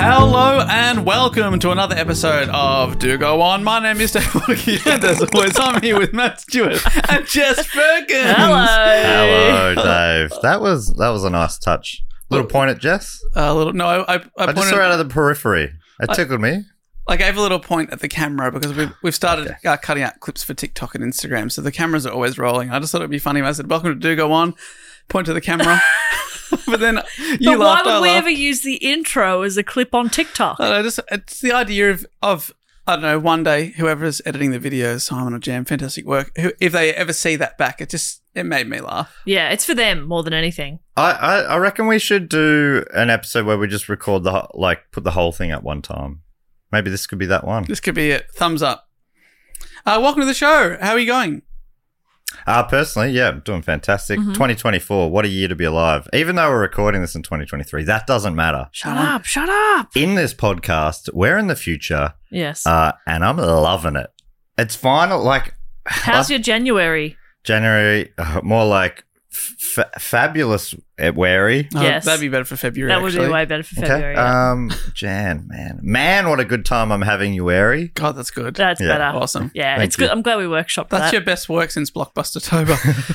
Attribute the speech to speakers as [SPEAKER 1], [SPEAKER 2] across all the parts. [SPEAKER 1] Hello and welcome to another episode of Do Go On. My name is Dave Wookie, and as always, I'm here with Matt Stewart and Jess Perkins.
[SPEAKER 2] Hello, Dave. That was that was a nice touch. Little point at Jess.
[SPEAKER 1] A little, no, I, I, I,
[SPEAKER 2] I
[SPEAKER 1] pointed-
[SPEAKER 2] just saw out of the periphery. It tickled me.
[SPEAKER 1] I gave a little point at the camera because we've, we've started uh, cutting out clips for TikTok and Instagram, so the cameras are always rolling. I just thought it'd be funny. I said, "Welcome to Do Go On," point to the camera, but then you
[SPEAKER 3] but
[SPEAKER 1] laughed.
[SPEAKER 3] why would
[SPEAKER 1] I
[SPEAKER 3] we
[SPEAKER 1] laughed.
[SPEAKER 3] ever use the intro as a clip on TikTok?
[SPEAKER 1] I don't know, just it's the idea of of I don't know. One day, whoever's editing the videos, Simon or Jam, fantastic work. Who, if they ever see that back, it just it made me laugh.
[SPEAKER 3] yeah, it's for them more than anything.
[SPEAKER 2] I, I I reckon we should do an episode where we just record the ho- like put the whole thing at one time. Maybe this could be that one.
[SPEAKER 1] This could be it. Thumbs up. Uh, welcome to the show. How are you going?
[SPEAKER 2] Uh, personally, yeah, I'm doing fantastic.
[SPEAKER 3] Mm-hmm.
[SPEAKER 2] 2024, what a year to be alive. Even though we're recording this in 2023, that doesn't matter.
[SPEAKER 3] Shut up, shut up.
[SPEAKER 2] In this podcast, we're in the future,
[SPEAKER 3] Yes.
[SPEAKER 2] uh, and I'm loving it. It's final. Like uh,
[SPEAKER 3] How's your January?
[SPEAKER 2] January, uh, more like f- f- fabulous uh, wary.
[SPEAKER 1] Oh,
[SPEAKER 3] Yes.
[SPEAKER 1] that'd be better for February.
[SPEAKER 3] That would be
[SPEAKER 1] actually.
[SPEAKER 3] way better for February. yeah.
[SPEAKER 2] Um, Jan, man, man, what a good time I'm having you wary.
[SPEAKER 1] God, that's good.
[SPEAKER 3] That's
[SPEAKER 2] yeah,
[SPEAKER 3] better.
[SPEAKER 1] awesome.
[SPEAKER 3] Yeah,
[SPEAKER 2] Thank
[SPEAKER 3] it's
[SPEAKER 2] you.
[SPEAKER 3] good. I'm glad we workshopped
[SPEAKER 1] That's
[SPEAKER 3] that.
[SPEAKER 1] your best work since Blockbuster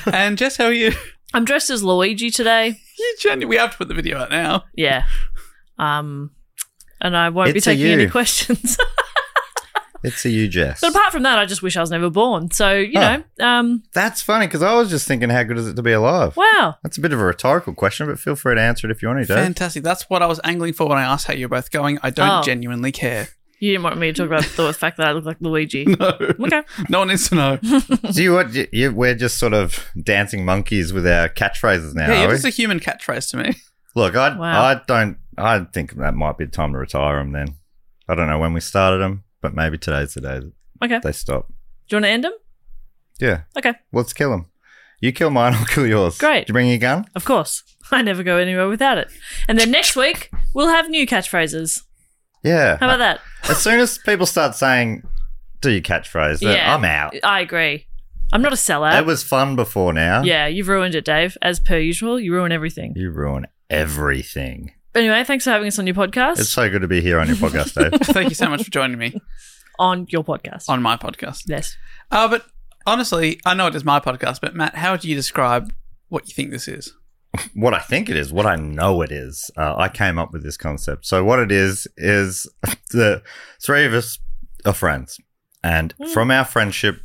[SPEAKER 1] Tober. and Jess, how are you?
[SPEAKER 3] I'm dressed as Luigi today.
[SPEAKER 1] You genuinely, we have to put the video out now.
[SPEAKER 3] Yeah. Um, and I won't be
[SPEAKER 2] It's a
[SPEAKER 3] taking
[SPEAKER 2] you.
[SPEAKER 3] any questions.
[SPEAKER 2] It's a you, Jess.
[SPEAKER 3] but apart from that, I just wish I was never born. So you
[SPEAKER 2] Huh.
[SPEAKER 3] know, um,
[SPEAKER 2] That's funny because I was just thinking, how good is it to be alive?
[SPEAKER 3] wow.
[SPEAKER 2] That's a bit of a rhetorical question, but feel free to answer it if you want to, Dave.
[SPEAKER 1] Fantastic. That's what I was angling for when I asked how you're both going. I don't
[SPEAKER 3] Oh.
[SPEAKER 1] genuinely care.
[SPEAKER 3] You didn't want me to talk about the fact that I look like Luigi. Okay.
[SPEAKER 1] No one needs to know.
[SPEAKER 2] Do you what? You, you, we're just sort of dancing monkeys with our catchphrases now.
[SPEAKER 1] yeah,
[SPEAKER 2] are
[SPEAKER 1] you're
[SPEAKER 2] we?
[SPEAKER 1] just a human catchphrase to me.
[SPEAKER 2] Look, I
[SPEAKER 3] Wow.
[SPEAKER 2] I don't I think that might be time to retire them. Then I don't know when we started them, but maybe today's the day that
[SPEAKER 3] Okay.
[SPEAKER 2] they stop.
[SPEAKER 3] Do you want to end them?
[SPEAKER 2] Yeah,
[SPEAKER 3] Okay.
[SPEAKER 2] let's kill them. You kill mine, I'll kill yours.
[SPEAKER 3] Great.
[SPEAKER 2] Do you bring your gun?
[SPEAKER 3] Of course. I never go anywhere without it. And then next week, we'll have new catchphrases.
[SPEAKER 2] Yeah.
[SPEAKER 3] How about that?
[SPEAKER 2] as soon as people start saying, do your catchphrase, then
[SPEAKER 3] yeah. Uh,
[SPEAKER 2] I'm out.
[SPEAKER 3] I agree. I'm not a sellout.
[SPEAKER 2] It was uh, fun before now.
[SPEAKER 3] yeah, you've ruined it, Dave. As per usual, you ruin everything.
[SPEAKER 2] You ruin everything.
[SPEAKER 3] Anyway, thanks for having us on your podcast.
[SPEAKER 2] It's so good to be here on your podcast, Dave.
[SPEAKER 1] Thank you so much for joining me
[SPEAKER 3] on your podcast.
[SPEAKER 1] on my podcast.
[SPEAKER 3] yes.
[SPEAKER 1] Uh, but honestly, I know it is my podcast, but Matt, how do you describe what you think this is?
[SPEAKER 2] what I think it is, what I know it is, uh, I came up with this concept. So, what it is, is the three of us are friends. And
[SPEAKER 3] Hmm.
[SPEAKER 2] from our friendship,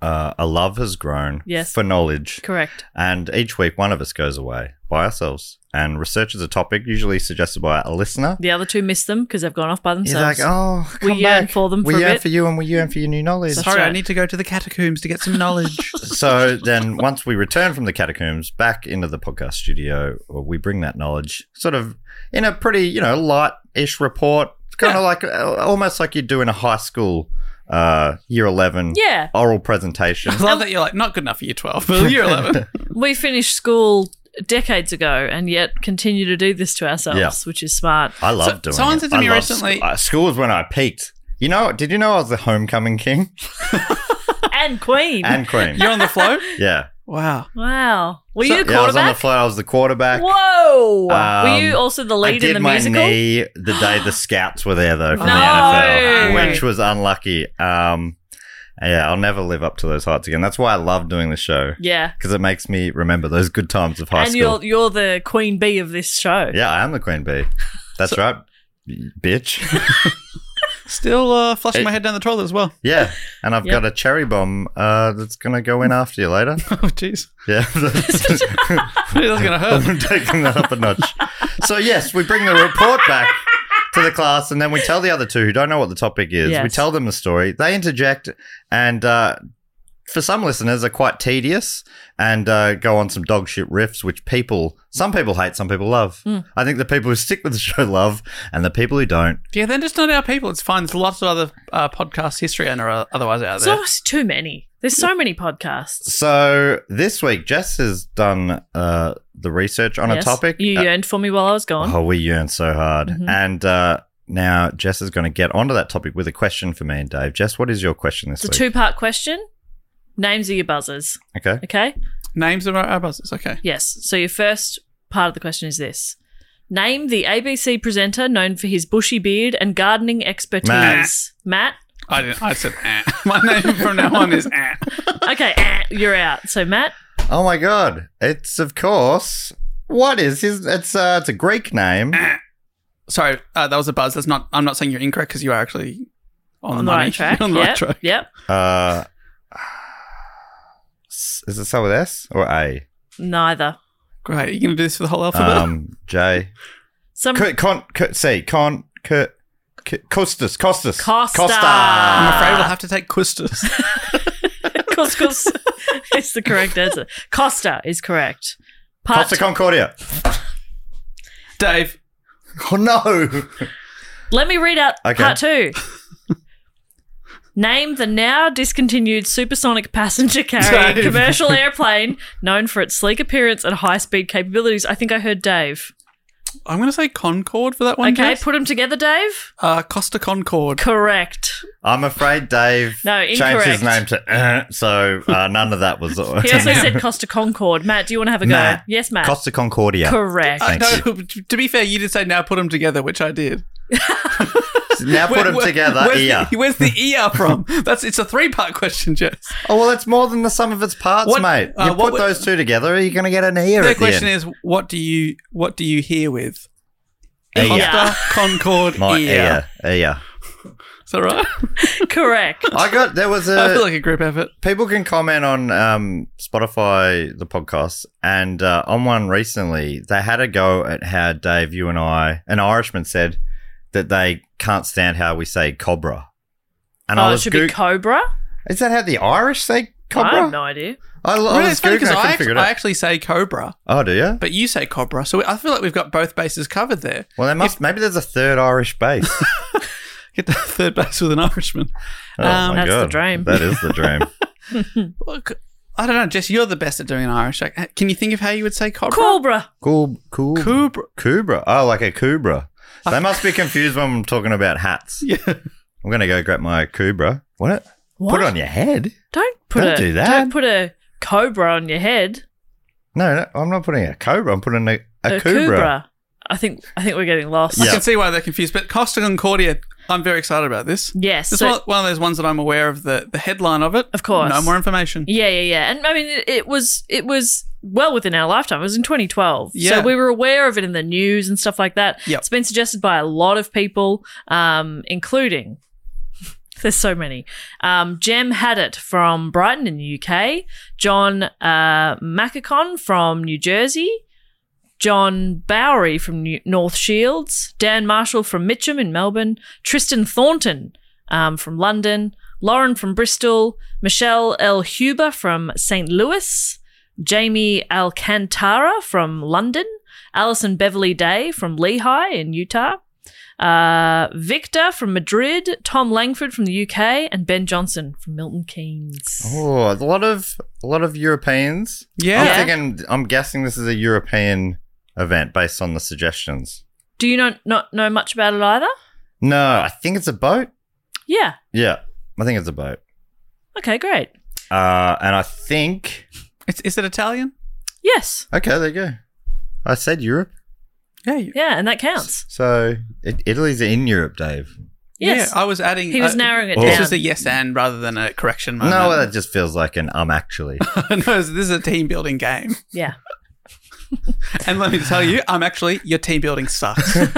[SPEAKER 2] uh, a love has grown
[SPEAKER 3] Yes.
[SPEAKER 2] for knowledge.
[SPEAKER 3] Correct.
[SPEAKER 2] And each week, one of us goes away by ourselves and researches a topic, usually suggested by a listener.
[SPEAKER 3] The other two miss them because they've gone off by
[SPEAKER 2] He's
[SPEAKER 3] themselves.
[SPEAKER 2] like, oh,
[SPEAKER 3] We
[SPEAKER 2] come
[SPEAKER 3] yearn
[SPEAKER 2] back.
[SPEAKER 3] for them
[SPEAKER 2] We
[SPEAKER 3] for a
[SPEAKER 2] yearn
[SPEAKER 3] bit."
[SPEAKER 2] for you, and we yearn for your new knowledge.
[SPEAKER 3] That's
[SPEAKER 1] Sorry, I
[SPEAKER 3] right.
[SPEAKER 1] need to go to the catacombs to get some knowledge.
[SPEAKER 2] So then, once we return from the catacombs back into the podcast studio, we bring that knowledge sort of in a pretty, you know, light ish report, kind of like uh, almost like you do in a high school uh, year 11
[SPEAKER 3] Yeah.
[SPEAKER 2] oral presentation.
[SPEAKER 1] I love that you're like, not good enough for year 12, but year 11.
[SPEAKER 2] "Oh."
[SPEAKER 3] we finished school decades ago and yet continue to do this to ourselves,
[SPEAKER 2] Yeah.
[SPEAKER 3] which is smart.
[SPEAKER 2] I love
[SPEAKER 1] So-
[SPEAKER 2] doing
[SPEAKER 1] someone
[SPEAKER 2] it.
[SPEAKER 1] said to
[SPEAKER 2] I
[SPEAKER 1] me
[SPEAKER 2] love
[SPEAKER 1] recently-
[SPEAKER 2] sc- uh, school was when I peaked. You know, did you know I was the homecoming king
[SPEAKER 3] and Queen.
[SPEAKER 2] and queen?
[SPEAKER 1] You're on the float?
[SPEAKER 2] yeah.
[SPEAKER 1] Wow.
[SPEAKER 3] wow. Were
[SPEAKER 2] So-
[SPEAKER 3] you
[SPEAKER 2] yeah, I was on the
[SPEAKER 3] quarterback?
[SPEAKER 2] flight. I was the quarterback.
[SPEAKER 3] Whoa. Were
[SPEAKER 2] Um,
[SPEAKER 3] you also the
[SPEAKER 2] I
[SPEAKER 3] lead
[SPEAKER 2] did
[SPEAKER 3] in the
[SPEAKER 2] my
[SPEAKER 3] musical?
[SPEAKER 2] knee the day the scouts were there though from
[SPEAKER 3] No.
[SPEAKER 2] the NFL, which
[SPEAKER 3] No.
[SPEAKER 2] was unlucky. Um, yeah, I'll never live up to those heights again. That's why I love doing the show
[SPEAKER 3] Yeah.
[SPEAKER 2] because it makes me remember those good times of high
[SPEAKER 3] and
[SPEAKER 2] school.
[SPEAKER 3] you're you're the queen bee of this show.
[SPEAKER 2] Yeah, I am the queen bee. That's right, bitch.
[SPEAKER 1] Still uh, flushing my head down the toilet as well.
[SPEAKER 2] yeah, and I've
[SPEAKER 3] Yep.
[SPEAKER 2] got a cherry bomb uh, that's gonna go in after you later.
[SPEAKER 1] Oh, jeez.
[SPEAKER 2] Yeah,
[SPEAKER 1] That's going to hurt.
[SPEAKER 2] I'm taking that up a notch. So yes, we bring the report back to the class, and then we tell the other two who don't know what the topic is. We
[SPEAKER 3] Yes.
[SPEAKER 2] tell them the story. They interject, and uh, for some listeners, are quite tedious and uh, go on some dog shit riffs, which people, some people hate, some people love.
[SPEAKER 3] Hmm.
[SPEAKER 2] I think the people who stick with the show love, and the people who don't.
[SPEAKER 1] Yeah, then just not our people. It's fine. There's lots of other uh, podcast history and are otherwise out
[SPEAKER 3] There's
[SPEAKER 1] there.
[SPEAKER 3] almost too many. There's so many podcasts.
[SPEAKER 2] So this week, Jess has done uh, the research on a
[SPEAKER 3] Yes.
[SPEAKER 2] topic.
[SPEAKER 3] You
[SPEAKER 2] Uh,
[SPEAKER 3] yearned for me while I was gone.
[SPEAKER 2] Oh, we yearn so hard.
[SPEAKER 3] Mhm.
[SPEAKER 2] And uh, now Jess is going to get onto that topic with a question for me and Dave. Jess, what is your question this
[SPEAKER 3] it's a
[SPEAKER 2] week?
[SPEAKER 3] two part question. Names of your buzzers.
[SPEAKER 2] okay.
[SPEAKER 3] Okay?
[SPEAKER 1] Names of our, our buzzers. Okay.
[SPEAKER 3] Yes. So your first part of the question is this. Name the ABC presenter known for his bushy beard and gardening expertise.
[SPEAKER 2] Matt.
[SPEAKER 3] Matt?
[SPEAKER 1] I didn't. I said, eh. my name from now on is eh.
[SPEAKER 3] Okay, eh, you're out. So Matt,
[SPEAKER 2] Oh my God! It's of course. What is his? It's uh, it's a Greek name.
[SPEAKER 1] Sorry, uh, that was a buzz. That's not. I'm not saying you're incorrect because you are actually on,
[SPEAKER 3] on,
[SPEAKER 1] the
[SPEAKER 3] the
[SPEAKER 1] money.
[SPEAKER 3] right track.
[SPEAKER 1] You're on the
[SPEAKER 3] yep.
[SPEAKER 1] right track.
[SPEAKER 3] Yep.
[SPEAKER 2] Uh, s- is it start with S or A?
[SPEAKER 3] Neither.
[SPEAKER 1] Great. You're gonna do this for the whole alphabet.
[SPEAKER 2] Um, J.
[SPEAKER 3] Some
[SPEAKER 2] C- con. C- C- con. C- C- Costas. Costas.
[SPEAKER 3] Costa.
[SPEAKER 1] I'm
[SPEAKER 2] Costa.
[SPEAKER 1] afraid we'll have to take Quistus.
[SPEAKER 3] couscous is the correct answer. Costa is correct. Part
[SPEAKER 2] Costa Concordia.
[SPEAKER 1] Dave.
[SPEAKER 2] Oh no!
[SPEAKER 3] Let me read out
[SPEAKER 2] Okay.
[SPEAKER 3] part two. Name the now discontinued supersonic passenger carrying
[SPEAKER 1] Dave.
[SPEAKER 3] commercial airplane known for its sleek appearance and high speed capabilities. I think I heard Dave.
[SPEAKER 1] I'm gonna say Concord for that one.
[SPEAKER 3] okay,
[SPEAKER 1] Jess.
[SPEAKER 3] put them together, Dave.
[SPEAKER 1] uh, Costa Concord.
[SPEAKER 3] Correct.
[SPEAKER 2] I'm afraid Dave
[SPEAKER 3] No,
[SPEAKER 2] changed his
[SPEAKER 3] incorrect.
[SPEAKER 2] name to uh, so uh, none of that was.
[SPEAKER 3] He also said Costa Concord. Matt, do you want to have a go?
[SPEAKER 2] Nah.
[SPEAKER 3] Yes, Matt.
[SPEAKER 2] Costa Concordia.
[SPEAKER 3] Correct.
[SPEAKER 1] Uh,
[SPEAKER 2] Thank
[SPEAKER 1] no, to be fair, you did say now put them together, which I did.
[SPEAKER 2] now put
[SPEAKER 1] Where-
[SPEAKER 2] them
[SPEAKER 1] where-
[SPEAKER 2] together.
[SPEAKER 1] Where's,
[SPEAKER 2] ear.
[SPEAKER 1] The, where's the ear from? That's it's a three part question, Jess.
[SPEAKER 2] Oh well, it's more than the sum of its parts,
[SPEAKER 1] What-
[SPEAKER 2] mate. You
[SPEAKER 1] uh,
[SPEAKER 2] put
[SPEAKER 1] what would-
[SPEAKER 2] those two together, you're going to get an ear.
[SPEAKER 1] The
[SPEAKER 2] at the
[SPEAKER 1] question
[SPEAKER 2] end.
[SPEAKER 1] is, what do you what do you hear with?
[SPEAKER 2] Ear.
[SPEAKER 1] Costa Concord
[SPEAKER 2] E. my
[SPEAKER 1] oh,
[SPEAKER 2] E,
[SPEAKER 1] ear.
[SPEAKER 2] ear, ear.
[SPEAKER 1] Is that right?
[SPEAKER 3] Correct.
[SPEAKER 2] I got there was
[SPEAKER 1] I
[SPEAKER 2] a
[SPEAKER 1] feel like a group effort.
[SPEAKER 2] people can comment on um, Spotify the podcast, and uh, on one recently they had a go at how Dave, you and I, an Irishman said that they can't stand how we say cobra, and
[SPEAKER 3] oh,
[SPEAKER 2] I
[SPEAKER 3] it
[SPEAKER 2] was
[SPEAKER 3] should
[SPEAKER 2] Goo-
[SPEAKER 3] be Cobra.
[SPEAKER 2] Is that how the Irish say
[SPEAKER 3] I
[SPEAKER 2] cobra?
[SPEAKER 3] have no idea.
[SPEAKER 2] I, lo- I
[SPEAKER 1] Really,
[SPEAKER 2] was
[SPEAKER 1] it's funny
[SPEAKER 2] Googling,
[SPEAKER 1] because
[SPEAKER 2] I
[SPEAKER 1] I,
[SPEAKER 2] couldn't
[SPEAKER 1] act-
[SPEAKER 2] figure it
[SPEAKER 1] I
[SPEAKER 2] out.
[SPEAKER 1] actually say Cobra,
[SPEAKER 2] Oh, do you?
[SPEAKER 1] but you say Cobra. So I feel like we've got both bases covered there.
[SPEAKER 2] Well, there must. maybe there's a third Irish base.
[SPEAKER 1] Get the third base with an Irishman.
[SPEAKER 2] Oh,
[SPEAKER 1] Um,
[SPEAKER 2] my
[SPEAKER 3] That's the
[SPEAKER 2] God.
[SPEAKER 3] dream.
[SPEAKER 2] That is the dream.
[SPEAKER 1] Look, I don't know, Jess. You're the best at doing an Irish. act. Can you think of how you would say Cobra?
[SPEAKER 3] Cobra. Ah.
[SPEAKER 2] cool, cool,
[SPEAKER 1] Cobra.
[SPEAKER 2] Cobra. Oh, like a cobra. They must be confused when I'm talking about hats. Yeah. I'm going to go grab my Cobra. What?
[SPEAKER 3] What?
[SPEAKER 2] Put it on your head?
[SPEAKER 3] Don't put
[SPEAKER 2] Don't
[SPEAKER 3] a
[SPEAKER 2] do that.
[SPEAKER 3] don't put a cobra on your head.
[SPEAKER 2] No, no, I'm not putting a Cobra. I'm putting a, a,
[SPEAKER 3] A
[SPEAKER 2] Cobra.
[SPEAKER 3] cobra. I think I think we're getting lost.
[SPEAKER 1] I
[SPEAKER 2] Yeah.
[SPEAKER 1] can see why they're confused. But Costa Concordia, I'm very excited about this.
[SPEAKER 3] Yes,
[SPEAKER 1] It's
[SPEAKER 3] so-
[SPEAKER 1] one, one of those ones that I'm aware of the, the headline of it.
[SPEAKER 3] Of course.
[SPEAKER 1] No more information.
[SPEAKER 3] Yeah, yeah, yeah. And I mean, it, it was it was well within our lifetime. It was in 2012,
[SPEAKER 1] Yeah.
[SPEAKER 3] so we were aware of it in the news and stuff like that.
[SPEAKER 1] Yep.
[SPEAKER 3] It's been suggested by a lot of people, um, including there's so many. Um, Jem Haddett from Brighton in the UK, John uh, Macacon from New Jersey. John Bowery from New- North Shields, Dan Marshall from Mitcham in Melbourne, Tristan Thornton um, from London, Lauren from Bristol, Michelle L. Huber from St. Louis, Jamie Alcantara from London, Alison Beverly Day from Lehigh in Utah, uh, Victor from Madrid, Tom Langford from the UK, and Ben Johnson from Milton Keynes.
[SPEAKER 2] Oh, a lot of a lot of Europeans.
[SPEAKER 1] Yeah.
[SPEAKER 3] Yeah.
[SPEAKER 2] I'm thinking. I'm guessing this is a European event based on the suggestions.
[SPEAKER 3] Do you not, not know much about it either?
[SPEAKER 2] No, I think it's a boat.
[SPEAKER 3] Yeah.
[SPEAKER 2] Yeah, I think it's a boat.
[SPEAKER 3] Okay, great.
[SPEAKER 2] Uh, and I think
[SPEAKER 1] It's, is it Italian?
[SPEAKER 3] Yes.
[SPEAKER 2] okay, there you go. I said Europe,
[SPEAKER 1] Yeah. you-
[SPEAKER 3] Yeah, and that counts.
[SPEAKER 2] so it, Italy's in Europe, Dave.
[SPEAKER 3] Yes.
[SPEAKER 1] Yeah, I was adding. uh,
[SPEAKER 3] He was narrowing it
[SPEAKER 1] This
[SPEAKER 2] down.
[SPEAKER 1] was a yes and rather than a correction moment.
[SPEAKER 2] No, that just feels like an um actually.
[SPEAKER 1] no, this is a team building game.
[SPEAKER 3] Yeah.
[SPEAKER 1] And let me tell you, I'm actually, your team building sucks. yeah,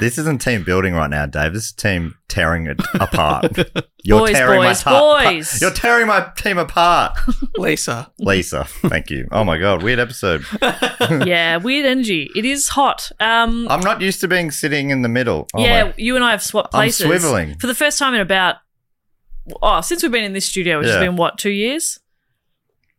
[SPEAKER 2] this isn't team building right now, Dave. This is team tearing it apart. You're
[SPEAKER 3] Boys,
[SPEAKER 2] tearing
[SPEAKER 3] boys,
[SPEAKER 2] my ta-
[SPEAKER 3] boys.
[SPEAKER 2] You're tearing my team apart,
[SPEAKER 1] Lisa.
[SPEAKER 2] Lisa. Thank you. Oh my god, weird episode.
[SPEAKER 3] yeah, weird energy. It is hot. Um,
[SPEAKER 2] I'm not used to being sitting in the middle. Oh
[SPEAKER 3] yeah,
[SPEAKER 2] my-
[SPEAKER 3] you and I have swapped
[SPEAKER 2] I'm
[SPEAKER 3] places.
[SPEAKER 2] swiveling.
[SPEAKER 3] For the first time in about, oh, since we've been in this studio, which has
[SPEAKER 2] Yeah.
[SPEAKER 3] been, what, two years?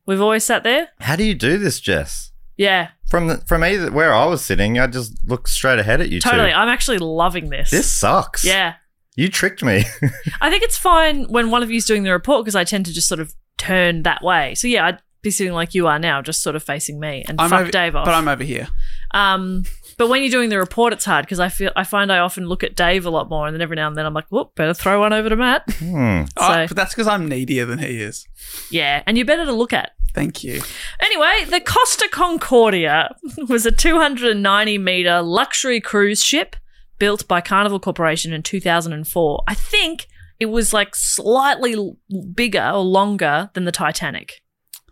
[SPEAKER 3] We've always sat there?
[SPEAKER 2] How do you do this, Jess?
[SPEAKER 3] Yeah,
[SPEAKER 2] From the, from either where I was sitting, I just looked straight ahead at you
[SPEAKER 3] totally.
[SPEAKER 2] two.
[SPEAKER 3] I'm actually loving this.
[SPEAKER 2] This sucks.
[SPEAKER 3] Yeah.
[SPEAKER 2] You tricked me.
[SPEAKER 3] I think it's fine when one of you's doing the report because I tend to just sort of turn that way. So, yeah, I'd be sitting like you are now, just sort of facing me and
[SPEAKER 1] I'm
[SPEAKER 3] fuck
[SPEAKER 1] over,
[SPEAKER 3] Dave off.
[SPEAKER 1] But I'm over here.
[SPEAKER 3] Um, but when you're doing the report, it's hard because I feel I find I often look at Dave a lot more, and then every now and then I'm like, "Whoop, better throw one over to Matt."
[SPEAKER 2] Hmm.
[SPEAKER 1] Oh,
[SPEAKER 3] So-
[SPEAKER 1] but that's because I'm needier than he is.
[SPEAKER 3] yeah, and you're better to look at.
[SPEAKER 1] Thank you.
[SPEAKER 3] Anyway, the Costa Concordia was a 290 meter luxury cruise ship built by Carnival Corporation in 2004. I think it was like slightly l- bigger or longer than the Titanic.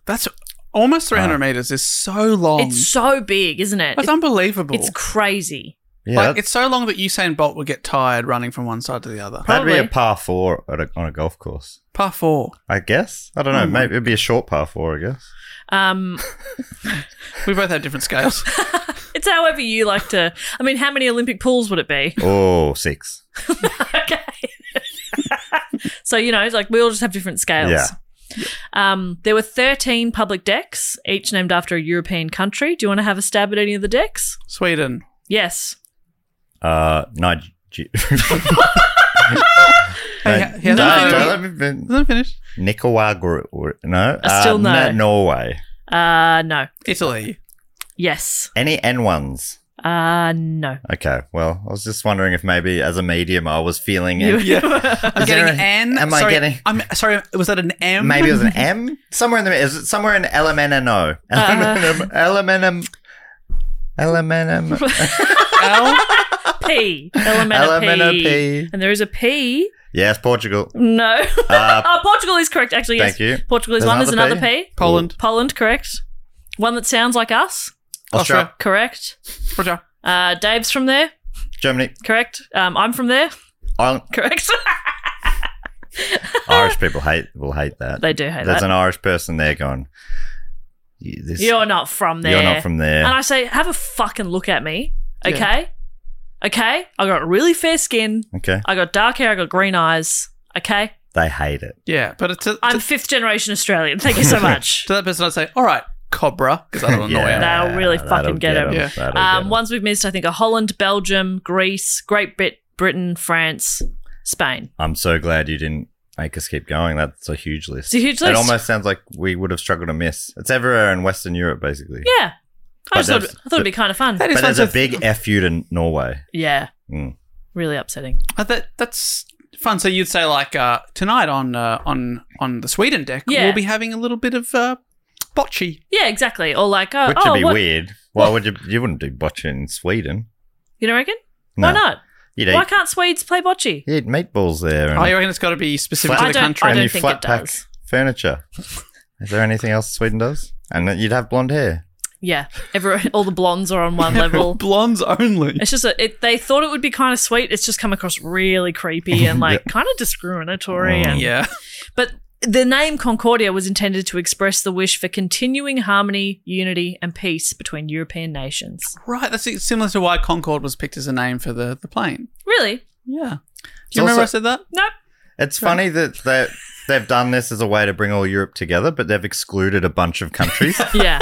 [SPEAKER 1] That's almost 300
[SPEAKER 2] Wow.
[SPEAKER 1] meters is so long.
[SPEAKER 3] It's so big, isn't it?
[SPEAKER 1] That's unbelievable.
[SPEAKER 3] It's crazy.
[SPEAKER 2] Yeah,
[SPEAKER 1] like,
[SPEAKER 2] that-
[SPEAKER 1] it's so long that Usain Bolt would get tired running from one side to the other.
[SPEAKER 2] that'd be a
[SPEAKER 3] probably.
[SPEAKER 2] par four at a, on a golf course,
[SPEAKER 1] Par four.
[SPEAKER 2] I guess. I don't know.
[SPEAKER 1] Oh
[SPEAKER 3] Mm-hmm.
[SPEAKER 1] my-
[SPEAKER 2] Maybe it'd be a short par four, I guess.
[SPEAKER 3] Um,
[SPEAKER 1] We both have different scales.
[SPEAKER 3] it's however you like to. I mean, how many Olympic pools would it be?
[SPEAKER 2] Oh, six.
[SPEAKER 3] okay. so you know, it's like we all just have different scales.
[SPEAKER 2] Yeah.
[SPEAKER 3] Um, there were thirteen public decks, each named after a European country. Do you want to have a stab at any of the decks?
[SPEAKER 1] Sweden.
[SPEAKER 3] Yes.
[SPEAKER 2] Uh, Niger.
[SPEAKER 1] Hey,
[SPEAKER 2] Uh,
[SPEAKER 1] he hasn't
[SPEAKER 2] no,
[SPEAKER 1] finished.
[SPEAKER 2] let me fin-
[SPEAKER 1] Isn't it finished?
[SPEAKER 2] Nicaragua. No,
[SPEAKER 3] Uh, still no.
[SPEAKER 2] na- Norway.
[SPEAKER 3] Uh, no.
[SPEAKER 1] Italy.
[SPEAKER 3] Yes.
[SPEAKER 2] Any N ones?
[SPEAKER 3] Uh, no.
[SPEAKER 2] Okay. Well, I was just wondering if maybe as a medium I was feeling it.
[SPEAKER 1] I'm
[SPEAKER 2] Is
[SPEAKER 1] getting
[SPEAKER 2] there a-
[SPEAKER 1] N.
[SPEAKER 2] Am
[SPEAKER 1] sorry, um.
[SPEAKER 2] I getting?
[SPEAKER 1] I'm sorry. Was that an M?
[SPEAKER 2] Maybe it was an M somewhere in the is it somewhere in LMNO.
[SPEAKER 1] Uh-huh.
[SPEAKER 2] LMNM. LMNM. LMNM.
[SPEAKER 1] L.
[SPEAKER 3] P. Elementa P.
[SPEAKER 2] Elementa P.
[SPEAKER 3] And there is a P.
[SPEAKER 2] Yes, Portugal.
[SPEAKER 3] No.
[SPEAKER 2] Uh,
[SPEAKER 3] oh, Portugal is correct. Actually, yes.
[SPEAKER 2] Thank you.
[SPEAKER 3] Portugal is
[SPEAKER 2] There's
[SPEAKER 3] one. There's
[SPEAKER 2] another
[SPEAKER 3] another P.
[SPEAKER 1] Poland.
[SPEAKER 3] Poland, correct. One that sounds like us,
[SPEAKER 2] Austria,
[SPEAKER 1] Austria.
[SPEAKER 3] correct.
[SPEAKER 1] Roger.
[SPEAKER 3] Uh, Dave's from there,
[SPEAKER 2] Germany,
[SPEAKER 3] correct. Um, I'm from there,
[SPEAKER 2] Ireland.
[SPEAKER 3] correct.
[SPEAKER 2] Irish people hate will hate that.
[SPEAKER 3] They do hate
[SPEAKER 2] There's
[SPEAKER 3] that.
[SPEAKER 2] an Irish person there going. "You- This,
[SPEAKER 3] You're not from there.
[SPEAKER 2] you're not from there.
[SPEAKER 3] And I say, have a fucking look at me, okay? Okay, I got really fair skin.
[SPEAKER 2] okay.
[SPEAKER 3] I got dark hair. I got green eyes. Okay,
[SPEAKER 2] They hate it.
[SPEAKER 1] Yeah, but it's a,
[SPEAKER 3] I'm
[SPEAKER 1] to,
[SPEAKER 3] fifth generation Australian. Thank you so much.
[SPEAKER 1] to that person, I'd say, all right, Cobra, because that'll annoy him.
[SPEAKER 3] That'll really fucking get
[SPEAKER 2] 'em.
[SPEAKER 3] him.
[SPEAKER 1] Yeah.
[SPEAKER 2] That'll get
[SPEAKER 3] Um,
[SPEAKER 2] 'em.
[SPEAKER 3] ones we've missed, I think, are Holland, Belgium, Greece, Great Brit- Britain, France, Spain.
[SPEAKER 2] I'm so glad you didn't make us keep going. That's a huge list.
[SPEAKER 3] It's a huge
[SPEAKER 2] It
[SPEAKER 3] list.
[SPEAKER 2] almost sounds like we would have struggled to miss. It's everywhere in Western Europe, basically.
[SPEAKER 3] Yeah. I just thought,
[SPEAKER 2] that's-
[SPEAKER 3] I thought it'd be kind of fun.
[SPEAKER 1] That is
[SPEAKER 2] But there's a
[SPEAKER 1] fantastic.
[SPEAKER 2] big F you to Norway.
[SPEAKER 3] yeah.
[SPEAKER 2] Mm.
[SPEAKER 3] Really upsetting.
[SPEAKER 1] Uh, that that's fun. So you'd say like uh, tonight on uh, on on the Sweden deck,
[SPEAKER 3] Yeah.
[SPEAKER 1] we'll be having a little bit of uh, bocce.
[SPEAKER 3] Yeah, exactly. Or like, oh,
[SPEAKER 2] Which
[SPEAKER 3] oh
[SPEAKER 2] would be
[SPEAKER 3] what?
[SPEAKER 2] weird. Why would you? You wouldn't do bocce in Sweden.
[SPEAKER 3] You don't reckon?
[SPEAKER 2] No.
[SPEAKER 3] Why not?
[SPEAKER 2] You'd eat,
[SPEAKER 3] Why can't Swedes play bocce?
[SPEAKER 2] you'd eat meatballs there. And,
[SPEAKER 1] Oh, you reckon it's got to be specific
[SPEAKER 2] Flat-
[SPEAKER 1] to
[SPEAKER 3] I
[SPEAKER 1] the
[SPEAKER 3] don't-
[SPEAKER 1] country?
[SPEAKER 3] I
[SPEAKER 2] and
[SPEAKER 3] don't
[SPEAKER 2] you
[SPEAKER 3] think
[SPEAKER 2] flat
[SPEAKER 3] it
[SPEAKER 2] pack
[SPEAKER 3] does.
[SPEAKER 2] furniture. Is there anything else Sweden does? And then you'd have blonde hair.
[SPEAKER 3] Yeah. Every, all the blondes are on one level.
[SPEAKER 1] Blondes only.
[SPEAKER 3] It's just a, it, they thought it would be kind of sweet. It's just come across really creepy and like kind of discriminatory.
[SPEAKER 2] Mm,
[SPEAKER 3] And,
[SPEAKER 1] Yeah.
[SPEAKER 3] But the name Concordia was intended to express the wish for continuing harmony, unity, and peace between European nations.
[SPEAKER 1] Right. That's it- similar to why Concord was picked as a name for the, the plane.
[SPEAKER 3] Really?
[SPEAKER 1] Yeah.
[SPEAKER 2] It's
[SPEAKER 1] Do you
[SPEAKER 2] also-
[SPEAKER 1] remember I said that?
[SPEAKER 3] Nope.
[SPEAKER 2] It's funny that they they've done this as a way to bring all Europe together, but they've excluded a bunch of countries.
[SPEAKER 3] Yeah.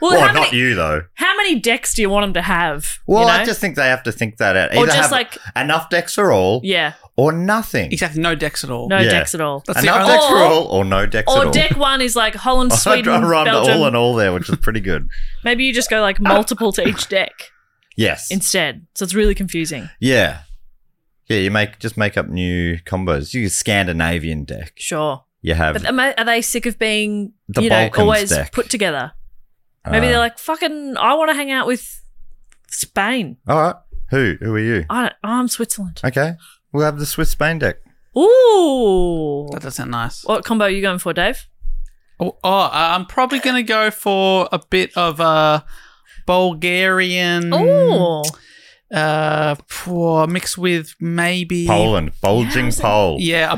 [SPEAKER 3] Well,
[SPEAKER 2] well,
[SPEAKER 3] how,
[SPEAKER 2] not
[SPEAKER 3] many,
[SPEAKER 2] you though.
[SPEAKER 3] how many decks do you want them to have? you
[SPEAKER 2] Well, I
[SPEAKER 3] know?
[SPEAKER 2] just think they have to think that out. Either
[SPEAKER 3] Or just
[SPEAKER 2] have
[SPEAKER 3] like-
[SPEAKER 2] enough decks for all,
[SPEAKER 3] Yeah.
[SPEAKER 2] or nothing.
[SPEAKER 1] Exactly. No decks at all.
[SPEAKER 3] No
[SPEAKER 2] Yeah.
[SPEAKER 3] decks at all.
[SPEAKER 1] That's the
[SPEAKER 2] Enough
[SPEAKER 1] only-
[SPEAKER 2] decks for
[SPEAKER 3] Or-
[SPEAKER 2] all, or no decks at
[SPEAKER 3] Or
[SPEAKER 2] all.
[SPEAKER 3] deck one is like Holland, Sweden,
[SPEAKER 2] I rhymed it
[SPEAKER 3] Belgium.
[SPEAKER 2] all and all there, which is pretty good.
[SPEAKER 3] Maybe you just go like multiple to each deck
[SPEAKER 2] Yes.
[SPEAKER 3] instead. So it's really confusing.
[SPEAKER 2] yeah. Yeah, you make just make up new combos. You use Scandinavian deck.
[SPEAKER 3] Sure.
[SPEAKER 2] You have
[SPEAKER 3] But am I, are they sick of being
[SPEAKER 2] The
[SPEAKER 3] you know
[SPEAKER 2] Balkans
[SPEAKER 3] always
[SPEAKER 2] deck.
[SPEAKER 3] put together? Maybe
[SPEAKER 2] uh,
[SPEAKER 3] they're like fucking. I want to hang out with Spain.
[SPEAKER 2] All right. Who? Who are you?
[SPEAKER 3] I don't. I'm Switzerland.
[SPEAKER 2] Okay. We'll have the Swiss Spain deck.
[SPEAKER 3] Ooh.
[SPEAKER 1] That does sound nice.
[SPEAKER 3] What combo are you going for, Dave?
[SPEAKER 1] Oh, oh, uh, I'm probably going to go for a bit of a Bulgarian
[SPEAKER 2] Hmm.
[SPEAKER 3] Ooh.
[SPEAKER 1] uh, for- mixed with maybe
[SPEAKER 2] Poland. Bulging pole.
[SPEAKER 1] Yeah, a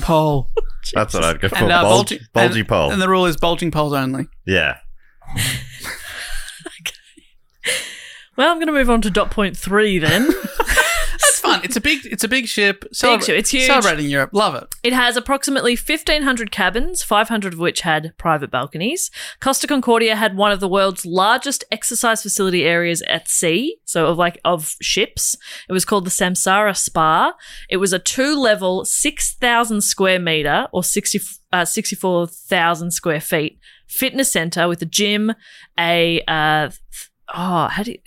[SPEAKER 1] pole.
[SPEAKER 2] That's what I'd go for.
[SPEAKER 1] And, uh,
[SPEAKER 2] bulge,
[SPEAKER 1] bulging-
[SPEAKER 2] bulgy
[SPEAKER 1] and-
[SPEAKER 2] pole.
[SPEAKER 1] And the rule is bulging poles only.
[SPEAKER 2] yeah.
[SPEAKER 3] Well, I'm going to move on to dot point three then.
[SPEAKER 1] It's fun. It's a big. It's a big ship. Celebra-
[SPEAKER 3] ship. It's huge.
[SPEAKER 1] Celebrating Europe. Love it.
[SPEAKER 3] It has approximately 1,500 cabins, 500 of which had private balconies. Costa Concordia had one of the world's largest exercise facility areas at sea, so of like of ships. It was called the Samsara Spa. It was a two-level, 6,000 square meter or 60, uh, 64,000 square feet fitness center with a gym, a uh, th- oh, how do you,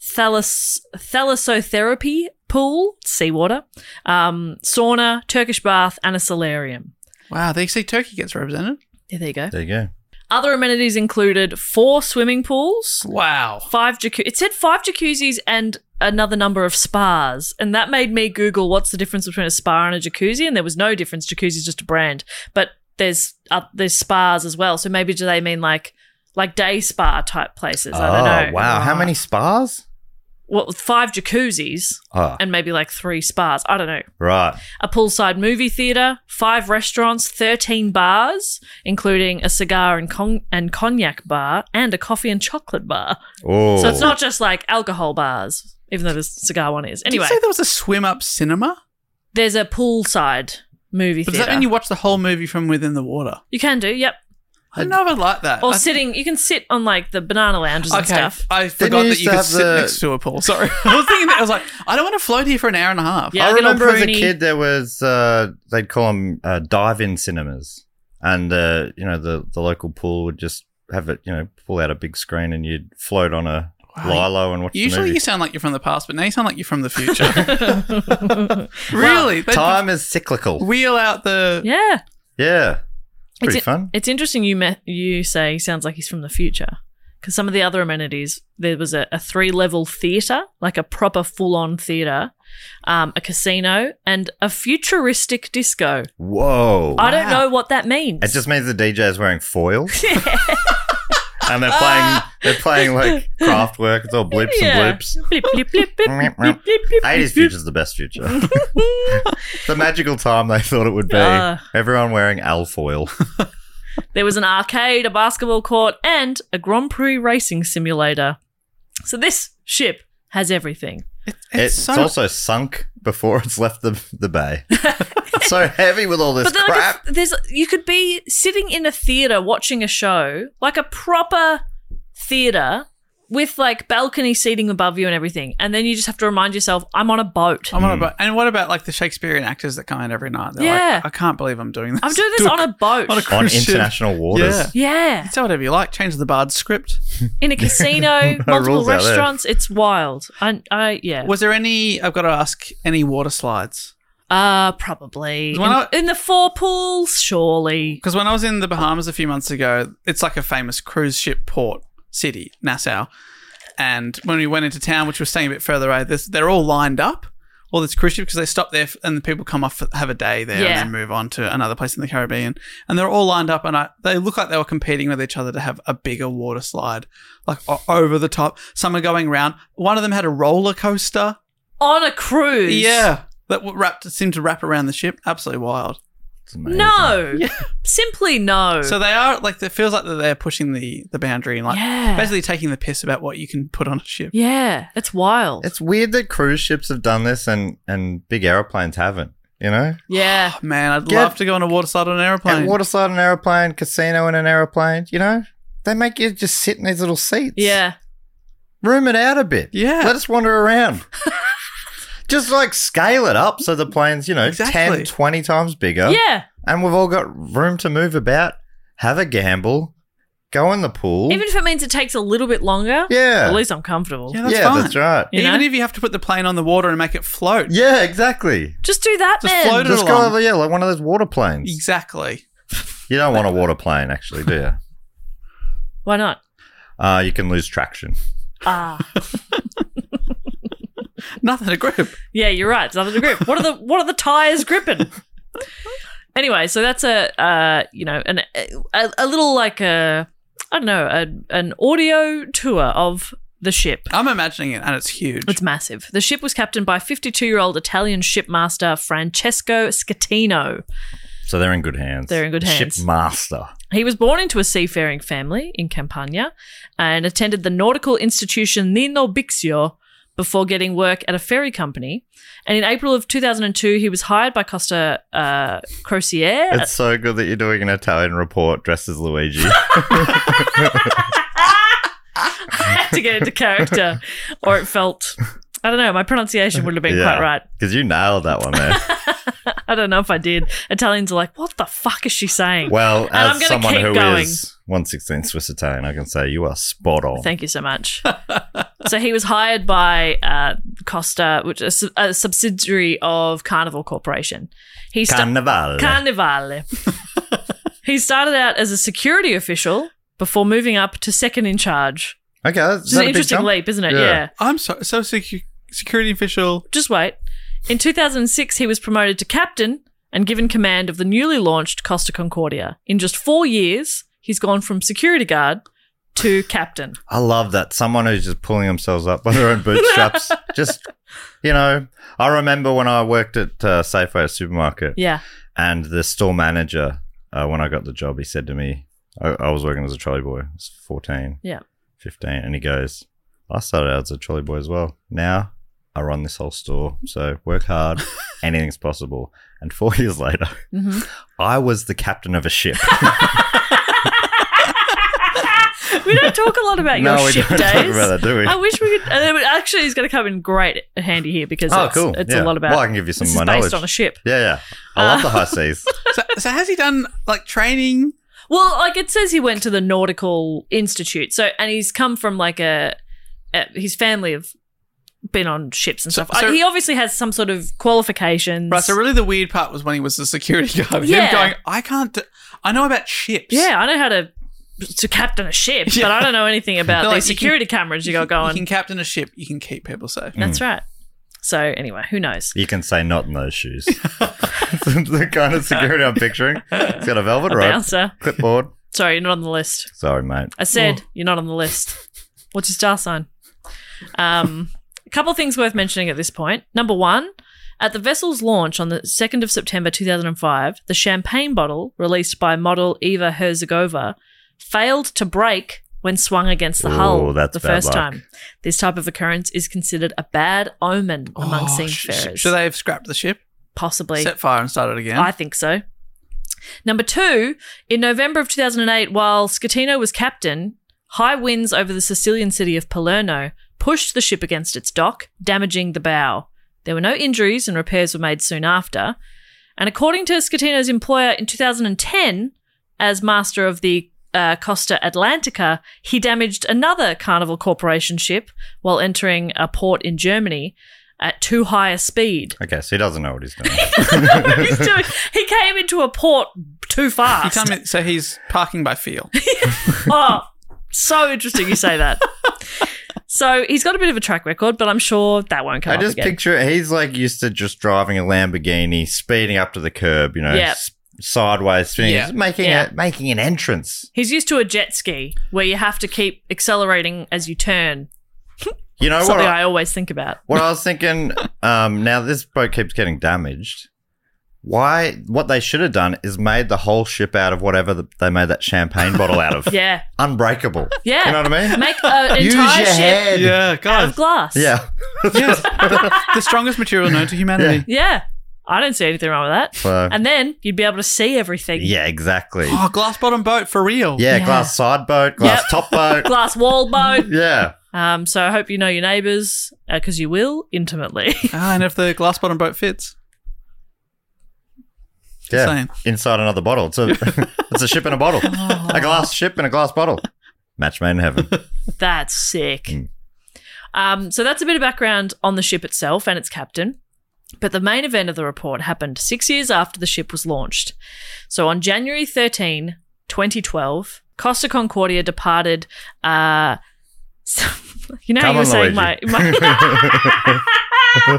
[SPEAKER 3] thalas, thalassotherapy pool, seawater, um, sauna, Turkish bath, and a solarium.
[SPEAKER 1] Wow. They see Turkey gets represented.
[SPEAKER 3] Yeah, there you go.
[SPEAKER 2] There you go.
[SPEAKER 3] Other amenities included four swimming pools,
[SPEAKER 1] Wow.
[SPEAKER 3] five jacuzzi. It said five jacuzzis and another number of spas, and that made me Google what's the difference between a spa and a jacuzzi, and there was no difference. Jacuzzi is just a brand, but there's uh, there's spas as well. So maybe do they mean like like day spa type places? I don't know.
[SPEAKER 2] Oh, wow. How many spas?
[SPEAKER 3] Well, five jacuzzis
[SPEAKER 2] Oh,
[SPEAKER 3] and maybe like three spas. I don't know.
[SPEAKER 2] right.
[SPEAKER 3] a poolside movie theater, five restaurants, 13 bars, including a cigar and, con- and cognac bar, and a coffee and chocolate bar.
[SPEAKER 2] Oh.
[SPEAKER 3] So it's not just like alcohol bars, even though the cigar one is. Anyway,
[SPEAKER 1] Did you say there was a swim up cinema?
[SPEAKER 3] there's a poolside movie
[SPEAKER 1] But does
[SPEAKER 3] theater.
[SPEAKER 1] that mean you watch the whole movie from within the water?
[SPEAKER 3] You can do, yep.
[SPEAKER 1] I don't know if I like that.
[SPEAKER 3] Or
[SPEAKER 1] I-
[SPEAKER 3] sitting, you can sit on like the banana lounges
[SPEAKER 1] Okay,
[SPEAKER 3] and stuff.
[SPEAKER 1] I forgot
[SPEAKER 2] you
[SPEAKER 1] that
[SPEAKER 2] used
[SPEAKER 1] you
[SPEAKER 2] to
[SPEAKER 1] could
[SPEAKER 2] have
[SPEAKER 1] sit
[SPEAKER 2] the-
[SPEAKER 1] next to a pool. Sorry, I was thinking. That, I was like, I don't want to float here for an hour and a half.
[SPEAKER 3] Yeah,
[SPEAKER 2] I
[SPEAKER 3] good old
[SPEAKER 2] remember as a
[SPEAKER 3] pruny.
[SPEAKER 2] kid there was uh, they'd call them uh, dive-in cinemas, and uh, you know the the local pool would just have it, you know, pull out a big screen and you'd float on a
[SPEAKER 1] Wow.
[SPEAKER 2] lilo and watch the
[SPEAKER 1] Usually,
[SPEAKER 2] movie.
[SPEAKER 1] you sound like you're from the past, but now you sound like you're from the future. really, they
[SPEAKER 2] Time is cyclical.
[SPEAKER 1] wheel out the
[SPEAKER 3] Yeah.
[SPEAKER 2] yeah, it's pretty
[SPEAKER 3] it's, in-
[SPEAKER 2] fun.
[SPEAKER 3] It's interesting you me- you say he sounds like he's from the future because some of the other amenities there was a, a three level theater, like a proper full on theater, um, a casino, and a futuristic disco.
[SPEAKER 2] Whoa!
[SPEAKER 3] I don't know what that means.
[SPEAKER 2] it just means the DJ is wearing foil. And they're playing, they're playing like craft work. It's all blips
[SPEAKER 3] Uh, yeah.
[SPEAKER 2] and bloops.
[SPEAKER 3] Blip, blip, blip, blip, blip,
[SPEAKER 2] Meep,
[SPEAKER 3] blip,
[SPEAKER 2] meep.
[SPEAKER 3] blip, blip,
[SPEAKER 2] 80s
[SPEAKER 3] blip.
[SPEAKER 2] future's the best future. the magical time they thought it would be.
[SPEAKER 3] Uh.
[SPEAKER 2] Everyone wearing alfoil.
[SPEAKER 3] There was an arcade, a basketball court, and a Grand Prix racing simulator. So this ship has everything.
[SPEAKER 2] It's,
[SPEAKER 1] so-
[SPEAKER 2] also sunk before it's left the, the bay. it's so heavy with all this
[SPEAKER 3] But then,
[SPEAKER 2] crap.
[SPEAKER 3] like, if there's you could be sitting in a theater watching a show, like a proper theater, with like balcony seating above you and everything. And then you just have to remind yourself, I'm on a boat.
[SPEAKER 1] I'm on a boat. And what about like the Shakespearean actors that come in every night? They're
[SPEAKER 3] Yeah.
[SPEAKER 1] like, I can't believe I'm doing this.
[SPEAKER 3] I'm doing this on a boat.
[SPEAKER 1] on
[SPEAKER 2] on
[SPEAKER 1] a cruise ship.
[SPEAKER 2] international waters.
[SPEAKER 1] Yeah.
[SPEAKER 3] yeah.
[SPEAKER 1] Tell whatever you like. Change the bard script.
[SPEAKER 3] In a casino, multiple
[SPEAKER 2] rules out there.
[SPEAKER 3] restaurants. It's wild. I, I yeah.
[SPEAKER 1] Was there any? I've got to ask. Any water slides?
[SPEAKER 3] Uh, probably. In,
[SPEAKER 1] When I-
[SPEAKER 3] in the four pools, surely.
[SPEAKER 1] Because when I was in the Bahamas a few months ago, it's like a famous cruise ship port city, Nassau. And when we went into town, which was staying a bit further away, this, they're all lined up, all this cruise ship, because they stop there f- and the people come off, have a day there,
[SPEAKER 3] Yeah.
[SPEAKER 1] and then move on to another place in the Caribbean. And they're all lined up, and I, they look like they were competing with each other to have a bigger water slide, like o- over the top. Some are going round. One of them had a roller coaster.
[SPEAKER 3] On a cruise.
[SPEAKER 1] Yeah. That w- wrapped, seemed to wrap around the ship. Absolutely wild.
[SPEAKER 2] It's amazing.
[SPEAKER 3] No. Simply no.
[SPEAKER 1] So they are like it feels like that they're pushing the the boundary and like
[SPEAKER 3] Yeah.
[SPEAKER 1] basically taking the piss about what you can put on a ship.
[SPEAKER 3] yeah, it's wild.
[SPEAKER 2] It's weird that cruise ships have done this and, and big aeroplanes haven't, you know?
[SPEAKER 3] yeah.
[SPEAKER 1] Man, I'd
[SPEAKER 2] Get-
[SPEAKER 1] love to go on a water slide on an airplane.
[SPEAKER 2] And water slide on an airplane, casino in an airplane, you know? They make you just sit in these little seats.
[SPEAKER 3] Yeah.
[SPEAKER 2] Room it out a bit.
[SPEAKER 1] Yeah.
[SPEAKER 2] Let us wander around. just like scale it up so the plane's, you know,
[SPEAKER 1] Exactly.
[SPEAKER 2] 10, 20 times bigger.
[SPEAKER 3] Yeah.
[SPEAKER 2] And we've all got room to move about, have a gamble, go in the pool.
[SPEAKER 3] Even if it means it takes a little bit longer.
[SPEAKER 2] Yeah.
[SPEAKER 3] At least I'm comfortable.
[SPEAKER 1] yeah, that's
[SPEAKER 2] yeah,
[SPEAKER 1] fine.
[SPEAKER 2] that's right.
[SPEAKER 3] You
[SPEAKER 1] Even
[SPEAKER 3] know?
[SPEAKER 1] if you have to put the plane on the water and make it float.
[SPEAKER 2] Yeah, exactly.
[SPEAKER 3] Just do that
[SPEAKER 1] Just
[SPEAKER 3] then.
[SPEAKER 1] float it
[SPEAKER 2] Just go
[SPEAKER 1] along.
[SPEAKER 2] over, yeah, like one of those water planes.
[SPEAKER 1] Exactly.
[SPEAKER 2] You don't want a water plane, actually, do you?
[SPEAKER 3] Why not?
[SPEAKER 2] Uh, you can lose traction.
[SPEAKER 3] Ah.
[SPEAKER 1] Nothing to grip.
[SPEAKER 3] yeah, you're right. It's nothing to grip. What are the what are the tires gripping? anyway, so that's a uh, you know, an a, a little like a I don't know, a, an audio tour of the ship.
[SPEAKER 1] I'm imagining it and it's huge.
[SPEAKER 3] It's massive. The ship was captained by 52 year old Italian shipmaster Francesco Scatino.
[SPEAKER 2] So they're in good hands.
[SPEAKER 3] They're in good hands.
[SPEAKER 2] Shipmaster.
[SPEAKER 3] He was born into a seafaring family in Campania and attended the nautical institution Nino Bixio before getting work at a ferry company. And in April of 2002, he was hired by Costa uh, Crociere.
[SPEAKER 2] It's so good that you're doing an Italian report dressed as Luigi.
[SPEAKER 3] to get into character, or it felt. I don't know. My pronunciation wouldn't have been quite right.
[SPEAKER 2] Because you nailed that one there.
[SPEAKER 3] I don't know if I did. Italians are like, "What the fuck is she saying?"
[SPEAKER 2] Well,
[SPEAKER 3] I'm
[SPEAKER 2] as
[SPEAKER 3] gonna
[SPEAKER 2] someone
[SPEAKER 3] keep
[SPEAKER 2] who is
[SPEAKER 3] going.
[SPEAKER 2] 116 Swiss Italian, I can say you are spot on.
[SPEAKER 3] Thank you so much. so he was hired by uh, Costa, which is a, a subsidiary of Carnival Corporation. He sta-
[SPEAKER 2] Carnivale.
[SPEAKER 3] Carnivale. he started out as a security official before moving up to second in charge.
[SPEAKER 2] okay, that's
[SPEAKER 3] It's an interesting leap, isn't it? Yeah.
[SPEAKER 1] I'm so so secu- security official.
[SPEAKER 3] Just wait. In 2006, he was promoted to captain and given command of the newly launched Costa Concordia. In just four years, he's gone from security guard to captain.
[SPEAKER 2] I love that. Someone who's just pulling themselves up by their own bootstraps. just, you know, I remember when I worked at uh, Safeway a supermarket
[SPEAKER 3] Yeah.
[SPEAKER 2] and the store manager, uh, when I got the job, he said to me, I, I was working as a trolley boy. I was 14,
[SPEAKER 3] Yeah.
[SPEAKER 2] 15. And he goes, I started out as a trolley boy as well. Now I run this whole store. So work hard. Anything's possible. And four years later,
[SPEAKER 3] Mhm.
[SPEAKER 2] I was the captain of a ship.
[SPEAKER 3] we don't talk a lot about your
[SPEAKER 2] we
[SPEAKER 3] ship
[SPEAKER 2] don't
[SPEAKER 3] days.
[SPEAKER 2] talk about that, do we?
[SPEAKER 3] I wish we could. Uh, actually, it's going to come in great handy here because
[SPEAKER 2] oh,
[SPEAKER 3] it's,
[SPEAKER 2] cool.
[SPEAKER 3] it's
[SPEAKER 2] Yeah.
[SPEAKER 3] a lot about.
[SPEAKER 2] Well, I can give you some
[SPEAKER 3] this
[SPEAKER 2] of
[SPEAKER 3] is
[SPEAKER 2] my
[SPEAKER 3] based
[SPEAKER 2] knowledge.
[SPEAKER 3] on a ship.
[SPEAKER 2] Yeah, yeah. I love
[SPEAKER 3] Ah.
[SPEAKER 2] the high seas.
[SPEAKER 1] So, so has he done like training?
[SPEAKER 3] Well, like it says, he went to the Nautical Institute. So, and he's come from like a, a his family have been on ships and
[SPEAKER 1] So-
[SPEAKER 3] stuff.
[SPEAKER 1] so-
[SPEAKER 3] Uh, he obviously has some sort of qualifications.
[SPEAKER 1] Right. So really, the weird part was when he was the security guard.
[SPEAKER 3] Yeah.
[SPEAKER 1] Him going, I can't. d- I know about ships.
[SPEAKER 3] yeah, I know how to to captain a ship, but I don't know anything about
[SPEAKER 1] No,
[SPEAKER 3] these
[SPEAKER 1] like, you can-
[SPEAKER 3] security cameras you got
[SPEAKER 1] You
[SPEAKER 3] going.
[SPEAKER 1] can captain a ship. You can keep people safe.
[SPEAKER 3] That's right. So anyway, who knows?
[SPEAKER 2] You can say not in those shoes. the kind of security I'm picturing. It's got a velvet
[SPEAKER 3] A
[SPEAKER 2] rope,
[SPEAKER 3] bouncer.
[SPEAKER 2] clipboard.
[SPEAKER 3] Sorry, you're not on the list.
[SPEAKER 2] Sorry, mate.
[SPEAKER 3] I said
[SPEAKER 2] Oh.
[SPEAKER 3] you're not on the list. What's your star sign? Um, a couple of things worth mentioning at this point. Number one, at the vessel's launch on the 2nd of September 2005, the champagne bottle released by model Eva Herzegova failed to break when swung against the
[SPEAKER 2] Ooh,
[SPEAKER 3] hull
[SPEAKER 2] that's
[SPEAKER 3] the
[SPEAKER 2] bad
[SPEAKER 3] first
[SPEAKER 2] luck.
[SPEAKER 3] time. This type of occurrence is considered a bad omen among
[SPEAKER 1] Oh, sh- sh-
[SPEAKER 3] seafarers.
[SPEAKER 1] Should they have scrapped the ship,
[SPEAKER 3] Possibly.
[SPEAKER 1] set fire, and started again?
[SPEAKER 3] I think so. Number two, in November of 2008, while Scatino was captain, High winds over the Sicilian city of Palermo pushed the ship against its dock, damaging the bow. There were no injuries and repairs were made soon after. And according to Scatino's employer in 2010, as master of the uh, Costa Atlantica, he damaged another Carnival Corporation ship while entering a port in Germany at too high a speed.
[SPEAKER 2] Okay, so he doesn't know what he's doing.
[SPEAKER 3] What he's doing- He came into a port too
[SPEAKER 1] You
[SPEAKER 3] fast.
[SPEAKER 1] tell me, so he's parking by feel.
[SPEAKER 3] oh, so interesting you say that. so he's got a bit of a track record, but I'm sure that won't come
[SPEAKER 2] I
[SPEAKER 3] up
[SPEAKER 2] just
[SPEAKER 3] again.
[SPEAKER 2] picture it. He's like used to just driving a Lamborghini, speeding up to the curb, you know,
[SPEAKER 3] Yeah.
[SPEAKER 2] s- sideways, spinning,
[SPEAKER 4] Yeah.
[SPEAKER 2] just making
[SPEAKER 3] Yeah.
[SPEAKER 2] a, making an entrance.
[SPEAKER 3] He's used to a jet ski where you have to keep accelerating as you turn.
[SPEAKER 2] You know what?
[SPEAKER 3] Something
[SPEAKER 2] I,
[SPEAKER 3] I always think about.
[SPEAKER 2] what I was thinking. Um, now this boat keeps getting damaged. Why? What they should have done is made the whole ship out of whatever the, they made that champagne bottle out of.
[SPEAKER 3] Yeah.
[SPEAKER 2] Unbreakable.
[SPEAKER 3] Yeah.
[SPEAKER 2] You know what I mean?
[SPEAKER 3] Make an
[SPEAKER 2] Use your
[SPEAKER 3] entire ship
[SPEAKER 2] head.
[SPEAKER 1] yeah,
[SPEAKER 3] out
[SPEAKER 1] God.
[SPEAKER 3] of glass.
[SPEAKER 2] Yeah.
[SPEAKER 1] Yes. the strongest material known to humanity.
[SPEAKER 3] Yeah. I don't see anything wrong with that.
[SPEAKER 2] Well-
[SPEAKER 3] and then you'd be able to see everything.
[SPEAKER 2] Yeah, exactly.
[SPEAKER 1] Oh, glass bottom boat for real.
[SPEAKER 2] Yeah,
[SPEAKER 3] Yeah.
[SPEAKER 2] glass side boat, glass
[SPEAKER 3] Yep.
[SPEAKER 2] top boat.
[SPEAKER 3] Glass wall boat.
[SPEAKER 2] yeah.
[SPEAKER 3] Um, so I hope you know your neighbours because you will intimately.
[SPEAKER 1] Ah, and if the glass bottom boat fits.
[SPEAKER 2] Yeah.
[SPEAKER 1] Insane.
[SPEAKER 2] Inside another bottle. It's a it's a ship in a bottle. A glass ship in a glass bottle. Match made in heaven.
[SPEAKER 3] That's sick.
[SPEAKER 2] Mm.
[SPEAKER 3] Um, so that's a bit of background on the ship itself and its captain. But the main event of the report happened six years after the ship was launched. So on January 13, 2012, Costa Concordia departed. Uh, you know how
[SPEAKER 2] Come
[SPEAKER 3] you were
[SPEAKER 2] on,
[SPEAKER 3] saying my,
[SPEAKER 2] Luigi.
[SPEAKER 3] my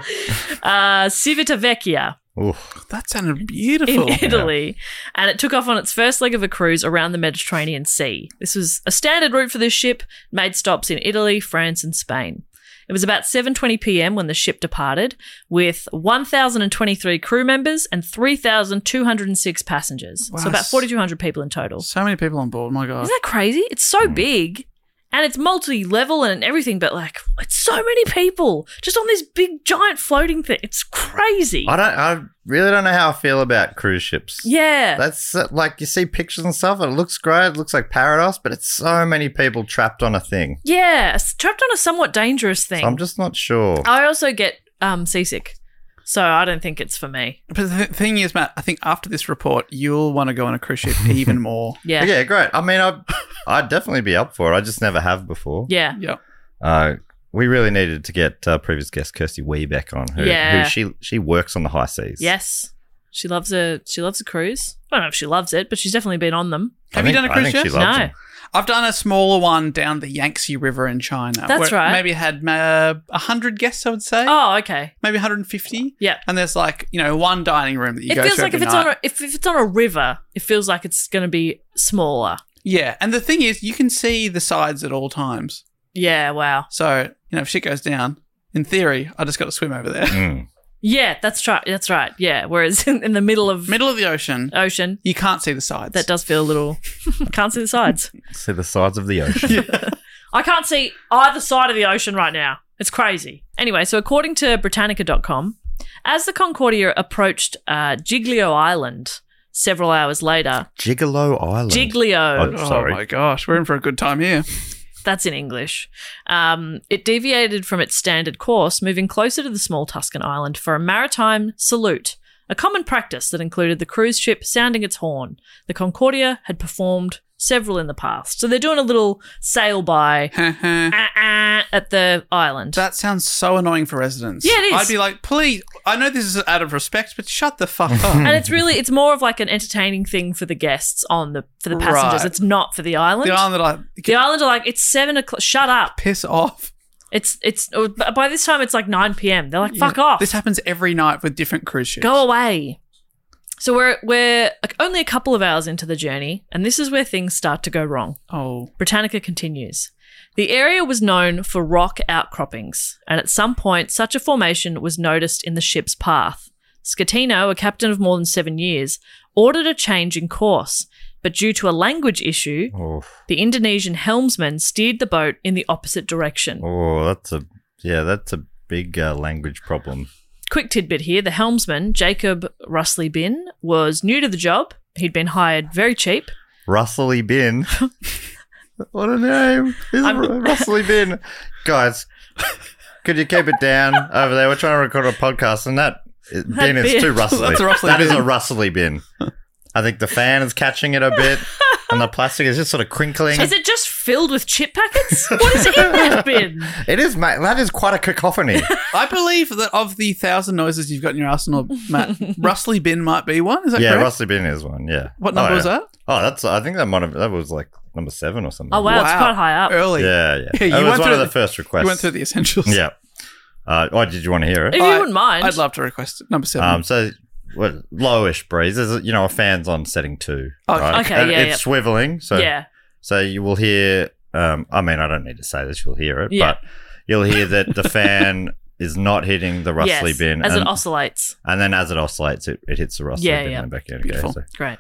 [SPEAKER 3] uh, Civita Vecchia
[SPEAKER 2] Oof.
[SPEAKER 1] That sounded
[SPEAKER 3] in
[SPEAKER 1] beautiful.
[SPEAKER 3] Italy, and it took off on its first leg of a cruise around the Mediterranean Sea. This was a standard route for this ship, made stops in Italy, France, and Spain. It was about 7:20 p.m. when the ship departed with 1023 crew members and 3206 passengers.
[SPEAKER 1] Wow.
[SPEAKER 3] So about 4200 people in total.
[SPEAKER 1] So many people on board. My God.
[SPEAKER 3] Isn't that crazy? It's so
[SPEAKER 2] Mm.
[SPEAKER 3] big and it's multi level and everything, but like, it's so many people just on this big, giant floating thing. It's crazy.
[SPEAKER 2] I don't I really don't know how I feel about cruise ships.
[SPEAKER 3] Yeah.
[SPEAKER 2] That's uh, like you see pictures and stuff, and it looks great. It looks like paradise, but it's so many people trapped on a thing.
[SPEAKER 3] Yeah, s- trapped on a somewhat dangerous thing. Oh,
[SPEAKER 2] So I'm just not sure.
[SPEAKER 3] I also get um, seasick, so I don't think it's for me.
[SPEAKER 1] But the th- thing is, Matt, I think after this report, you'll want to go on a cruise ship even more.
[SPEAKER 3] Yeah, yeah,
[SPEAKER 2] yeah, great. I mean, I'd, I'd definitely be up for it. I just never have before.
[SPEAKER 3] yeah.
[SPEAKER 1] Yep.
[SPEAKER 2] Uh, we really needed to get uh, previous guest Kirsty Wee back on, who,
[SPEAKER 3] Yeah.
[SPEAKER 2] who she she works on the high seas.
[SPEAKER 3] yes. She loves a she loves a cruise. I don't know if she loves it, but she's definitely been on them.
[SPEAKER 1] Have
[SPEAKER 2] think-
[SPEAKER 1] you done a
[SPEAKER 2] I
[SPEAKER 1] cruise
[SPEAKER 2] think
[SPEAKER 1] ship?
[SPEAKER 2] she loves
[SPEAKER 3] No.
[SPEAKER 2] it.
[SPEAKER 1] I've done a smaller one down the Yangtze River in China.
[SPEAKER 3] That's
[SPEAKER 1] where it
[SPEAKER 3] right.
[SPEAKER 1] Maybe had uh, 100 guests, I would say.
[SPEAKER 3] Oh, okay.
[SPEAKER 1] Maybe 150.
[SPEAKER 3] Yeah.
[SPEAKER 1] And there's like, you know, one dining room that you
[SPEAKER 3] It
[SPEAKER 1] go
[SPEAKER 3] feels
[SPEAKER 1] to
[SPEAKER 3] like if
[SPEAKER 1] every
[SPEAKER 3] it's
[SPEAKER 1] night.
[SPEAKER 3] on a, if, if it's on a river, it feels like it's going to be smaller.
[SPEAKER 1] Yeah, and the thing is, you can see the sides at all times.
[SPEAKER 3] Yeah. Wow.
[SPEAKER 1] So you know, if shit goes down, in theory, I just got to swim over there,
[SPEAKER 2] Mm.
[SPEAKER 3] Yeah. That's right. That's right. Yeah. Whereas in, in the middle of
[SPEAKER 1] middle of the ocean.
[SPEAKER 3] ocean,
[SPEAKER 1] You can't see the sides.
[SPEAKER 3] Uh, that does feel a little. can't see the sides.
[SPEAKER 2] See the sides of the ocean.
[SPEAKER 3] I can't see either side of the ocean right now. It's crazy. Anyway, so according to Britannica.com, as the Concordia approached uh, Giglio Island several hours later,
[SPEAKER 2] Gigolo Island.
[SPEAKER 3] Giglio,
[SPEAKER 2] Oh,
[SPEAKER 1] Oh
[SPEAKER 2] sorry.
[SPEAKER 1] my gosh, we're in for a good time here.
[SPEAKER 3] that's in English, um, it deviated from its standard course, moving closer to the small Tuscan island for a maritime salute, a common practice that included the cruise ship sounding its horn. The Concordia had performed several in the past. So they're doing a little sail by
[SPEAKER 1] that
[SPEAKER 3] ah, ah, at the island.
[SPEAKER 1] sounds so annoying for residents.
[SPEAKER 3] Yeah, it is.
[SPEAKER 1] I'd be like, please. I know this is out of respect, but shut the fuck up.
[SPEAKER 3] and it's really it's more of like an entertaining thing for the guests on the for the passengers.
[SPEAKER 1] Right.
[SPEAKER 3] It's not for the island.
[SPEAKER 1] the island that I
[SPEAKER 3] The island are like it's seven o'clock. Shut up!
[SPEAKER 1] piss off.
[SPEAKER 3] It's it's oh, b- by this time it's like nine p.m. They're like fuck off.
[SPEAKER 1] This happens every night with different cruise ships.
[SPEAKER 3] Go away. So we're we're like, only a couple of hours into the journey, and this is where things start to go wrong.
[SPEAKER 1] Oh,
[SPEAKER 3] Britannica continues. The area was known for rock outcroppings, and at some point, such a formation was noticed in the ship's path. Scatino, a captain of more than seven years, ordered a change in course, but due to a language issue,
[SPEAKER 2] Oh,
[SPEAKER 3] the Indonesian helmsman steered the boat in the opposite direction.
[SPEAKER 2] oh, that's a yeah, that's a big uh, language problem.
[SPEAKER 3] Quick tidbit here the helmsman, Jacob Russley Bin, was new to the job. He'd been hired very cheap.
[SPEAKER 2] Russell E. Bin. What a name. This is
[SPEAKER 3] I'm-
[SPEAKER 2] Russell E. Bin. Guys, could you keep it down over there? We're trying to record a podcast, and that bin is
[SPEAKER 3] bin.
[SPEAKER 2] too rustly.
[SPEAKER 1] That's a rustly
[SPEAKER 2] That is
[SPEAKER 1] bin.
[SPEAKER 2] a rustly bin. I think the fan is catching it a bit, and the plastic is just sort of crinkling.
[SPEAKER 3] Is it just filled with chip packets? What is in that bin?
[SPEAKER 2] it is, mate. That is quite a cacophony.
[SPEAKER 1] I believe that of the thousand noises you've got in your arsenal, Matt, Rustly Bin might be one. Is that
[SPEAKER 2] yeah,
[SPEAKER 1] correct?
[SPEAKER 2] rustly bin is one. Yeah.
[SPEAKER 1] What number
[SPEAKER 2] oh,
[SPEAKER 1] was
[SPEAKER 2] yeah.
[SPEAKER 1] that?
[SPEAKER 2] Oh, that's. I think that might have. That was like number seven or something.
[SPEAKER 3] Oh wow, it's quite high up.
[SPEAKER 1] Early.
[SPEAKER 2] Yeah, yeah.
[SPEAKER 1] Yeah, you
[SPEAKER 2] it was
[SPEAKER 1] went
[SPEAKER 2] one
[SPEAKER 1] through
[SPEAKER 2] of the
[SPEAKER 1] the-
[SPEAKER 2] first requests.
[SPEAKER 1] You went through the essentials.
[SPEAKER 2] Yeah. Uh, oh, did you want to hear it?
[SPEAKER 3] If you
[SPEAKER 1] I-
[SPEAKER 3] wouldn't mind,
[SPEAKER 1] I'd love to request number seven.
[SPEAKER 2] Um, so what, lowish breeze. There's, you know, a fan's on setting two.
[SPEAKER 1] Oh,
[SPEAKER 2] right?
[SPEAKER 3] okay,
[SPEAKER 2] And
[SPEAKER 3] yeah,
[SPEAKER 2] it's
[SPEAKER 3] yeah.
[SPEAKER 2] swiveling. So
[SPEAKER 3] yeah,
[SPEAKER 2] so you will hear. Um, I mean, I don't need to say this. You'll hear it,
[SPEAKER 3] Yeah.
[SPEAKER 2] but you'll hear that the fan is not hitting the rustly
[SPEAKER 3] yes,
[SPEAKER 2] bin,
[SPEAKER 3] as
[SPEAKER 2] and,
[SPEAKER 3] it oscillates.
[SPEAKER 2] and then as it oscillates, it, it hits the rustly
[SPEAKER 3] Yeah,
[SPEAKER 2] bin
[SPEAKER 3] yeah.
[SPEAKER 2] and back in.
[SPEAKER 1] Beautiful.
[SPEAKER 2] Okay,
[SPEAKER 3] Great.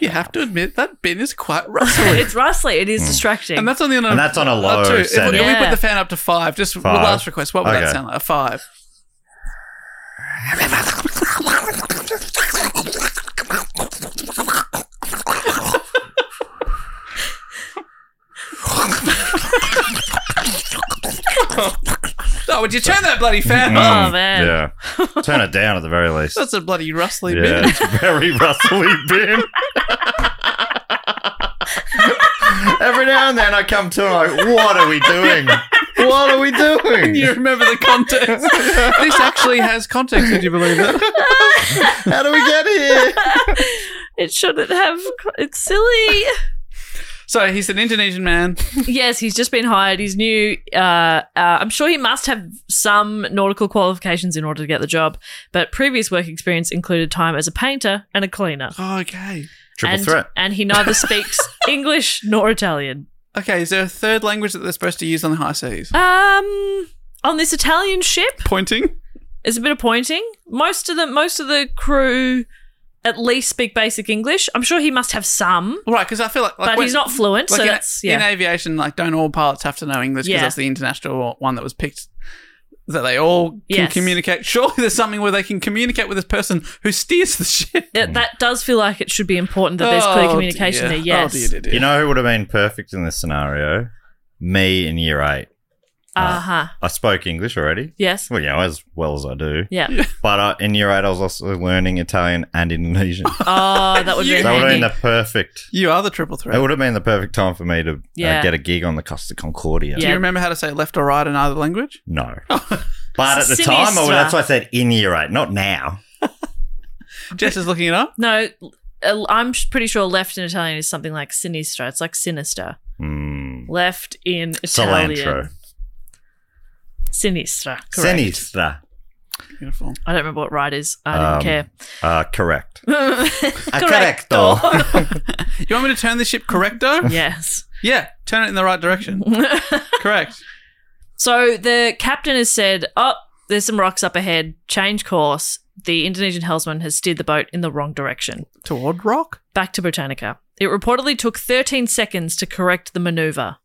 [SPEAKER 1] you have to admit that bin is quite rustly.
[SPEAKER 3] It's rustly. It
[SPEAKER 2] Hmm.
[SPEAKER 3] is distracting.
[SPEAKER 1] and that's on the
[SPEAKER 2] And that's on a low
[SPEAKER 1] up to- If we,
[SPEAKER 2] setting.
[SPEAKER 1] if we
[SPEAKER 3] Yeah.
[SPEAKER 1] put the fan up to five, just the
[SPEAKER 2] Five.
[SPEAKER 1] last request, what would
[SPEAKER 2] Okay.
[SPEAKER 1] that sound like? A five. oh, would you turn that bloody fan off?
[SPEAKER 3] oh
[SPEAKER 2] Mm,
[SPEAKER 3] man.
[SPEAKER 2] yeah, turn it down at the very least.
[SPEAKER 1] That's a bloody rustly
[SPEAKER 2] yeah,
[SPEAKER 1] bin.
[SPEAKER 2] it's very E. rustly bin. Every now and then I come to and I'm like, what are we doing? What are we doing?
[SPEAKER 1] You remember the context. this actually has context, would you believe it?
[SPEAKER 2] How do we get here?
[SPEAKER 3] It shouldn't have. It's silly.
[SPEAKER 1] So he's an Indonesian man.
[SPEAKER 3] yes, he's just been hired. He's new. Uh, uh, I'm sure he must have some nautical qualifications in order to get the job, but previous work experience included time as a painter and a cleaner.
[SPEAKER 1] Oh, okay.
[SPEAKER 2] Triple
[SPEAKER 3] and,
[SPEAKER 2] threat.
[SPEAKER 3] And he neither speaks English nor Italian.
[SPEAKER 1] Okay, is there a third language that they're supposed to use on the high seas?
[SPEAKER 3] Um, on this Italian ship,
[SPEAKER 1] Pointing?
[SPEAKER 3] it's a bit of pointing. Most of the most of the crew at least speak basic English. I'm sure he must have some,
[SPEAKER 1] Right, because I feel like. like
[SPEAKER 3] but
[SPEAKER 1] when-
[SPEAKER 3] he's not fluent.
[SPEAKER 1] like
[SPEAKER 3] so
[SPEAKER 1] in,
[SPEAKER 3] that's yeah.
[SPEAKER 1] in aviation, like, don't all pilots have to know English because
[SPEAKER 3] Yeah.
[SPEAKER 1] that's the international one that was picked that they all can
[SPEAKER 3] Yes.
[SPEAKER 1] communicate. Surely there's something where they can communicate with this person who steers the ship.
[SPEAKER 2] Hmm.
[SPEAKER 3] that, that does feel like it should be important that there's clear
[SPEAKER 1] Oh,
[SPEAKER 3] communication
[SPEAKER 1] dear.
[SPEAKER 3] there. Yes.
[SPEAKER 1] Oh, dear, dear, dear.
[SPEAKER 2] You know who would have been perfect in this scenario? Me in year eight.
[SPEAKER 3] uh huh.
[SPEAKER 2] I spoke English already.
[SPEAKER 3] Yes.
[SPEAKER 2] Well, you know, as well as I do.
[SPEAKER 3] Yeah.
[SPEAKER 2] But uh, in year eight, I was also learning Italian and Indonesian. so
[SPEAKER 3] Oh, that would be
[SPEAKER 1] You-
[SPEAKER 2] that would have
[SPEAKER 3] handy.
[SPEAKER 2] been the perfect.
[SPEAKER 1] You are the triple
[SPEAKER 2] It
[SPEAKER 1] threat.
[SPEAKER 2] would have been the perfect time for me to uh,
[SPEAKER 3] Yeah.
[SPEAKER 2] get a gig on the Costa Concordia.
[SPEAKER 1] Do
[SPEAKER 3] Yeah.
[SPEAKER 1] you remember how to say left or right in either language?
[SPEAKER 2] No. But at the
[SPEAKER 3] Sinister.
[SPEAKER 2] time, oh, that's why I said in year eight, not now.
[SPEAKER 1] Jess is looking it up.
[SPEAKER 3] no, uh, I'm sh- pretty sure left in Italian is something like sinistra. It's like sinister.
[SPEAKER 2] Mm.
[SPEAKER 3] Left in Italian.
[SPEAKER 2] Cilantro.
[SPEAKER 3] Sinistra. Correct.
[SPEAKER 2] Sinistra.
[SPEAKER 1] Beautiful.
[SPEAKER 3] I don't remember what right is. I
[SPEAKER 2] Um,
[SPEAKER 3] didn't care.
[SPEAKER 2] Uh, correct. Uh,
[SPEAKER 3] Correcto.
[SPEAKER 1] You want me to turn the ship correcto?
[SPEAKER 3] yes.
[SPEAKER 1] yeah, turn it in the right direction. Correct.
[SPEAKER 3] So the captain has said, Oh, there's some rocks up ahead. Change course. The Indonesian helmsman has steered the boat in the wrong direction.
[SPEAKER 1] Toward rock?
[SPEAKER 3] Back to Britannica. It reportedly took 13 seconds to correct the maneuver.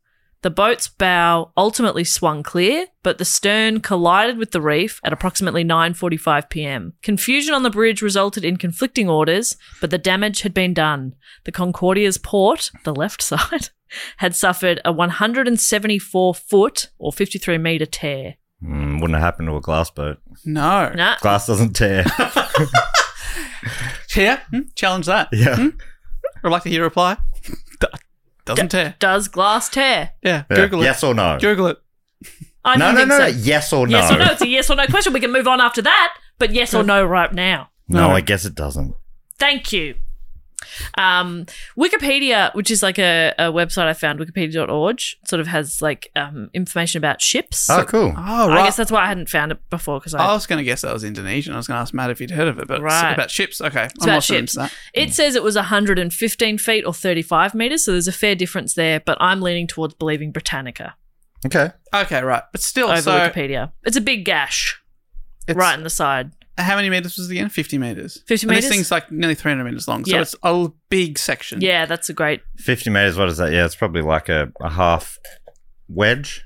[SPEAKER 3] The boat's bow ultimately swung clear, but the stern collided with the reef at approximately 9:45 p.m. Confusion on the bridge resulted in conflicting orders, but the damage had been done. The Concordia's port, the left side, had suffered a 174 foot or 53 meter tear.
[SPEAKER 2] Mm, wouldn't have happened to a glass boat.
[SPEAKER 1] No.
[SPEAKER 3] Nah,
[SPEAKER 2] Glass doesn't tear.
[SPEAKER 1] Yeah, hmm, challenge that.
[SPEAKER 2] yeah.
[SPEAKER 1] I'd like to hear a reply. D- Doesn't tear.
[SPEAKER 3] does glass tear?
[SPEAKER 1] Yeah,
[SPEAKER 2] Yeah.
[SPEAKER 1] Google it.
[SPEAKER 2] Yes or no?
[SPEAKER 1] Google it.
[SPEAKER 3] I
[SPEAKER 2] no,
[SPEAKER 3] don't
[SPEAKER 2] no,
[SPEAKER 3] think
[SPEAKER 2] no, no.
[SPEAKER 3] so.
[SPEAKER 2] Yes or no?
[SPEAKER 3] Yes or no? It's a yes or no question. We can move on after that, but yes or no right now.
[SPEAKER 2] No,
[SPEAKER 1] No.
[SPEAKER 2] I guess it doesn't.
[SPEAKER 3] Thank you. Um, Wikipedia, which is like a, a website I found, wikipedia.org, sort of has like um, information about ships.
[SPEAKER 2] Oh, cool.
[SPEAKER 1] Oh,
[SPEAKER 3] I
[SPEAKER 1] right. Oh,
[SPEAKER 3] guess that's why I hadn't found it before because
[SPEAKER 1] I
[SPEAKER 3] I.
[SPEAKER 1] was going to guess that was Indonesian. I was going to ask Matt if he'd heard of it, but
[SPEAKER 3] Right.
[SPEAKER 1] it's about ships. Okay,
[SPEAKER 3] It's
[SPEAKER 1] I'm
[SPEAKER 3] about
[SPEAKER 1] also
[SPEAKER 3] ships.
[SPEAKER 1] into that.
[SPEAKER 3] It says it was 115 feet or 35 meters, so there's a fair difference there, but I'm leaning towards believing Britannica.
[SPEAKER 2] Okay.
[SPEAKER 1] Okay, right. But still,
[SPEAKER 3] over
[SPEAKER 1] Oh, so
[SPEAKER 3] Wikipedia. It's a big gash
[SPEAKER 1] it's-
[SPEAKER 3] right in the side.
[SPEAKER 1] How many meters was it again? 50 meters.
[SPEAKER 3] 50
[SPEAKER 1] And
[SPEAKER 3] meters?
[SPEAKER 1] This thing's like nearly 300 meters long. So
[SPEAKER 3] Yeah.
[SPEAKER 1] it's a big section.
[SPEAKER 3] Yeah, that's a great.
[SPEAKER 2] 50 meters, what is that? Yeah, it's probably like a, a half wedge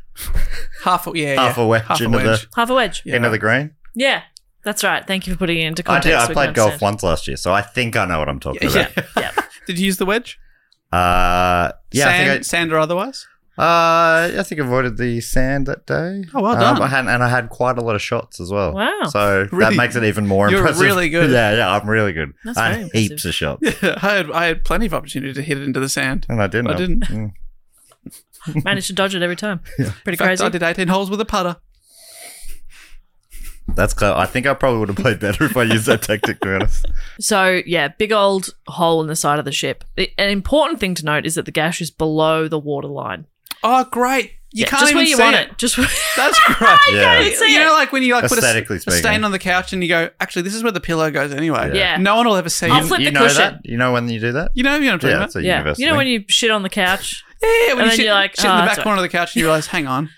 [SPEAKER 1] Half a, yeah,
[SPEAKER 2] Half
[SPEAKER 1] yeah.
[SPEAKER 2] a wedge into the-
[SPEAKER 3] Half a wedge.
[SPEAKER 1] Yeah.
[SPEAKER 2] into the green.
[SPEAKER 3] Yeah, that's right. Thank you for putting it into
[SPEAKER 2] I,
[SPEAKER 3] context.
[SPEAKER 2] did,
[SPEAKER 3] We
[SPEAKER 2] I
[SPEAKER 3] can
[SPEAKER 2] played golf
[SPEAKER 3] understand.
[SPEAKER 2] once last year, so I think I know what I'm talking
[SPEAKER 1] Yeah.
[SPEAKER 2] about.
[SPEAKER 3] Yeah.
[SPEAKER 1] Did you use the wedge?
[SPEAKER 2] Uh, yeah,
[SPEAKER 1] sand,
[SPEAKER 2] I think I,
[SPEAKER 1] sand or otherwise?
[SPEAKER 2] Uh, I think I avoided the sand that day. Um,
[SPEAKER 1] Oh, well done.
[SPEAKER 2] I had, and I had quite a lot of shots as well.
[SPEAKER 3] Wow.
[SPEAKER 2] So that
[SPEAKER 1] Really-
[SPEAKER 2] makes it even more
[SPEAKER 1] you're
[SPEAKER 2] impressive.
[SPEAKER 1] really good.
[SPEAKER 2] yeah, yeah, I'm really good.
[SPEAKER 3] That's
[SPEAKER 2] I
[SPEAKER 3] very
[SPEAKER 2] had heaps
[SPEAKER 3] impressive.
[SPEAKER 2] of shots.
[SPEAKER 1] Yeah, I had, I had plenty of opportunity to hit it into the sand.
[SPEAKER 2] And I didn't.
[SPEAKER 1] I didn't.
[SPEAKER 2] Mm.
[SPEAKER 3] Managed to dodge it every time. Pretty
[SPEAKER 1] In fact,
[SPEAKER 3] crazy.
[SPEAKER 1] I did 18 holes with a putter.
[SPEAKER 2] That's clever. I think I probably would have played better if I used that tactic, to be honest.
[SPEAKER 3] So yeah, big old hole in the side of the ship. The- an important thing to note is that the gash is below the water line.
[SPEAKER 1] Oh, great. You
[SPEAKER 3] Yeah,
[SPEAKER 1] can't
[SPEAKER 3] just
[SPEAKER 1] even
[SPEAKER 3] where you
[SPEAKER 1] see
[SPEAKER 3] want
[SPEAKER 1] it.
[SPEAKER 3] it. Just where-
[SPEAKER 1] That's great.
[SPEAKER 2] Yeah.
[SPEAKER 3] can't see
[SPEAKER 1] you
[SPEAKER 3] it.
[SPEAKER 1] know, like when you like put a,
[SPEAKER 2] Aesthetically
[SPEAKER 1] a
[SPEAKER 2] speaking.
[SPEAKER 1] stain on the couch and you go, actually, this is where the pillow goes anyway.
[SPEAKER 3] Yeah. Yeah.
[SPEAKER 1] No one will ever see
[SPEAKER 3] I'll
[SPEAKER 1] it.
[SPEAKER 3] flip
[SPEAKER 2] you
[SPEAKER 3] the
[SPEAKER 2] know
[SPEAKER 3] cushion.
[SPEAKER 2] that? You know when you do that?
[SPEAKER 1] You know, you know what I'm talking
[SPEAKER 2] Yeah,
[SPEAKER 1] about.
[SPEAKER 2] it's a
[SPEAKER 3] yeah,
[SPEAKER 2] university.
[SPEAKER 3] you know when you shit on the couch.
[SPEAKER 1] Yeah, when
[SPEAKER 3] And
[SPEAKER 1] you
[SPEAKER 3] then
[SPEAKER 1] sit,
[SPEAKER 3] you're like,
[SPEAKER 1] sit
[SPEAKER 3] "Oh,
[SPEAKER 1] in the
[SPEAKER 3] that's
[SPEAKER 1] back
[SPEAKER 3] right."
[SPEAKER 1] corner of the couch and you realize, hang on.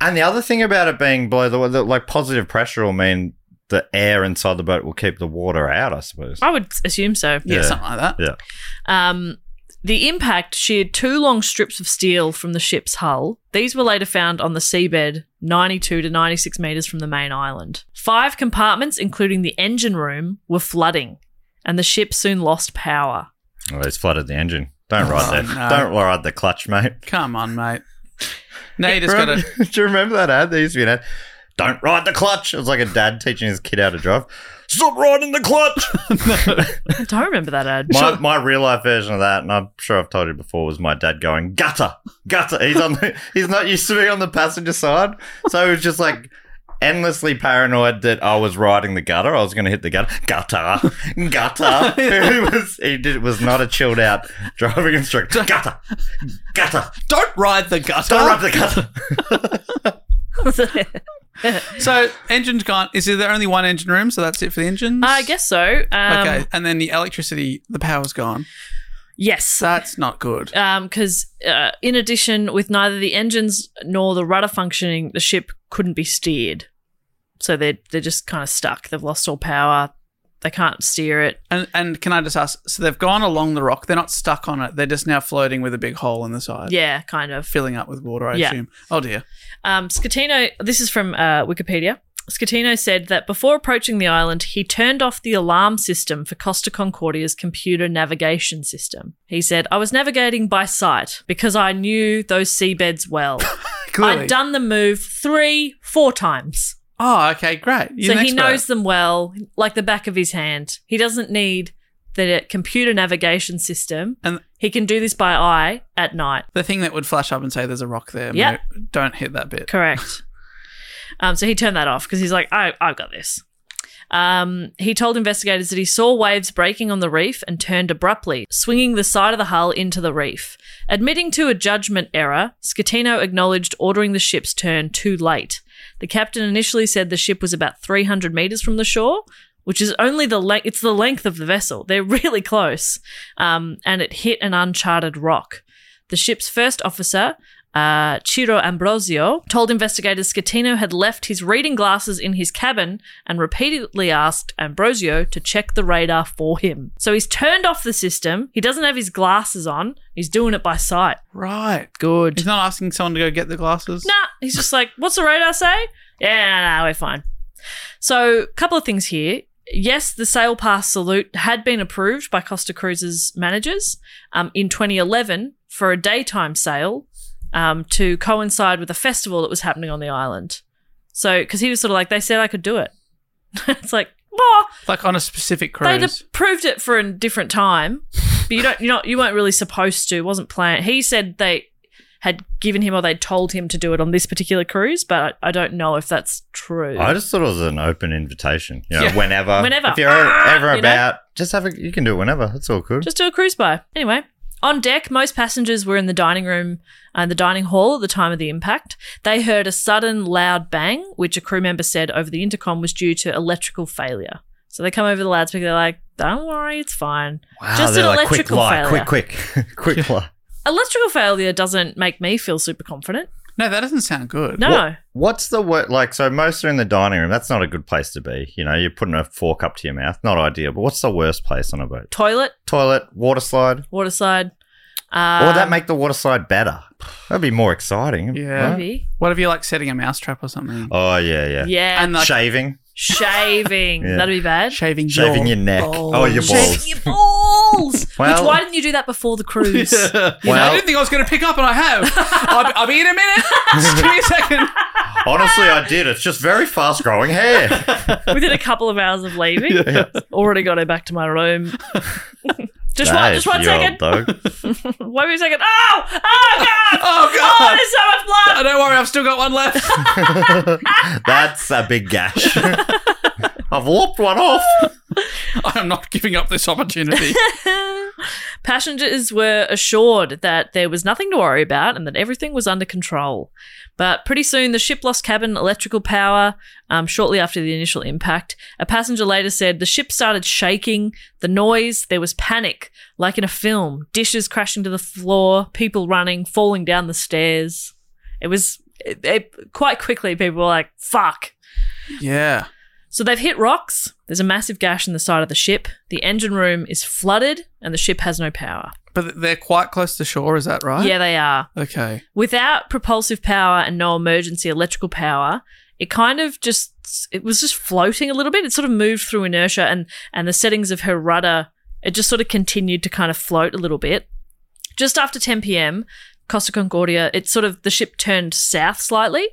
[SPEAKER 2] and the other thing about it being below the water, like positive pressure will mean the air inside the boat will keep the water out, I suppose.
[SPEAKER 3] I would assume so.
[SPEAKER 1] Yeah,
[SPEAKER 2] Yeah.
[SPEAKER 1] something like that.
[SPEAKER 2] Yeah.
[SPEAKER 3] Um, the impact sheared two long strips of steel from the ship's hull. These were later found on the seabed, 92 to 96 metres from the main island. Five compartments, including the engine room, were flooding, and the ship soon lost power.
[SPEAKER 2] Oh, it's flooded the engine. Don't ride
[SPEAKER 1] Oh,
[SPEAKER 2] that.
[SPEAKER 1] no.
[SPEAKER 2] Don't ride the clutch, mate.
[SPEAKER 1] Come on, mate. Now you just got to.
[SPEAKER 2] Do you remember that ad? There used to be an ad. Don't ride the clutch. It was like a dad teaching his kid how to drive. Stop riding the clutch.
[SPEAKER 3] I don't remember that ad.
[SPEAKER 2] my, my real life version of that, and I'm sure I've told you before, was my dad going gutter, gutter. He's on. The, he's not used to being on the passenger side, so he was just like endlessly paranoid that I was riding the gutter. I was going to hit the gutter, gutter, gutter. he was. He did, was not a chilled out driving instructor. Gutter, gutter.
[SPEAKER 1] Don't ride the gutter.
[SPEAKER 2] Don't ride the gutter.
[SPEAKER 1] So, engine's gone. Is there only one engine room? So that's it for the engines?
[SPEAKER 3] I guess so. Um,
[SPEAKER 1] okay. And then the electricity, the power's gone.
[SPEAKER 3] Yes.
[SPEAKER 1] That's not good.
[SPEAKER 3] because uh, in addition, with neither the engines nor the rudder functioning, the ship couldn't be steered. So they're they're just kind of stuck. They've lost all power. They can't steer it.
[SPEAKER 1] And, and can I just ask? So they've gone along the rock. They're not stuck on it. They're just now floating with a big hole in the side.
[SPEAKER 3] Yeah, kind of.
[SPEAKER 1] Filling up with water, I
[SPEAKER 3] Yeah.
[SPEAKER 1] assume. Oh, dear.
[SPEAKER 3] Um, Scatino, this is from uh, Wikipedia. Scatino said that before approaching the island, he turned off the alarm system for Costa Concordia's computer navigation system. He said, I was navigating by sight because I knew those seabeds well.
[SPEAKER 1] Clearly.
[SPEAKER 3] I'd done the move three, four times.
[SPEAKER 1] Oh, okay, great. You're
[SPEAKER 3] so
[SPEAKER 1] an
[SPEAKER 3] he
[SPEAKER 1] expert.
[SPEAKER 3] knows them well, like the back of his hand. He doesn't need the computer navigation system.
[SPEAKER 1] And-
[SPEAKER 3] he can do this by eye at night.
[SPEAKER 1] the thing that would flash up and say there's a rock there.
[SPEAKER 3] Yeah.
[SPEAKER 1] no, Don't hit that bit.
[SPEAKER 3] Correct. um, so he turned that off because he's like, I, I've got this. Um, he told investigators that he saw waves breaking on the reef and turned abruptly, swinging the side of the hull into the reef. Admitting to a judgment error, Scatino acknowledged ordering the ship's turn too late. The captain initially said the ship was about 300 meters from the shore, which is only the length. It's the length of the vessel. They're really close, um, and it hit an uncharted rock. The ship's first officer, uh, Ciro Ambrosio, told investigators Scatino had left his reading glasses in his cabin and repeatedly asked Ambrosio to check the radar for him. So he's turned off the system. He doesn't have his glasses on. He's doing it by sight.
[SPEAKER 1] Right.
[SPEAKER 3] Good.
[SPEAKER 1] He's not asking someone to go get the glasses.
[SPEAKER 3] Nah, he's just like, what's the radar say? Yeah, nah, nah, we're fine. So, a couple of things here. Yes, the sail pass salute had been approved by Costa Cruises managers um, in 2011 for a daytime sail um, to coincide with a festival that was happening on the island. So, because he was sort of like, they said I could do it. it's like, well,
[SPEAKER 1] Like on a specific
[SPEAKER 3] they'd
[SPEAKER 1] cruise.
[SPEAKER 3] approved it for a different time, but you don't, you're not, you weren't really supposed to. It wasn't planned. He said they had given him or they'd told him to do it on this particular cruise, but I, I don't know if that's true.
[SPEAKER 2] I just thought it was an open invitation. You know,
[SPEAKER 1] Yeah.
[SPEAKER 2] whenever,
[SPEAKER 3] Whenever.
[SPEAKER 2] if you're
[SPEAKER 3] Ah,
[SPEAKER 2] ever
[SPEAKER 3] you know?
[SPEAKER 2] about, just have a. You can do it whenever. That's all good.
[SPEAKER 3] Just do a cruise by. Anyway, on deck, most passengers were in the dining room and the dining hall at the time of the impact. They heard a sudden loud bang, which a crew member said over the intercom was due to electrical failure. So they come over the loudspeaker. They're like, "Don't worry, it's fine." just
[SPEAKER 2] they're
[SPEAKER 3] an
[SPEAKER 2] like,
[SPEAKER 3] electrical
[SPEAKER 2] quick lie,
[SPEAKER 3] failure.
[SPEAKER 2] Quick, quick, quick lie.
[SPEAKER 3] Electrical failure doesn't make me feel super confident.
[SPEAKER 1] No, that doesn't sound good.
[SPEAKER 3] No.
[SPEAKER 2] What- what's the word? Like, so most are in the dining room. That's not a good place to be. You know, you're putting a fork up to your mouth. Not ideal. But what's the worst place on a boat?
[SPEAKER 3] Toilet,
[SPEAKER 2] Toilet, water slide.
[SPEAKER 3] water slide.
[SPEAKER 2] Or
[SPEAKER 3] Uh,
[SPEAKER 2] would Oh, that make the water slide better? That'd be more exciting.
[SPEAKER 1] Yeah.
[SPEAKER 3] maybe.
[SPEAKER 1] What if you're like setting a mousetrap or something?
[SPEAKER 2] Oh yeah, yeah.
[SPEAKER 3] Yeah.
[SPEAKER 1] And like
[SPEAKER 2] Shaving,
[SPEAKER 3] shaving.
[SPEAKER 2] Yeah.
[SPEAKER 3] That'd be bad.
[SPEAKER 1] shaving,
[SPEAKER 2] shaving your neck. Oh, your
[SPEAKER 3] Shaving
[SPEAKER 2] balls.
[SPEAKER 3] your balls.
[SPEAKER 2] Well-
[SPEAKER 3] Which, why didn't you do that before the cruise?
[SPEAKER 1] You know, I
[SPEAKER 2] Well-
[SPEAKER 1] didn't think I was going to pick up, and I have. I'll, I'll be in a minute. Just give me a second.
[SPEAKER 2] Honestly, I did. It's just very fast growing hair.
[SPEAKER 3] Within a couple of hours of leaving, already got her back to my room. just one, just one second.
[SPEAKER 2] Dog.
[SPEAKER 3] Wait a second. Oh, oh god!
[SPEAKER 1] Oh,
[SPEAKER 3] Oh,
[SPEAKER 1] God.
[SPEAKER 3] there's so much blood.
[SPEAKER 1] Oh, don't worry, I've still got one left.
[SPEAKER 2] That's a big gash. I've lopped one off.
[SPEAKER 1] I'm not giving up this opportunity.
[SPEAKER 3] Passengers were assured that there was nothing to worry about and that everything was under control. But pretty soon, the ship lost cabin electrical power um, shortly after the initial impact. A passenger later said the ship started shaking, the noise, there was panic, like in a film dishes crashing to the floor, people running, falling down the stairs. It was it, it- quite quickly, people were like, fuck.
[SPEAKER 1] Yeah.
[SPEAKER 3] So they've hit rocks, there's a massive gash in the side of the ship, the engine room is flooded, and the ship has no power.
[SPEAKER 1] But they're quite close to shore, is that right?
[SPEAKER 3] Yeah, they are.
[SPEAKER 1] Okay.
[SPEAKER 3] Without propulsive power and no emergency electrical power, it kind of just it was just floating a little bit. It sort of moved through inertia and and the settings of her rudder, it just sort of continued to kind of float a little bit. Just after 10 p.m., Costa Concordia, it sort of the ship turned south slightly,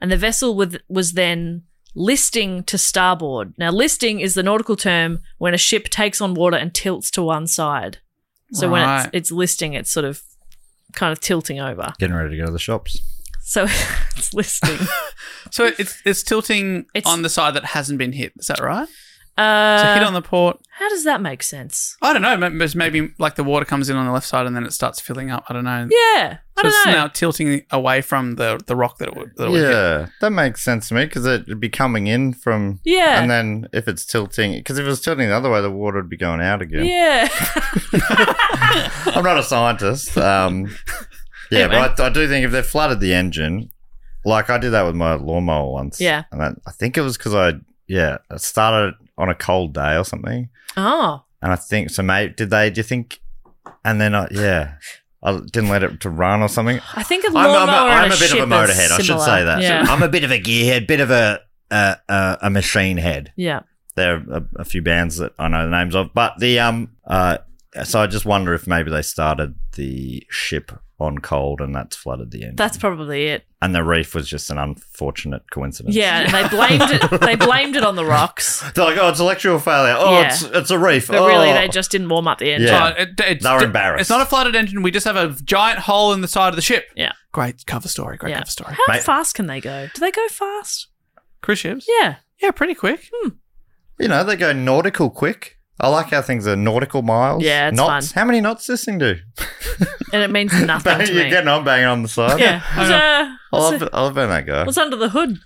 [SPEAKER 3] and the vessel with, was then listing to starboard. Now, listing is the nautical term when a ship takes on water and tilts to one side. So when it's,
[SPEAKER 1] Right.
[SPEAKER 3] it's listing, it's sort of kind of tilting over.
[SPEAKER 2] Getting ready to go to the shops.
[SPEAKER 3] So it's listing.
[SPEAKER 1] So it's it's tilting
[SPEAKER 3] It's-
[SPEAKER 1] on the side that hasn't been hit. Is that right?
[SPEAKER 3] Uh,
[SPEAKER 1] So hit on the port.
[SPEAKER 3] how does that make sense?
[SPEAKER 1] I don't know. Maybe, maybe like the water comes in on the left side and then it starts filling up. I don't know.
[SPEAKER 3] Yeah, I
[SPEAKER 1] So
[SPEAKER 3] don't
[SPEAKER 1] it's
[SPEAKER 3] know.
[SPEAKER 1] now tilting away from the, the rock that it would. That it would hit.
[SPEAKER 2] Yeah, that makes sense to me because it'd be coming in from.
[SPEAKER 3] Yeah.
[SPEAKER 2] And then if it's tilting, because if it was tilting the other way, the water would be going out again.
[SPEAKER 3] yeah,
[SPEAKER 2] I'm not a scientist. Um, yeah, but I, I do think if they flooded the engine, like I did that with my lawnmower once.
[SPEAKER 3] Yeah.
[SPEAKER 2] And I, I think it was because I, yeah, I started on a cold day or something.
[SPEAKER 3] oh,
[SPEAKER 2] And I think, so mate, did they, do you think, and then I, yeah, I didn't let it to run or something.
[SPEAKER 3] I think a
[SPEAKER 2] I'm,
[SPEAKER 3] lawnmower
[SPEAKER 2] I'm, I'm
[SPEAKER 3] and
[SPEAKER 2] a bit of
[SPEAKER 3] ship
[SPEAKER 2] a
[SPEAKER 3] are
[SPEAKER 2] motorhead. I should
[SPEAKER 3] similar.
[SPEAKER 2] say that.
[SPEAKER 3] Yeah,
[SPEAKER 2] I'm a bit of a gearhead, bit of a, uh, uh, a machine head
[SPEAKER 3] yeah.
[SPEAKER 2] there are a, a few bands that I know the names of, but the um uh so I just wonder if maybe they started the ship on cold and that's flooded the engine.
[SPEAKER 3] That's probably it.
[SPEAKER 2] and the reef was just an unfortunate coincidence.
[SPEAKER 3] Yeah, and they blamed it. They blamed it on the rocks,
[SPEAKER 2] They're like, oh, it's electrical failure. Oh,
[SPEAKER 3] Yeah.
[SPEAKER 2] it's it's a reef.
[SPEAKER 3] but
[SPEAKER 2] oh.
[SPEAKER 3] really they just didn't warm up the engine.
[SPEAKER 2] Yeah.
[SPEAKER 1] Oh, it- it's-
[SPEAKER 2] They were embarrassed.
[SPEAKER 1] It's not a flooded engine. We just have a giant hole in the side of the ship.
[SPEAKER 3] Yeah.
[SPEAKER 1] Great cover story. Great
[SPEAKER 3] Yeah.
[SPEAKER 1] cover story.
[SPEAKER 3] How
[SPEAKER 2] Mate.
[SPEAKER 3] fast can they go? Do they go fast?
[SPEAKER 1] Cruise ships.
[SPEAKER 3] Yeah. Hmm.
[SPEAKER 1] Yeah, pretty quick.
[SPEAKER 2] you know they go nautical quick. I like how things are nautical miles.
[SPEAKER 3] Yeah, it's
[SPEAKER 2] knots.
[SPEAKER 3] fun.
[SPEAKER 2] How many knots does this thing do?
[SPEAKER 3] And it means nothing
[SPEAKER 2] Bang,
[SPEAKER 3] to
[SPEAKER 2] you're
[SPEAKER 3] me.
[SPEAKER 2] getting on banging on the side.
[SPEAKER 3] Yeah. What's, uh,
[SPEAKER 2] I
[SPEAKER 3] what's,
[SPEAKER 2] love, I love when they go.
[SPEAKER 3] what's under the hood?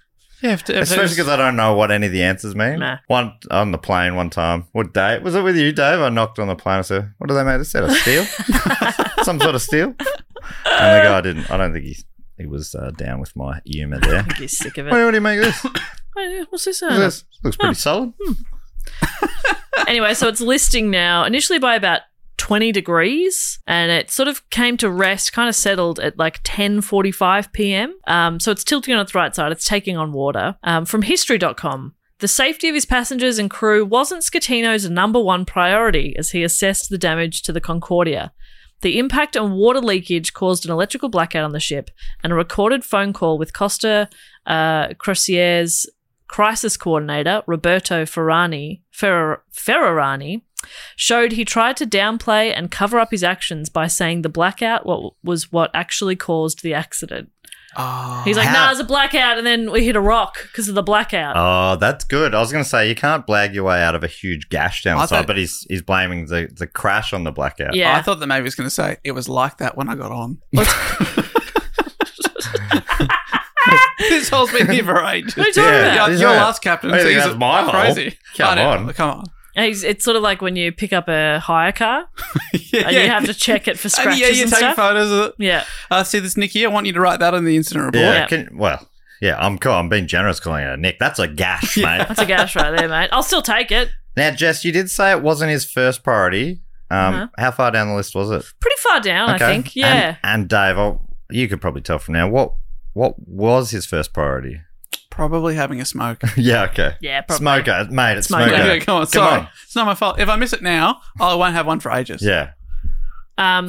[SPEAKER 1] Yeah, if, if
[SPEAKER 2] Especially because I don't know what any of the answers mean.
[SPEAKER 3] Nah.
[SPEAKER 2] One on the plane one time. What day was it with you, Dave? I knocked on the plane. I said, "What do they make this out of? Steel? Some sort of steel?" And the guy didn't. I don't think he he was uh, down with my humour there.
[SPEAKER 3] You're sick of
[SPEAKER 2] what, do-
[SPEAKER 3] it.
[SPEAKER 2] what do you make of this?
[SPEAKER 3] Wait, What's this?
[SPEAKER 2] Look at
[SPEAKER 3] Uh,
[SPEAKER 2] this looks pretty solid.
[SPEAKER 3] anyway, so it's listing now, initially by about 20 degrees, and it sort of came to rest, kind of settled at like 10.45 p.m. Um, so it's tilting on its right side. It's taking on water. Um, from history.com, the safety of his passengers and crew wasn't Scatino's number one priority as he assessed the damage to the Concordia. The impact and water leakage caused an electrical blackout on the ship, and a recorded phone call with Costa uh, Crocier's crisis coordinator, Roberto Ferrani, Ferrar- Ferrarani, showed he tried to downplay and cover up his actions by saying the blackout what was what actually caused the accident.
[SPEAKER 1] Oh,
[SPEAKER 3] He's like,
[SPEAKER 2] How-
[SPEAKER 3] nah, it's a blackout, and then we hit a rock because of the blackout.
[SPEAKER 2] Oh, that's good. I was going to say you can't blag your way out of a huge gash down
[SPEAKER 1] I
[SPEAKER 2] the side,
[SPEAKER 1] thought-
[SPEAKER 2] but he's he's blaming the, the crash on the blackout.
[SPEAKER 3] yeah.
[SPEAKER 1] I thought that maybe he was going to say it was like that when I got on. this hole's been here for ages.
[SPEAKER 3] What are you talking
[SPEAKER 2] Yeah.
[SPEAKER 3] about?
[SPEAKER 1] Your,
[SPEAKER 2] This
[SPEAKER 1] your
[SPEAKER 2] is-
[SPEAKER 1] last captain.
[SPEAKER 2] I think
[SPEAKER 1] thinks
[SPEAKER 2] that's
[SPEAKER 1] it-
[SPEAKER 2] my hole.
[SPEAKER 1] crazy.
[SPEAKER 2] Come
[SPEAKER 1] I don't-
[SPEAKER 2] on.
[SPEAKER 1] come on.
[SPEAKER 3] And It's, it's sort of like when you pick up a hire car
[SPEAKER 1] yeah,
[SPEAKER 3] and you have to check it for
[SPEAKER 1] and
[SPEAKER 3] scratches
[SPEAKER 1] yeah, you
[SPEAKER 3] and
[SPEAKER 1] take
[SPEAKER 3] stuff.
[SPEAKER 1] photos of it.
[SPEAKER 3] Yeah.
[SPEAKER 1] Uh, see this, Nikki. I want you to write that on the incident report.
[SPEAKER 2] Yeah.
[SPEAKER 3] Yeah.
[SPEAKER 2] Can, well, yeah, I'm cool. I'm being generous calling it a nick. That's a gash, mate.
[SPEAKER 3] That's a gash right there, mate. I'll still take it.
[SPEAKER 2] Now, Jess, you did say it wasn't his first priority. Um,
[SPEAKER 3] Uh-huh.
[SPEAKER 2] How far down the list was it?
[SPEAKER 3] Pretty far down, I think. Yeah.
[SPEAKER 2] And, and Dave, I'll, you could probably tell from now what what was his first priority.
[SPEAKER 1] Probably having a smoke.
[SPEAKER 2] yeah. Okay.
[SPEAKER 3] Yeah, probably.
[SPEAKER 2] Smoker, mate. It's smoker.
[SPEAKER 3] Smoker.
[SPEAKER 1] Okay, come on,
[SPEAKER 2] Come
[SPEAKER 1] sorry,
[SPEAKER 2] on.
[SPEAKER 1] it's not my fault. If I miss it now, I won't have one for ages.
[SPEAKER 2] Yeah.
[SPEAKER 3] Um,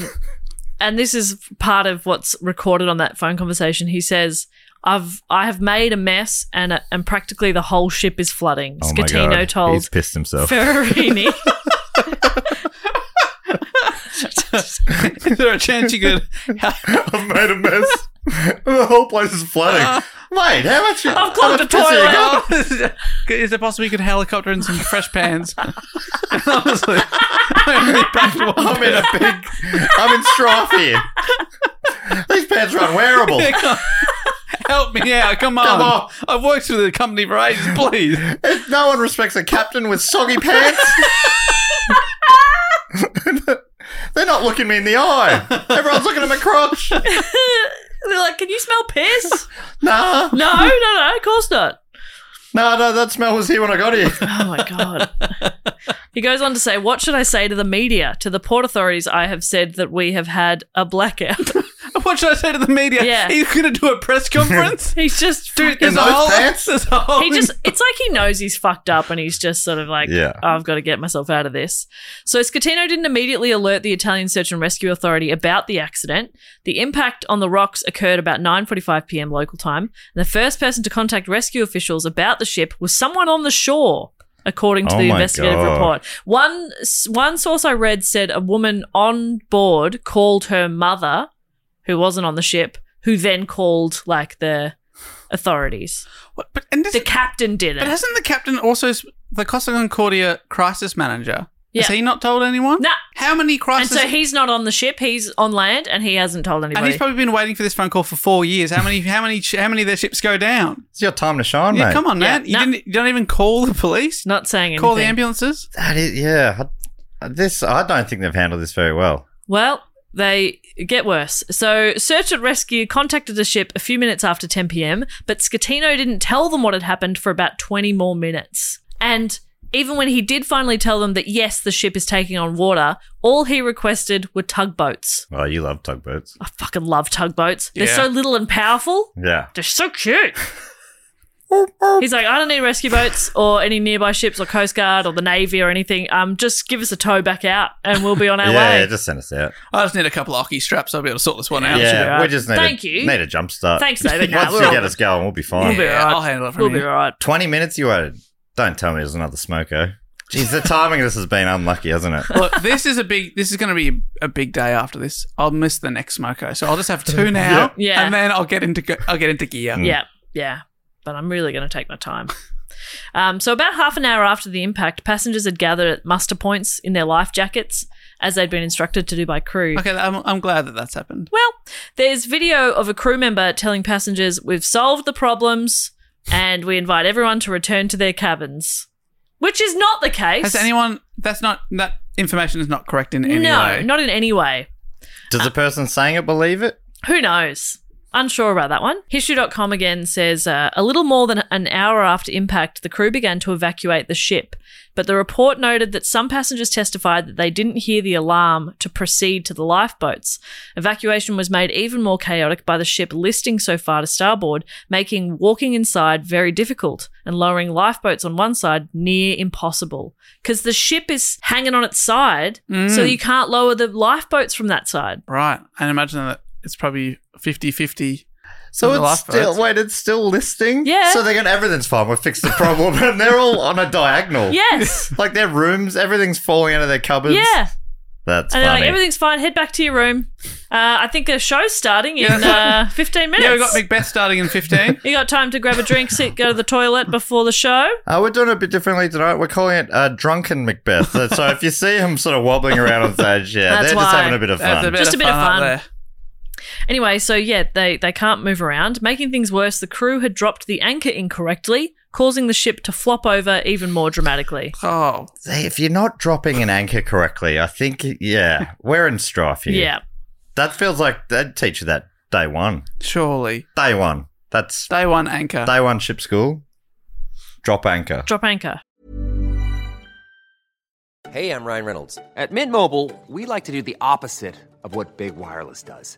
[SPEAKER 3] and this is part of what's recorded on that phone conversation. He says, "I've I have made a mess, and and practically the whole ship is flooding."
[SPEAKER 2] Oh my
[SPEAKER 3] Scatino
[SPEAKER 2] God.
[SPEAKER 3] told
[SPEAKER 2] He's pissed himself.
[SPEAKER 3] Ferrarini.
[SPEAKER 1] Is there a chance you could?
[SPEAKER 2] I've made a mess. the whole place is flooding. mate, how much?
[SPEAKER 3] I've
[SPEAKER 2] how
[SPEAKER 3] clogged
[SPEAKER 2] much
[SPEAKER 3] the
[SPEAKER 2] piss have you
[SPEAKER 3] toilet.
[SPEAKER 2] got?
[SPEAKER 1] Is it possible you could helicopter in some fresh pans? Honestly, I only packed one.
[SPEAKER 2] I'm in a big. I'm in strife here. These pants are unwearable.
[SPEAKER 1] Help me out! Come on.
[SPEAKER 2] Come on.
[SPEAKER 1] I've worked for the company for ages. Please,
[SPEAKER 2] If no one respects a captain with soggy pants. They're not looking me in the eye. Everyone's looking at my crotch.
[SPEAKER 3] They're like, "Can you smell piss?"
[SPEAKER 2] Nah,
[SPEAKER 3] no, no, no. Of course not.
[SPEAKER 2] nah, no, that smell was here when I got here.
[SPEAKER 3] Oh my god. he goes on to say, "What should I say to the media? To the port authorities, I have said that we have had a blackout."
[SPEAKER 1] what should I say to the media?
[SPEAKER 3] Yeah.
[SPEAKER 1] He's going to do a press conference.
[SPEAKER 3] He's just
[SPEAKER 1] Dude,
[SPEAKER 3] fucking-
[SPEAKER 1] there's
[SPEAKER 2] In
[SPEAKER 1] a
[SPEAKER 2] those
[SPEAKER 1] whole.
[SPEAKER 2] pants?
[SPEAKER 1] There's a whole.
[SPEAKER 3] he just it's like he knows he's fucked up and he's just sort of like
[SPEAKER 2] Yeah.
[SPEAKER 3] "Oh, i've got to get myself out of this so scatino didn't immediately alert the italian search and rescue authority about the accident the impact on the rocks occurred about 9.45 p.m local time and the first person to contact rescue officials about the ship was someone on the shore according to
[SPEAKER 2] Oh
[SPEAKER 3] the
[SPEAKER 2] my
[SPEAKER 3] investigative
[SPEAKER 2] God.
[SPEAKER 3] report one s- one source i read said a woman on board called her mother who wasn't on the ship who then called like the authorities
[SPEAKER 1] What- but, and this,
[SPEAKER 3] the captain did
[SPEAKER 1] but
[SPEAKER 3] it
[SPEAKER 1] hasn't the captain also s- the Costa Concordia crisis manager? Has
[SPEAKER 3] Yeah.
[SPEAKER 1] he not told anyone?
[SPEAKER 3] No.
[SPEAKER 1] How many
[SPEAKER 3] And
[SPEAKER 1] crises?
[SPEAKER 3] so he's not on the ship; he's on land, and he hasn't told
[SPEAKER 1] and
[SPEAKER 3] anybody.
[SPEAKER 1] he's probably been waiting for this phone call for four years. How many? How many? How many of their ships go down?
[SPEAKER 2] It's your time to shine,
[SPEAKER 1] Yeah,
[SPEAKER 2] mate.
[SPEAKER 1] come on,
[SPEAKER 3] Yeah,
[SPEAKER 1] man. You,
[SPEAKER 3] no.
[SPEAKER 1] didn't, you don't even call the police.
[SPEAKER 3] not saying
[SPEAKER 1] call the
[SPEAKER 3] anything.
[SPEAKER 1] ambulances.
[SPEAKER 2] That is, yeah. I- This, I don't think they've handled this very well.
[SPEAKER 3] Well, they get worse. So, search and rescue contacted the ship a few minutes after 10 p.m., but Scatino didn't tell them what had happened for about 20 more minutes. And even when he did finally tell them that yes, the ship is taking on water, all he requested were tugboats.
[SPEAKER 2] Oh, you love tugboats.
[SPEAKER 3] I fucking love tugboats. They're
[SPEAKER 1] Yeah.
[SPEAKER 3] so little and powerful.
[SPEAKER 2] Yeah.
[SPEAKER 3] They're so cute. He's like, I don't need rescue boats or any nearby ships or Coast Guard or the Navy or anything. Um, just give us a tow back out and we'll be on our
[SPEAKER 2] Yeah,
[SPEAKER 3] way.
[SPEAKER 2] yeah, just send us out.
[SPEAKER 1] I just need a couple of hockey straps. I'll be able to sort this one out.
[SPEAKER 2] yeah,
[SPEAKER 3] alright.
[SPEAKER 2] we just need
[SPEAKER 3] Thank
[SPEAKER 2] a,
[SPEAKER 3] you.
[SPEAKER 2] need a jump start.
[SPEAKER 3] Thanks, David. Nah,
[SPEAKER 2] Once
[SPEAKER 3] we're
[SPEAKER 2] you
[SPEAKER 3] all-
[SPEAKER 2] get us going, we'll be fine.
[SPEAKER 3] We'll be
[SPEAKER 1] Yeah,
[SPEAKER 3] alright.
[SPEAKER 1] I'll handle it from
[SPEAKER 3] we'll be
[SPEAKER 1] here.
[SPEAKER 3] all right.
[SPEAKER 2] 20 minutes you waited. Don't tell me there's another smoker. Jeez, the timing of this has been unlucky, hasn't it?
[SPEAKER 1] Look, this is a big. This is going to be a big day after this. I'll miss the next smoko, so I'll just have two now,
[SPEAKER 3] Yeah.
[SPEAKER 1] and then I'll get into go- I'll get into gear.
[SPEAKER 2] Mm.
[SPEAKER 3] Yeah, yeah. But I'm really going to take my time. Um, so, about half an hour after the impact, passengers had gathered at muster points in their life jackets, as they'd been instructed to do by crew.
[SPEAKER 1] Okay, I'm, I'm glad that that's happened.
[SPEAKER 3] Well, there's video of a crew member telling passengers, We've solved the problems and we invite everyone to return to their cabins. Which is not the case.
[SPEAKER 1] Has anyone? That's not that information is not correct in any
[SPEAKER 3] no,
[SPEAKER 1] way.
[SPEAKER 3] not in any way.
[SPEAKER 2] Does the person saying it believe it?
[SPEAKER 3] Who knows? Unsure about that one. History.com again says uh, a little more than an hour after impact, the crew began to evacuate the ship. But the report noted that some passengers testified that they didn't hear the alarm to proceed to the lifeboats. Evacuation was made even more chaotic by the ship listing so far to starboard, making walking inside very difficult and lowering lifeboats on one side near impossible. Because the ship is hanging on its side, so you can't lower the lifeboats from that side.
[SPEAKER 1] Right, and imagine that it's probably 50-50.
[SPEAKER 2] So
[SPEAKER 1] On the
[SPEAKER 2] it's still
[SPEAKER 1] lifeboats.
[SPEAKER 2] wait, it's still listing.
[SPEAKER 3] Yeah.
[SPEAKER 2] So they're going everything's fine. We've fixed the problem, and they're all on a diagonal.
[SPEAKER 3] Yes!
[SPEAKER 2] Like their rooms, everything's falling out of their cupboards.
[SPEAKER 3] Yeah.
[SPEAKER 2] That's
[SPEAKER 3] And they're
[SPEAKER 2] funny.
[SPEAKER 3] like, everything's fine. Head back to your room. Uh, I think the show's starting in uh, 15 minutes.
[SPEAKER 1] Yeah, we got Macbeth starting in fifteen.
[SPEAKER 3] You got time to grab a drink, sit, go to the toilet before the show.
[SPEAKER 2] Uh, we're doing it a bit differently tonight. We're calling it uh, Drunken Macbeth. so so if you see him sort of wobbling around on stage, yeah,
[SPEAKER 3] That's
[SPEAKER 2] they're just
[SPEAKER 3] why.
[SPEAKER 2] having a bit of
[SPEAKER 1] That's
[SPEAKER 2] fun.
[SPEAKER 1] a bit
[SPEAKER 3] Just
[SPEAKER 1] of
[SPEAKER 3] a bit of
[SPEAKER 1] fun. up
[SPEAKER 3] fun.
[SPEAKER 1] there.
[SPEAKER 3] Anyway, so yeah, they, they can't move around. Making things worse, the crew had dropped the anchor incorrectly, causing the ship to flop over even more dramatically.
[SPEAKER 1] Oh,
[SPEAKER 2] Hey, If you're not dropping an anchor correctly, I think, yeah, we're in strife here.
[SPEAKER 3] Yeah.
[SPEAKER 2] That feels like they'd teach you that day one.
[SPEAKER 1] surely.
[SPEAKER 2] Day one. That's
[SPEAKER 1] Day one anchor.
[SPEAKER 2] day one ship school. Drop anchor.
[SPEAKER 3] Drop anchor.
[SPEAKER 5] Hey, I'm Ryan Reynolds. At Mint Mobile, we like to do the opposite of what Big Wireless does.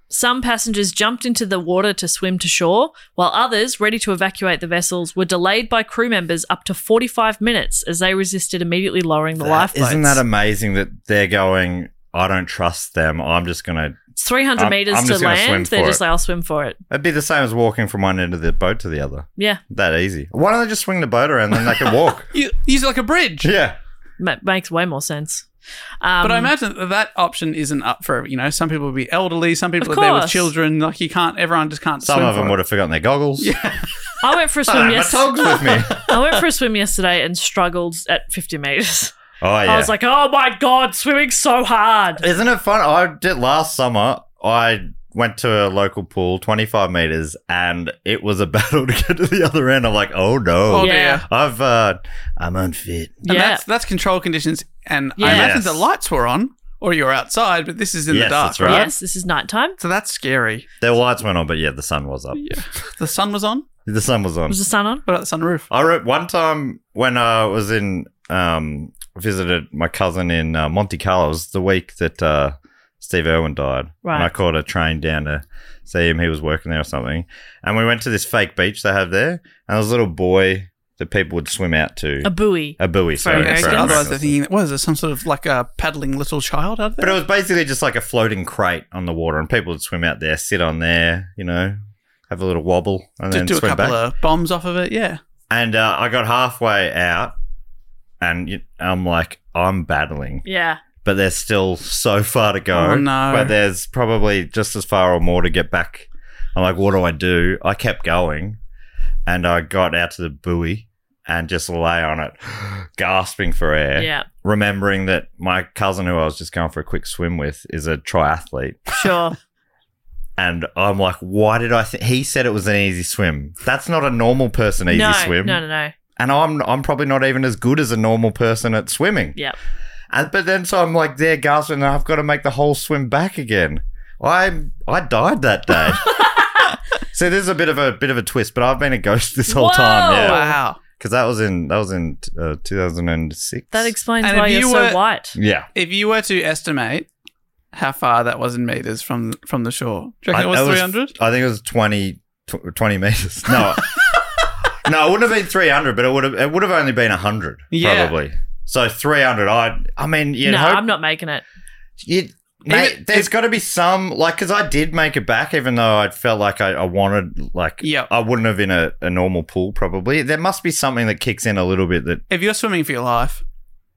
[SPEAKER 3] Some passengers jumped into the water to swim to shore, while others, ready to evacuate the vessels, were delayed by crew members up to 45 minutes as they resisted immediately lowering the lifeboats.
[SPEAKER 2] Isn't that amazing that they're going, I don't trust them. I'm just going to.
[SPEAKER 3] it's 300
[SPEAKER 2] I'm-
[SPEAKER 3] meters
[SPEAKER 2] I'm
[SPEAKER 3] to
[SPEAKER 2] just gonna swim
[SPEAKER 3] land. They're
[SPEAKER 2] for
[SPEAKER 3] just
[SPEAKER 2] it.
[SPEAKER 3] like, I'll swim for it.
[SPEAKER 2] It'd be the same as walking from one end of the boat to the other.
[SPEAKER 3] Yeah,
[SPEAKER 2] That easy. Why don't they just swing the boat around and then they can walk?
[SPEAKER 1] You- Use it like a bridge.
[SPEAKER 2] yeah.
[SPEAKER 3] ma- makes way more sense. Um,
[SPEAKER 1] But I imagine that that option isn't up for you know some people will be elderly, some people
[SPEAKER 3] Of
[SPEAKER 1] are there with
[SPEAKER 3] course.
[SPEAKER 1] children. Like you can't, everyone just can't.
[SPEAKER 2] Some
[SPEAKER 1] swim
[SPEAKER 2] of them
[SPEAKER 1] for it.
[SPEAKER 2] would have forgotten their goggles. Yeah.
[SPEAKER 3] I went for a swim
[SPEAKER 2] My
[SPEAKER 3] yesterday.
[SPEAKER 2] togs with me. Oh,
[SPEAKER 3] I went for a swim yesterday and struggled at 50 meters.
[SPEAKER 2] Oh, yeah.
[SPEAKER 3] I was like, oh my god, swimming so hard.
[SPEAKER 2] Isn't it fun? I did last summer. I went to a local pool, 25 meters, and it was a battle to get to the other end. I'm like, oh no.
[SPEAKER 1] Oh
[SPEAKER 3] Yeah.
[SPEAKER 1] dear.
[SPEAKER 2] I've, uh, I'm unfit.
[SPEAKER 1] And
[SPEAKER 3] yeah.
[SPEAKER 1] that's, that's control conditions. And I
[SPEAKER 3] Yeah.
[SPEAKER 1] imagine
[SPEAKER 2] Yes.
[SPEAKER 1] the lights were on, or you're outside, but this is in the
[SPEAKER 2] Yes,
[SPEAKER 1] dark.
[SPEAKER 2] that's right.
[SPEAKER 3] Yes, this is nighttime.
[SPEAKER 1] So that's scary.
[SPEAKER 2] Their lights went on, but yeah, the sun was up.
[SPEAKER 1] The sun was on.
[SPEAKER 2] The sun was on.
[SPEAKER 3] Was the sun on?
[SPEAKER 1] What about the sunroof?
[SPEAKER 2] I wrote one time when I was in, um, visited my cousin in uh, Monte Carlo. It was the week that uh, Steve Irwin died.
[SPEAKER 3] Right.
[SPEAKER 2] And I caught a train down to see him. He was working there or something. And we went to this fake beach they have there. And there was a little buoy that people would swim out to.
[SPEAKER 3] A buoy.
[SPEAKER 2] A buoy, sorry.
[SPEAKER 1] Okay,
[SPEAKER 2] for
[SPEAKER 3] Americans.
[SPEAKER 1] Otherwise, they're
[SPEAKER 2] Americans.
[SPEAKER 1] thinking, what is this? Some sort of like a paddling little child out
[SPEAKER 2] But it
[SPEAKER 1] there?
[SPEAKER 2] was basically just like a floating crate on the water, and people would swim out there, sit on there, you know, have a little wobble, and
[SPEAKER 1] Just
[SPEAKER 2] then
[SPEAKER 1] do a
[SPEAKER 2] swim
[SPEAKER 1] couple
[SPEAKER 2] back.
[SPEAKER 1] of bombs off of it. Yeah.
[SPEAKER 2] and uh, I got halfway out, and you, I'm like, I'm battling,
[SPEAKER 3] Yeah.
[SPEAKER 2] but there's still so far to go.
[SPEAKER 1] Oh, no.
[SPEAKER 2] But there's probably just as far or more to get back. I'm like, what do I do? I kept going, and I got out to the buoy and just lay on it, gasping for air.
[SPEAKER 3] Yeah.
[SPEAKER 2] remembering that my cousin, who I was just going for a quick swim with, is a triathlete.
[SPEAKER 3] Sure.
[SPEAKER 2] And I'm like, why did I? Th-? He said it was an easy swim. That's not a normal person easy
[SPEAKER 3] no,
[SPEAKER 2] swim.
[SPEAKER 3] No, no, no.
[SPEAKER 2] And I'm I'm probably not even as good as a normal person at swimming.
[SPEAKER 3] Yep.
[SPEAKER 2] And but then so I'm like there gasping, and I've got to make the whole swim back again. I I died that day. so this is a bit of a bit of a twist, but I've been a ghost this whole time.
[SPEAKER 3] Whoa!
[SPEAKER 2] Yeah,
[SPEAKER 1] Wow.
[SPEAKER 2] because that was in that was in uh, 2006.
[SPEAKER 3] That explains
[SPEAKER 1] And
[SPEAKER 3] why
[SPEAKER 1] if
[SPEAKER 3] you're
[SPEAKER 1] you
[SPEAKER 3] so
[SPEAKER 1] were-
[SPEAKER 3] white.
[SPEAKER 2] yeah.
[SPEAKER 1] If you were to estimate how far that was in meters from from the shore, do you reckon
[SPEAKER 2] I-
[SPEAKER 1] it was
[SPEAKER 2] that
[SPEAKER 1] 300?
[SPEAKER 2] I think it was 20, tw- 20 meters. No, no, it wouldn't have been three hundred, but it would have it would have only been hundred
[SPEAKER 1] Yeah.
[SPEAKER 2] probably. So three hundred. I I mean, you
[SPEAKER 3] no,
[SPEAKER 2] hope
[SPEAKER 3] I'm not making it.
[SPEAKER 2] you Mate, there's got to be some like because I did make it back, even though I felt like I, I wanted like
[SPEAKER 1] Yeah.
[SPEAKER 2] I wouldn't have in a, a normal pool probably. There must be something that kicks in a little bit that
[SPEAKER 1] If you're swimming for your life,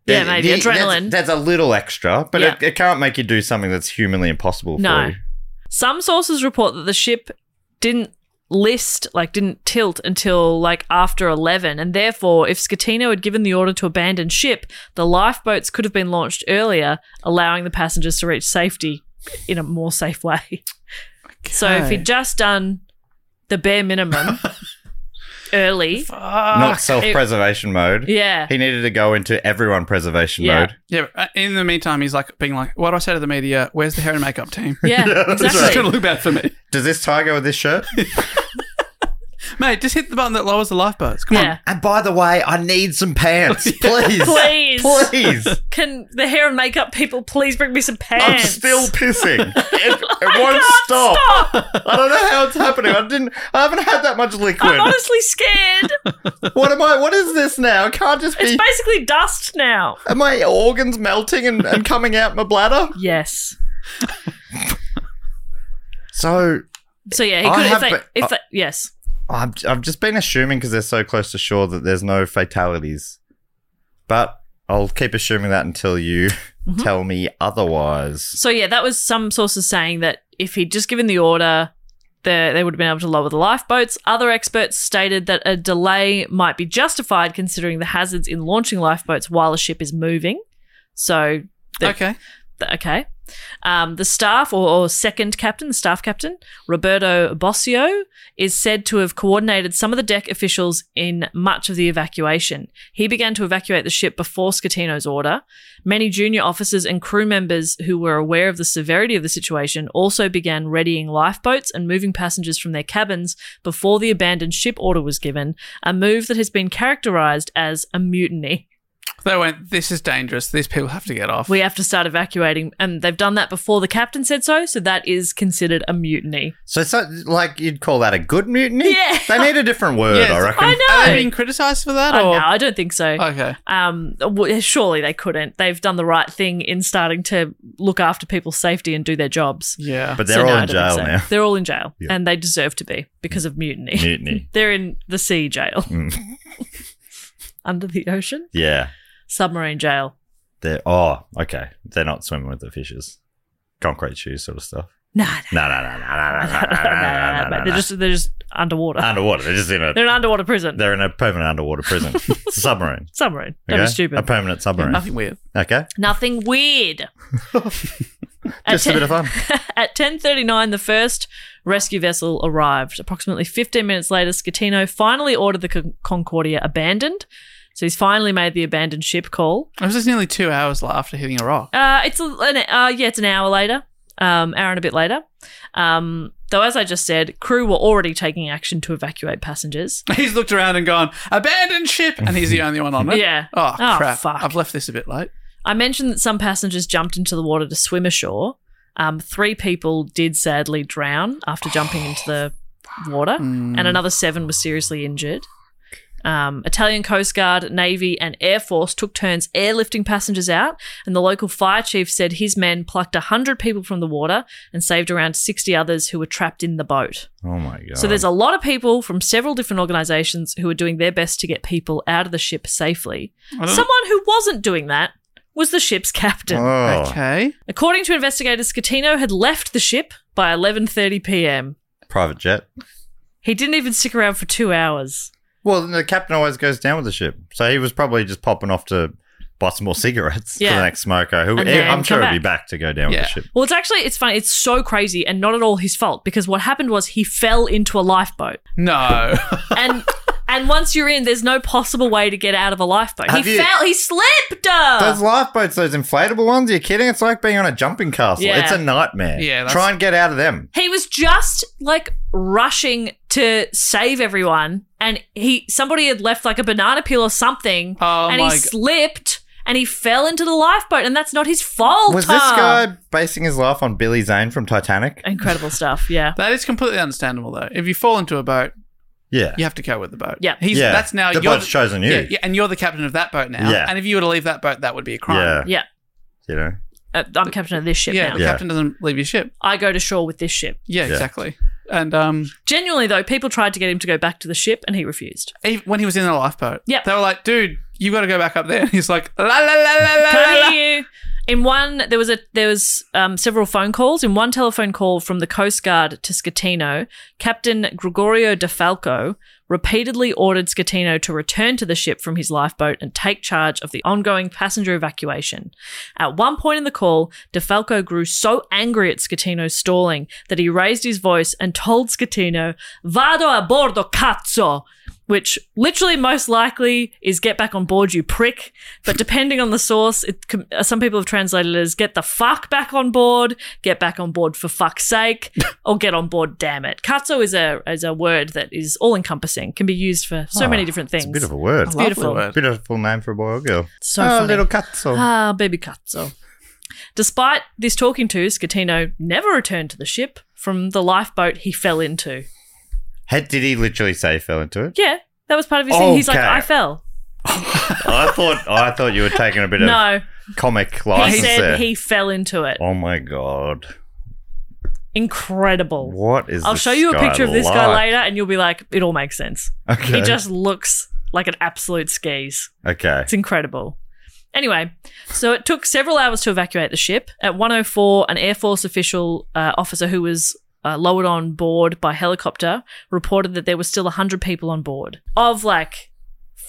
[SPEAKER 3] Yeah,
[SPEAKER 2] that-
[SPEAKER 3] maybe
[SPEAKER 2] the- that's-
[SPEAKER 3] adrenaline.
[SPEAKER 2] That's, a little extra, but it,
[SPEAKER 3] Yeah.
[SPEAKER 2] it can't make you do something that's humanly impossible.
[SPEAKER 3] No.
[SPEAKER 2] for you.
[SPEAKER 3] Some sources report that the ship didn't list, like didn't tilt until like after 11, and therefore, if Scatino had given the order to abandon ship, the lifeboats could have been launched earlier, allowing the passengers to reach safety in a more safe way. So if
[SPEAKER 1] Okay.
[SPEAKER 3] he'd just done the bare minimum early,
[SPEAKER 2] not self-preservation mode.
[SPEAKER 3] yeah,
[SPEAKER 2] He needed to go into everyone preservation
[SPEAKER 3] Yeah.
[SPEAKER 2] mode.
[SPEAKER 1] yeah. but, uh, In the meantime, he's like being like, "What do I say to the media? Where's the hair and makeup team?
[SPEAKER 3] yeah,
[SPEAKER 1] this is going to
[SPEAKER 3] exactly.
[SPEAKER 1] look bad for me,
[SPEAKER 2] Does this tie go with this shirt?
[SPEAKER 1] mate. Just hit the button that lowers the lifeboats. Come
[SPEAKER 3] Yeah.
[SPEAKER 2] and by the way, I need some pants, please,
[SPEAKER 3] Please.
[SPEAKER 2] please.
[SPEAKER 3] Can the hair and makeup people please bring me some pants?
[SPEAKER 2] I'm still pissing. It, it won't stop. I don't know how it's happening. I didn't. I haven't had that much liquid.
[SPEAKER 3] I'm honestly scared.
[SPEAKER 2] what am I? What is this now? It can't just be.
[SPEAKER 3] It's basically dust now.
[SPEAKER 2] Are my organs melting and, and coming out my bladder?
[SPEAKER 3] Yes.
[SPEAKER 2] So
[SPEAKER 3] So yeah, he
[SPEAKER 2] I
[SPEAKER 3] could if
[SPEAKER 2] have
[SPEAKER 3] they,
[SPEAKER 2] been-
[SPEAKER 3] if
[SPEAKER 2] uh,
[SPEAKER 3] they, yes.
[SPEAKER 2] I've, I've just been assuming because they're so close to shore that there's no fatalities. But I'll keep assuming that until you
[SPEAKER 3] Mm-hmm.
[SPEAKER 2] tell me otherwise.
[SPEAKER 3] So yeah, that was some sources saying that if he'd just given the order, the, they would have been able to lower the lifeboats. Other experts stated that a delay might be justified considering the hazards in launching lifeboats while a ship is moving. So
[SPEAKER 1] on.
[SPEAKER 3] Yeah.
[SPEAKER 1] Okay.
[SPEAKER 3] Th- Okay. Um, the staff or, or second captain, the staff captain, Roberto Bossio, is said to have coordinated some of the deck officials in much of the evacuation. He began to evacuate the ship before Scatino's order. Many junior officers and crew members who were aware of the severity of the situation also began readying lifeboats and moving passengers from their cabins before the abandoned ship order was given, a move that has been characterized as a mutiny.
[SPEAKER 1] They went. This is dangerous. These people have to get off.
[SPEAKER 3] We have to start evacuating. And they've done that before the captain said so. So that is considered a mutiny.
[SPEAKER 2] So, so like you'd call that a good mutiny?
[SPEAKER 3] Yeah.
[SPEAKER 2] They need a different word,
[SPEAKER 1] Yes.
[SPEAKER 2] I reckon.
[SPEAKER 3] I
[SPEAKER 1] Are they
[SPEAKER 3] know.
[SPEAKER 1] being criticised for that?
[SPEAKER 3] Oh,
[SPEAKER 1] or?
[SPEAKER 3] no, I don't think so.
[SPEAKER 1] Okay.
[SPEAKER 3] Um, w- surely they couldn't. They've done the right thing in starting to look after people's safety and do their jobs.
[SPEAKER 1] Yeah.
[SPEAKER 2] But they're
[SPEAKER 3] So, no,
[SPEAKER 2] all
[SPEAKER 3] I
[SPEAKER 2] in
[SPEAKER 3] don't
[SPEAKER 2] jail
[SPEAKER 3] think so.
[SPEAKER 2] now.
[SPEAKER 3] They're all in jail,
[SPEAKER 2] Yeah.
[SPEAKER 3] and they deserve to be because of mutiny.
[SPEAKER 2] Mutiny.
[SPEAKER 3] they're in the sea jail,
[SPEAKER 2] Mm.
[SPEAKER 3] under the ocean,
[SPEAKER 2] Yeah.
[SPEAKER 3] submarine jail.
[SPEAKER 2] They're oh, okay. They're not swimming with the fishes. Concrete shoes sort of stuff.
[SPEAKER 3] Nah, nah,
[SPEAKER 2] No, no, no, no, no, no,
[SPEAKER 3] nah, nah,
[SPEAKER 2] no, no,
[SPEAKER 3] nah,
[SPEAKER 2] no,
[SPEAKER 3] mate.
[SPEAKER 2] no,
[SPEAKER 3] they're
[SPEAKER 2] no.
[SPEAKER 3] just they're just underwater.
[SPEAKER 2] underwater. They're just in a
[SPEAKER 3] they're an underwater prison.
[SPEAKER 2] they're in a permanent underwater prison. submarine.
[SPEAKER 3] submarine. Don't
[SPEAKER 2] Okay?
[SPEAKER 3] be stupid.
[SPEAKER 2] A permanent submarine.
[SPEAKER 1] Nothing weird.
[SPEAKER 2] Okay.
[SPEAKER 3] Nothing weird. At
[SPEAKER 2] Just a
[SPEAKER 3] 10
[SPEAKER 2] bit of fun.
[SPEAKER 3] At 10:39 the first rescue vessel arrived. Approximately 15 minutes later Scatino finally ordered the Con- Concordia abandoned. So he's finally made the abandoned ship call.
[SPEAKER 1] It was just nearly two hours la- after hitting a rock.
[SPEAKER 3] Uh, it's a, an, uh, yeah, it's an hour later, um, hour and a bit later. Um, though, as I just said, crew were already taking action to evacuate passengers.
[SPEAKER 1] He's looked around and gone, abandon ship, and he's the only one on it.
[SPEAKER 3] Yeah.
[SPEAKER 1] Oh,
[SPEAKER 3] Oh,
[SPEAKER 1] crap!
[SPEAKER 3] fuck.
[SPEAKER 1] I've left this a bit late.
[SPEAKER 3] I mentioned that some passengers jumped into the water to swim ashore. Um, three people did sadly drown after jumping into the water, and another seven were seriously injured. Um, Italian Coast Guard, Navy, and Air Force took turns airlifting passengers out, and the local fire chief said his men plucked 100 people from the water and saved around 60 others who were trapped in the boat.
[SPEAKER 2] Oh my god.
[SPEAKER 3] So there's a lot of people from several different organizations who are doing their best to get people out of the ship safely. Someone who wasn't doing that was the ship's captain.
[SPEAKER 2] oh.
[SPEAKER 1] Okay.
[SPEAKER 3] According to investigators, Scatino had left the ship by 11:30 p.m.
[SPEAKER 2] private jet.
[SPEAKER 3] He didn't even stick around for 2 hours.
[SPEAKER 2] Well, the captain always goes down with the ship, so he was probably just popping off to buy some more cigarettes for
[SPEAKER 3] Yeah.
[SPEAKER 2] the next smoker. Who
[SPEAKER 3] And then
[SPEAKER 2] I'm sure
[SPEAKER 3] come
[SPEAKER 2] he'll be back to go down
[SPEAKER 1] Yeah.
[SPEAKER 2] with the ship.
[SPEAKER 3] Well, it's actually it's funny. It's so crazy and not at all his fault because what happened was he fell into a lifeboat.
[SPEAKER 1] No.
[SPEAKER 3] And and once you're in, there's no possible way to get out of a lifeboat.
[SPEAKER 2] Have
[SPEAKER 3] he
[SPEAKER 2] you-
[SPEAKER 3] fell, he slipped. uh!
[SPEAKER 2] Those lifeboats, those inflatable ones, are you kidding? It's like being on a jumping castle.
[SPEAKER 3] Yeah.
[SPEAKER 2] It's a nightmare.
[SPEAKER 1] Yeah, that's-
[SPEAKER 2] Try and get out of them.
[SPEAKER 3] He was just like rushing to save everyone, and he somebody had left like a banana peel or something,
[SPEAKER 1] Oh
[SPEAKER 3] and
[SPEAKER 1] my
[SPEAKER 3] he
[SPEAKER 1] g-
[SPEAKER 3] slipped and he fell into the lifeboat, and that's not his fault.
[SPEAKER 2] Was this
[SPEAKER 3] huh?
[SPEAKER 2] guy basing his life on Billy Zane from Titanic?
[SPEAKER 3] incredible stuff? Yeah,
[SPEAKER 1] that is completely understandable, though. If you fall into a boat,
[SPEAKER 2] Yeah.
[SPEAKER 1] you have to go with the boat.
[SPEAKER 3] Yeah.
[SPEAKER 1] He's,
[SPEAKER 2] Yeah.
[SPEAKER 1] That's now
[SPEAKER 2] The
[SPEAKER 1] you're
[SPEAKER 2] boat's chosen you.
[SPEAKER 1] Yeah, yeah, and you're the captain of that boat now.
[SPEAKER 2] Yeah.
[SPEAKER 1] And if you were to leave that boat, that would be a
[SPEAKER 2] Yeah.
[SPEAKER 1] crime.
[SPEAKER 3] yeah.
[SPEAKER 2] You know,
[SPEAKER 3] uh, I'm captain of this ship
[SPEAKER 1] yeah,
[SPEAKER 3] now.
[SPEAKER 1] the captain doesn't leave your ship.
[SPEAKER 3] I go to shore with this ship.
[SPEAKER 1] Yeah, exactly. And um,
[SPEAKER 3] Genuinely though, people tried to get him to go back to the ship, and he refused.
[SPEAKER 1] he- e, when he was in the lifeboat,
[SPEAKER 3] Yep.
[SPEAKER 1] they were like, "Dude, you got to go back up there." And he's like, "La la la la la."
[SPEAKER 3] Can I
[SPEAKER 1] la.
[SPEAKER 3] hear you? In one, there was a there was um, several phone calls. In one telephone call from the Coast Guard to Scatino, Captain Gregorio DeFalco repeatedly ordered Scatino to return to the ship from his lifeboat and take charge of the ongoing passenger evacuation. At one point in the call, DeFalco grew so angry at Scatino's stalling that he raised his voice and told Scatino, "Vado a bordo, cazzo." which literally most likely is get back on board, you prick. But depending on the source, it, com- uh, some people have translated it as get the fuck back on board, get back on board for fuck's sake, or get on board, damn it. Katso is a is a word that is all encompassing, can be used for so many different things.
[SPEAKER 2] Ah, It's a beautiful word.
[SPEAKER 1] Lovely
[SPEAKER 3] beautiful.
[SPEAKER 1] word.
[SPEAKER 2] Beautiful name for a boy or girl.
[SPEAKER 3] So
[SPEAKER 2] oh,
[SPEAKER 3] funny.
[SPEAKER 2] little Katzo.
[SPEAKER 3] Ah, baby Katso. Despite this talking to, Scatino never returned to the ship from the lifeboat he fell into.
[SPEAKER 2] Had, did he literally say he fell into it?
[SPEAKER 3] Yeah, that was part of his thing. He's like,
[SPEAKER 2] Okay.
[SPEAKER 3] I fell.
[SPEAKER 2] I thought I thought you were taking a bit of
[SPEAKER 3] No,
[SPEAKER 2] comic
[SPEAKER 3] he
[SPEAKER 2] license there.
[SPEAKER 3] said he fell into it.
[SPEAKER 2] oh my god!
[SPEAKER 3] incredible.
[SPEAKER 2] What is?
[SPEAKER 3] I'll
[SPEAKER 2] this
[SPEAKER 3] show you a
[SPEAKER 2] guy
[SPEAKER 3] picture of this guy
[SPEAKER 2] like?
[SPEAKER 3] later, and you'll be like, it all makes sense.
[SPEAKER 2] Okay.
[SPEAKER 3] He just looks like an absolute skis.
[SPEAKER 2] okay.
[SPEAKER 3] It's incredible. Anyway, so it took several hours to evacuate the ship. At 104, an Air Force official uh, officer who was uh, lowered on board by helicopter reported that there were still 100 people on board. Of like,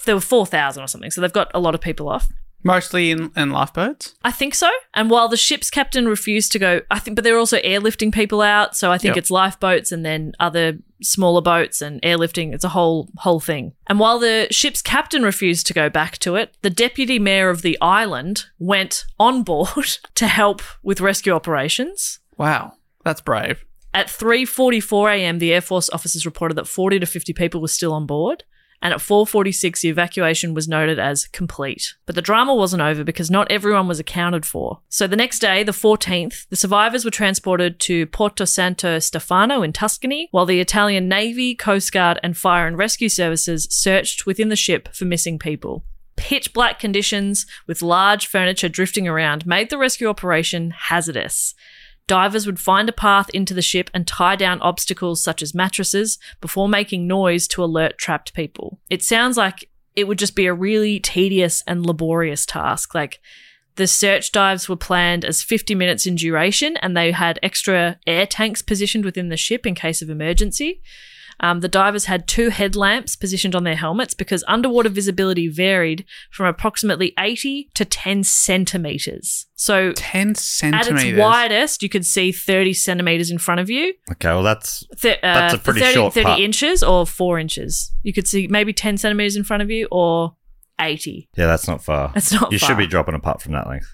[SPEAKER 3] there were 4,000 or something. So they've got a lot of people off.
[SPEAKER 1] Mostly in, in lifeboats.
[SPEAKER 3] I think so. And while the ship's captain refused to go, I think, but they're also airlifting people out. So I think
[SPEAKER 1] Yep.
[SPEAKER 3] it's lifeboats and then other smaller boats and airlifting. It's a whole whole thing. And while the ship's captain refused to go back to it, the deputy mayor of the island went on board to help with rescue operations.
[SPEAKER 1] Wow, that's brave.
[SPEAKER 3] At 3:44 a.m., the Air Force officers reported that 40 to 50 people were still on board, and at 4:46 the evacuation was noted as complete. But the drama wasn't over because not everyone was accounted for. So the next day, the 14th, the survivors were transported to Porto Santo Stefano in Tuscany, while the Italian Navy, Coast Guard, and Fire and Rescue Services searched within the ship for missing people. Pitch black conditions with large furniture drifting around made the rescue operation hazardous. Divers would find a path into the ship and tie down obstacles such as mattresses before making noise to alert trapped people. It sounds like it would just be a really tedious and laborious task. Like the search dives were planned as 50 minutes in duration and they had extra air tanks positioned within the ship in case of emergency. Um, the divers had two headlamps positioned on their helmets because underwater visibility varied from approximately 80 to 10 centimeters. So
[SPEAKER 1] Ten
[SPEAKER 3] at
[SPEAKER 1] centimeters.
[SPEAKER 3] its widest, you could see 30 centimeters in front of you.
[SPEAKER 2] Okay. Well, that's
[SPEAKER 3] Th- uh,
[SPEAKER 2] That's a pretty
[SPEAKER 3] 30,
[SPEAKER 2] short
[SPEAKER 3] 30
[SPEAKER 2] putt.
[SPEAKER 3] inches or four inches. You could see maybe 10 centimeters in front of you or 80.
[SPEAKER 2] yeah. That's not far.
[SPEAKER 3] That's not
[SPEAKER 2] You should
[SPEAKER 3] far.
[SPEAKER 2] be dropping a putt from that length.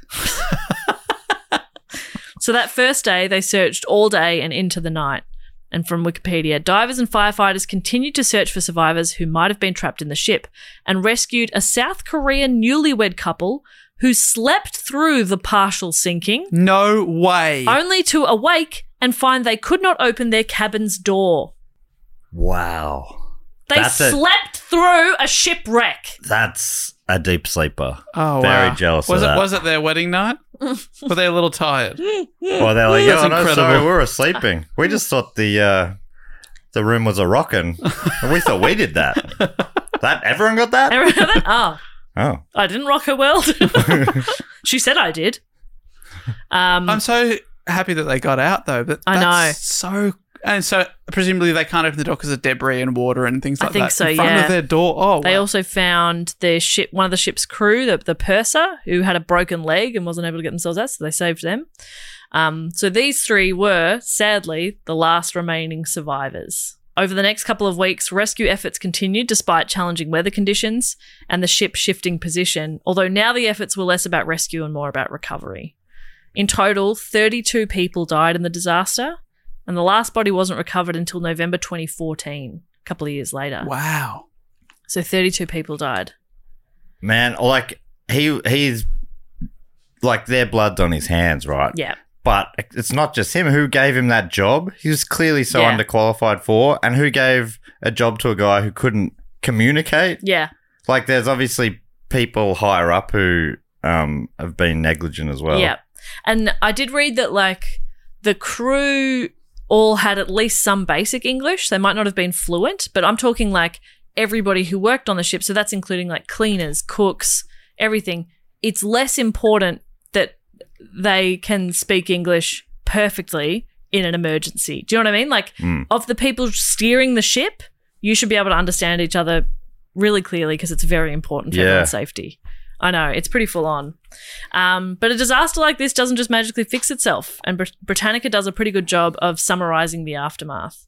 [SPEAKER 3] So that first day, they searched all day and into the night. And from Wikipedia, divers and firefighters continued to search for survivors who might have been trapped in the ship and rescued a South Korean newlywed couple who slept through the partial sinking.
[SPEAKER 1] no way.
[SPEAKER 3] only to awake and find they could not open their cabin's door.
[SPEAKER 2] Wow.
[SPEAKER 3] They
[SPEAKER 2] That's a-
[SPEAKER 3] slept through a shipwreck.
[SPEAKER 2] That's a deep sleeper.
[SPEAKER 1] Oh,
[SPEAKER 2] very
[SPEAKER 1] wow.
[SPEAKER 2] jealous
[SPEAKER 1] Was
[SPEAKER 2] of
[SPEAKER 1] it
[SPEAKER 2] that.
[SPEAKER 1] was it their wedding night? Were they a little tired?
[SPEAKER 2] Well, they're like,
[SPEAKER 1] That's
[SPEAKER 2] yeah, no, sorry,
[SPEAKER 1] incredible.
[SPEAKER 2] we were sleeping. We just thought the uh, the room was a rockin'. and we thought we did that. That everyone got that?
[SPEAKER 3] oh,
[SPEAKER 2] oh,
[SPEAKER 3] I didn't rock her world. she said I did. Um,
[SPEAKER 1] I'm so happy that they got out though. But
[SPEAKER 3] I
[SPEAKER 1] that's So and so presumably they can't open the door because of debris and water and things
[SPEAKER 3] I
[SPEAKER 1] like
[SPEAKER 3] think
[SPEAKER 1] that
[SPEAKER 3] so,
[SPEAKER 1] in front
[SPEAKER 3] yeah.
[SPEAKER 1] of their door. Oh,
[SPEAKER 3] they
[SPEAKER 1] wow.
[SPEAKER 3] also found their ship, one of the ship's crew, the, the purser, who had a broken leg and wasn't able to get themselves out, so they saved them. Um, so these three were, sadly, the last remaining survivors. Over the next couple of weeks, rescue efforts continued despite challenging weather conditions and the ship shifting position, although now the efforts were less about rescue and more about recovery. In total, 32 people died in the disaster, and the last body wasn't recovered until November 2014, a couple of years later.
[SPEAKER 1] wow.
[SPEAKER 3] So 32 people died.
[SPEAKER 2] man, like he he's like their blood's on his hands, right?
[SPEAKER 3] Yeah.
[SPEAKER 2] But it's not just him. Who gave him that job? He was clearly so
[SPEAKER 3] Yeah.
[SPEAKER 2] underqualified for, and who gave a job to a guy who couldn't communicate?
[SPEAKER 3] Yeah.
[SPEAKER 2] Like, there's obviously people higher up who um have been negligent as well.
[SPEAKER 3] Yeah. And I did read that like the crew all had at least some basic English. They might not have been fluent, but I'm talking like everybody who worked on the ship. So that's including like cleaners, cooks, everything. It's less important that they can speak English perfectly in an emergency. Do you know what I mean? Like, of the people steering the ship, you should be able to understand each other really clearly because it's very important for
[SPEAKER 2] Yeah.
[SPEAKER 3] everyone's safety. I know, it's pretty full on. Um, but a disaster like this doesn't just magically fix itself, and Brit- Britannica does a pretty good job of summarizing the aftermath.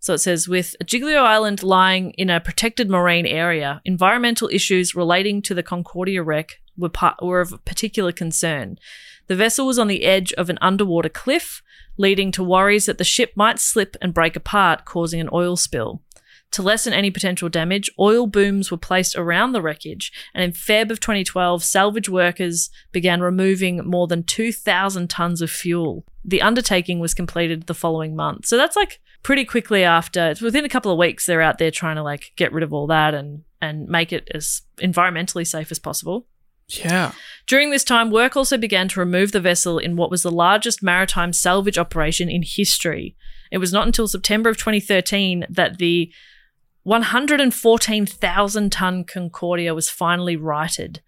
[SPEAKER 3] So it says with Giglio Island lying in a protected marine area, environmental issues relating to the Concordia wreck were, par- were of particular concern. The vessel was on the edge of an underwater cliff, leading to worries that the ship might slip and break apart, causing an oil spill. To lessen any potential damage, oil booms were placed around the wreckage, and in Feb of 2012, salvage workers began removing more than 2,000 tons of fuel. The undertaking was completed the following month. So that's like pretty quickly after. It's within a couple of weeks they're out there trying to like get rid of all that and and make it as environmentally safe as possible.
[SPEAKER 1] Yeah.
[SPEAKER 3] During this time, work also began to remove the vessel in what was the largest maritime salvage operation in history. It was not until September of 2013 that the 114,000 ton Concordia was finally righted.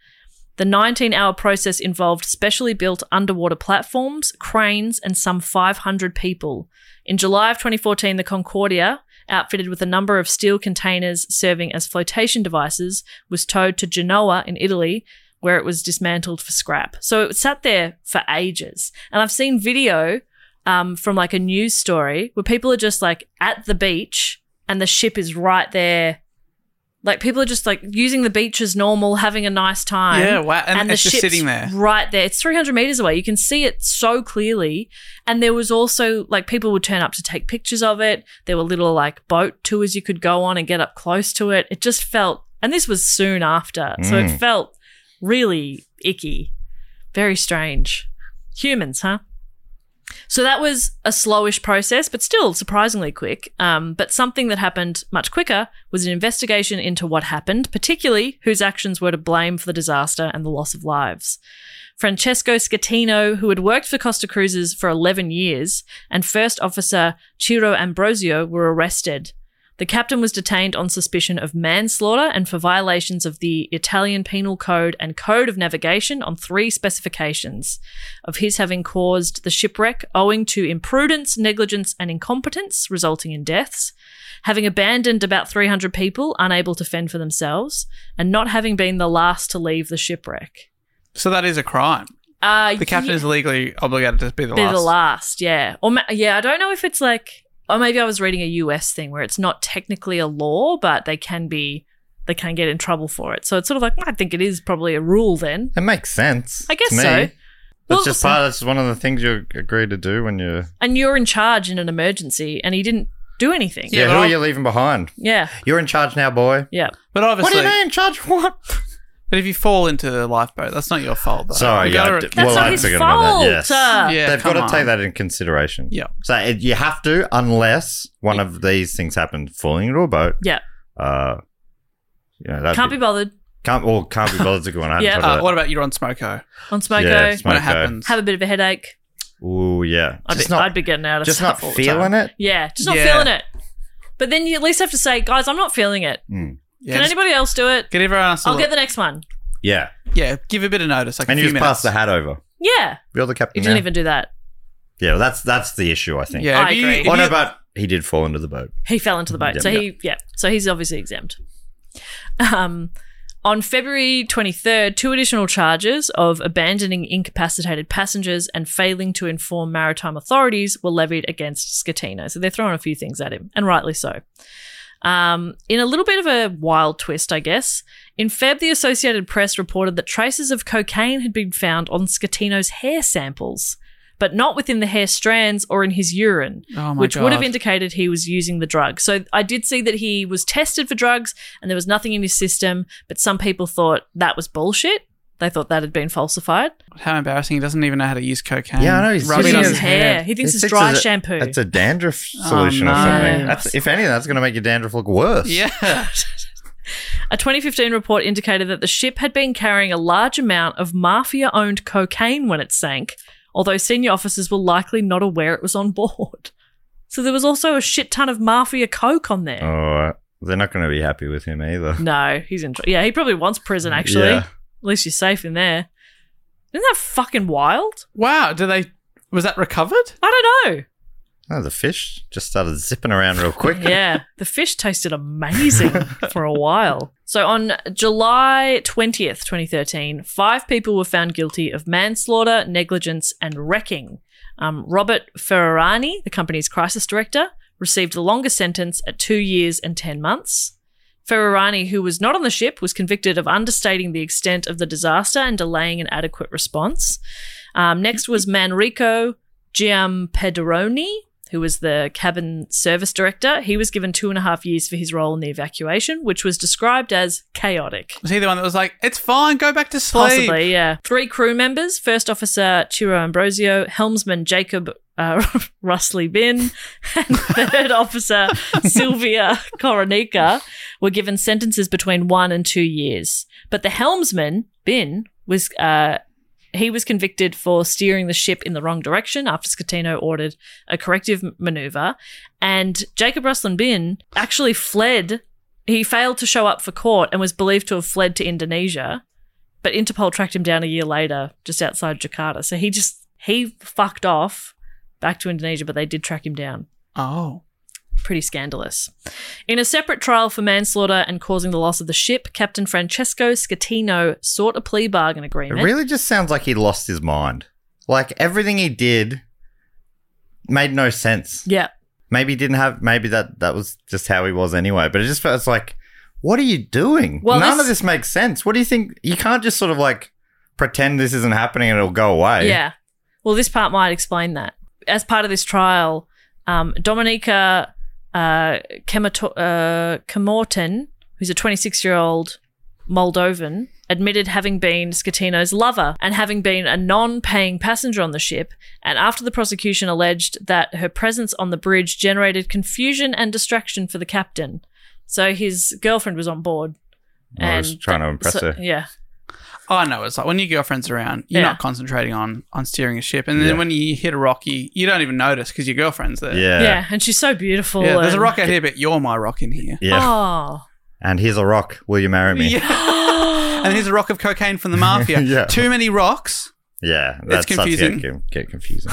[SPEAKER 3] The 19 hour process involved specially built underwater platforms, cranes, and some 500 people. In July of 2014, the Concordia, outfitted with a number of steel containers serving as flotation devices, was towed to Genoa in Italy, where it was dismantled for scrap. So it sat there for ages. And I've seen video um, from like a news story where people are just like at the beach and the ship is right there. Like people are just like using the beach as normal, having a nice time.
[SPEAKER 1] Yeah, wow. And it's just sitting there.
[SPEAKER 3] right there. It's 300 meters away. You can see it so clearly. And there was also like people would turn up to take pictures of it. There were little like boat tours you could go on and get up close to it. It just felt, and this was soon after. So
[SPEAKER 1] Mm.
[SPEAKER 3] it felt really icky, very strange. Humans, huh? So that was a slowish process, but still surprisingly quick. Um, but something that happened much quicker was an investigation into what happened, particularly whose actions were to blame for the disaster and the loss of lives. Francesco Scatino, who had worked for Costa Cruises for 11 years, and First Officer Ciro Ambrosio were arrested. The captain was detained on suspicion of manslaughter and for violations of the Italian Penal Code and Code of Navigation on three specifications of his having caused the shipwreck owing to imprudence, negligence, and incompetence, resulting in deaths, having abandoned about 300 people unable to fend for themselves, and not having been the last to leave the shipwreck.
[SPEAKER 1] So that is a crime.
[SPEAKER 3] Uh,
[SPEAKER 1] The captain
[SPEAKER 3] yeah.
[SPEAKER 1] is legally obligated to be the
[SPEAKER 3] Be
[SPEAKER 1] last.
[SPEAKER 3] the last, yeah. Or ma- yeah, I don't know if it's like, or maybe I was reading a US thing where it's not technically a law, but they can be, they can get in trouble for it. So it's sort of like I think it is probably a rule then.
[SPEAKER 2] It makes sense.
[SPEAKER 3] I guess
[SPEAKER 2] to me.
[SPEAKER 3] so.
[SPEAKER 2] That's
[SPEAKER 3] Well,
[SPEAKER 2] just
[SPEAKER 3] listen-
[SPEAKER 2] part. That's one of the things you agree to do when you.
[SPEAKER 3] And you're in charge in an emergency, and he didn't do anything.
[SPEAKER 2] Yeah,
[SPEAKER 1] Yeah,
[SPEAKER 2] who
[SPEAKER 1] but
[SPEAKER 2] are
[SPEAKER 1] I-
[SPEAKER 2] you leaving behind?
[SPEAKER 3] yeah,
[SPEAKER 2] You're in charge now, boy.
[SPEAKER 3] yeah.
[SPEAKER 1] But
[SPEAKER 2] What
[SPEAKER 1] obviously,
[SPEAKER 2] do you mean, in charge? of What?
[SPEAKER 1] but if you fall into the lifeboat, that's not your fault. Though.
[SPEAKER 2] Sorry,
[SPEAKER 1] You
[SPEAKER 2] yeah,
[SPEAKER 1] gotta-
[SPEAKER 2] I did-
[SPEAKER 3] That's
[SPEAKER 2] Well,
[SPEAKER 3] not
[SPEAKER 2] I
[SPEAKER 3] his
[SPEAKER 2] forgot about that,
[SPEAKER 3] fault.
[SPEAKER 2] yes.
[SPEAKER 3] uh.
[SPEAKER 1] Yeah,
[SPEAKER 2] They've got
[SPEAKER 1] come
[SPEAKER 2] to
[SPEAKER 1] on.
[SPEAKER 2] take that in consideration.
[SPEAKER 1] Yeah.
[SPEAKER 2] So it, you have to, unless one of these things happened, falling into a boat.
[SPEAKER 3] Yeah.
[SPEAKER 2] Uh, you know, that'd
[SPEAKER 3] Can't
[SPEAKER 2] be,
[SPEAKER 3] be bothered
[SPEAKER 2] can't well can't be bothered to go on. I haven't
[SPEAKER 3] Yeah.
[SPEAKER 2] thought of
[SPEAKER 1] Uh,
[SPEAKER 2] that.
[SPEAKER 1] what about you're on Smoko?
[SPEAKER 3] on Smoko.
[SPEAKER 2] Yeah,
[SPEAKER 1] When
[SPEAKER 2] Smoko.
[SPEAKER 1] it happens,
[SPEAKER 3] Have a bit of a headache.
[SPEAKER 1] Uh,
[SPEAKER 2] Ooh, yeah.
[SPEAKER 3] I'd be,
[SPEAKER 2] Just not,
[SPEAKER 3] I'd be getting out of
[SPEAKER 2] just
[SPEAKER 3] stuff
[SPEAKER 2] not
[SPEAKER 3] all the
[SPEAKER 2] feeling
[SPEAKER 3] time.
[SPEAKER 2] it.
[SPEAKER 3] Yeah, just not
[SPEAKER 1] Yeah.
[SPEAKER 3] feeling it. But then you at least have to say, guys, I'm not feeling it.
[SPEAKER 2] Mm.
[SPEAKER 1] yeah,
[SPEAKER 3] Can
[SPEAKER 1] just
[SPEAKER 3] anybody else do it?
[SPEAKER 1] get everyone else? a
[SPEAKER 3] I'll get
[SPEAKER 1] little-
[SPEAKER 3] the next one.
[SPEAKER 2] Yeah.
[SPEAKER 1] yeah, give a bit of notice, like
[SPEAKER 2] And
[SPEAKER 1] a
[SPEAKER 2] you
[SPEAKER 1] few
[SPEAKER 2] just
[SPEAKER 1] minutes.
[SPEAKER 2] pass the hat over.
[SPEAKER 3] Yeah,
[SPEAKER 2] You're the
[SPEAKER 3] he
[SPEAKER 2] captain.
[SPEAKER 3] didn't
[SPEAKER 2] now.
[SPEAKER 3] even do that.
[SPEAKER 2] Yeah, well, that's that's the issue. I think.
[SPEAKER 1] Yeah,
[SPEAKER 3] I
[SPEAKER 1] if you,
[SPEAKER 3] agree.
[SPEAKER 1] if
[SPEAKER 2] Oh
[SPEAKER 1] you-
[SPEAKER 2] no, but he did fall into the boat.
[SPEAKER 3] He fell into the boat.
[SPEAKER 2] Yeah,
[SPEAKER 3] so he, yeah. So he's obviously exempt. Um, on February 23rd, two additional charges of abandoning incapacitated passengers and failing to inform maritime authorities were levied against Scatino. So they're throwing a few things at him, and rightly so. Um, in a little bit of a wild twist, I guess, in Feb, the Associated Press reported that traces of cocaine had been found on Scatino's hair samples, but not within the hair strands or in his urine,
[SPEAKER 1] Oh my
[SPEAKER 3] which would have
[SPEAKER 1] God.
[SPEAKER 3] indicated he was using the drug. So I did see that he was tested for drugs and there was nothing in his system, but some people thought that was bullshit. They thought that had been falsified.
[SPEAKER 1] how embarrassing! He doesn't even know how to use cocaine.
[SPEAKER 2] Yeah, I know, he's
[SPEAKER 1] Rub it
[SPEAKER 2] sitting
[SPEAKER 1] on
[SPEAKER 2] in his
[SPEAKER 1] his hair.
[SPEAKER 3] He thinks it's,
[SPEAKER 2] sticks
[SPEAKER 3] dry
[SPEAKER 2] as a-
[SPEAKER 3] shampoo.
[SPEAKER 2] It's a dandruff
[SPEAKER 1] Oh,
[SPEAKER 2] solution or
[SPEAKER 1] no.
[SPEAKER 2] something. That's, if anything, that's going to make your dandruff look worse.
[SPEAKER 1] Yeah,
[SPEAKER 3] A 2015 report indicated that the ship had been carrying a large amount of mafia owned cocaine when it sank although senior officers were likely not aware it was on board. So there was also a shit ton of mafia coke on there.
[SPEAKER 2] Oh, they're not going to be happy with him either.
[SPEAKER 3] No, he's in. tr- Yeah, he probably wants prison. Actually,
[SPEAKER 2] Yeah.
[SPEAKER 3] at least you're safe in there. Isn't that fucking wild?
[SPEAKER 1] Wow, do they was that recovered?
[SPEAKER 3] I don't
[SPEAKER 2] Oh, the fish just started zipping around real quick.
[SPEAKER 3] know. Yeah, the fish tasted amazing for a while. So on July 20th, 2013, five people were found guilty of manslaughter, negligence, and wrecking. Um, Robert Ferrarani, the company's crisis director, received the longest sentence at two years and 10 months. Ferrarani, who was not on the ship, was convicted of understating the extent of the disaster and delaying an adequate response. Um, next was Manrico Giampederoni, who was the cabin service director. He was given two and a half years for his role in the evacuation, which was described as chaotic.
[SPEAKER 1] Was he the one that was like, "It's fine, go back to sleep"?
[SPEAKER 3] Possibly, yeah. Three crew members: first officer Chiro Ambrosio, helmsman Jacob uh, Rustley Bin, and third officer Sylvia Koronika were given sentences between one and two years. But the helmsman Bin was uh, he was convicted for steering the ship in the wrong direction after Scatino ordered a corrective m- maneuver, and Jacob Rustlin Bin actually fled. He failed to show up for court and was believed to have fled to Indonesia but Interpol tracked him down a year later, just outside Jakarta. So he just he fucked off back to Indonesia, but they did track him down.
[SPEAKER 1] Oh,
[SPEAKER 3] Pretty scandalous. In a separate trial for manslaughter and causing the loss of the ship, Captain Francesco Scatino sought a plea bargain
[SPEAKER 2] It
[SPEAKER 3] agreement.
[SPEAKER 2] really just sounds like he lost his mind. Like everything he did made no sense.
[SPEAKER 3] Yeah.
[SPEAKER 2] Maybe he didn't have. Maybe that that was just how he was anyway. But it just felt it's like, what are you doing?
[SPEAKER 3] Well,
[SPEAKER 2] None
[SPEAKER 3] this-
[SPEAKER 2] of this makes sense. What do you think? You can't just sort of like pretend this isn't happening and it'll go away.
[SPEAKER 3] Yeah. Well, this part might explain that. As part of this trial, um, Dominica uh, Kemato- uh, Kemorten, who's a 26 year old Moldovan, admitted having been Scatino's lover and having been a non paying passenger on the ship. And after the prosecution alleged that her presence on the bridge generated confusion and distraction for the captain. So his girlfriend was on board.
[SPEAKER 2] I was trying to impress
[SPEAKER 3] so-
[SPEAKER 2] her.
[SPEAKER 3] Yeah.
[SPEAKER 1] I know. It's like when your girlfriend's around, you're
[SPEAKER 3] Yeah.
[SPEAKER 1] not concentrating on on steering a ship, and then
[SPEAKER 2] Yeah.
[SPEAKER 1] when you hit a rock, you, you don't even notice because your girlfriend's there.
[SPEAKER 2] Yeah.
[SPEAKER 3] yeah. And she's so beautiful.
[SPEAKER 1] Yeah, there's a
[SPEAKER 3] and-
[SPEAKER 1] rock out here, but you're my rock in here.
[SPEAKER 2] Yeah.
[SPEAKER 3] Oh.
[SPEAKER 2] And here's a rock. Will you marry me?
[SPEAKER 1] Yeah. and here's a rock of cocaine from the mafia.
[SPEAKER 2] Yeah.
[SPEAKER 1] Too many rocks.
[SPEAKER 2] Yeah,
[SPEAKER 1] It's
[SPEAKER 2] that starts to
[SPEAKER 1] confusing.
[SPEAKER 2] Get, get confusing.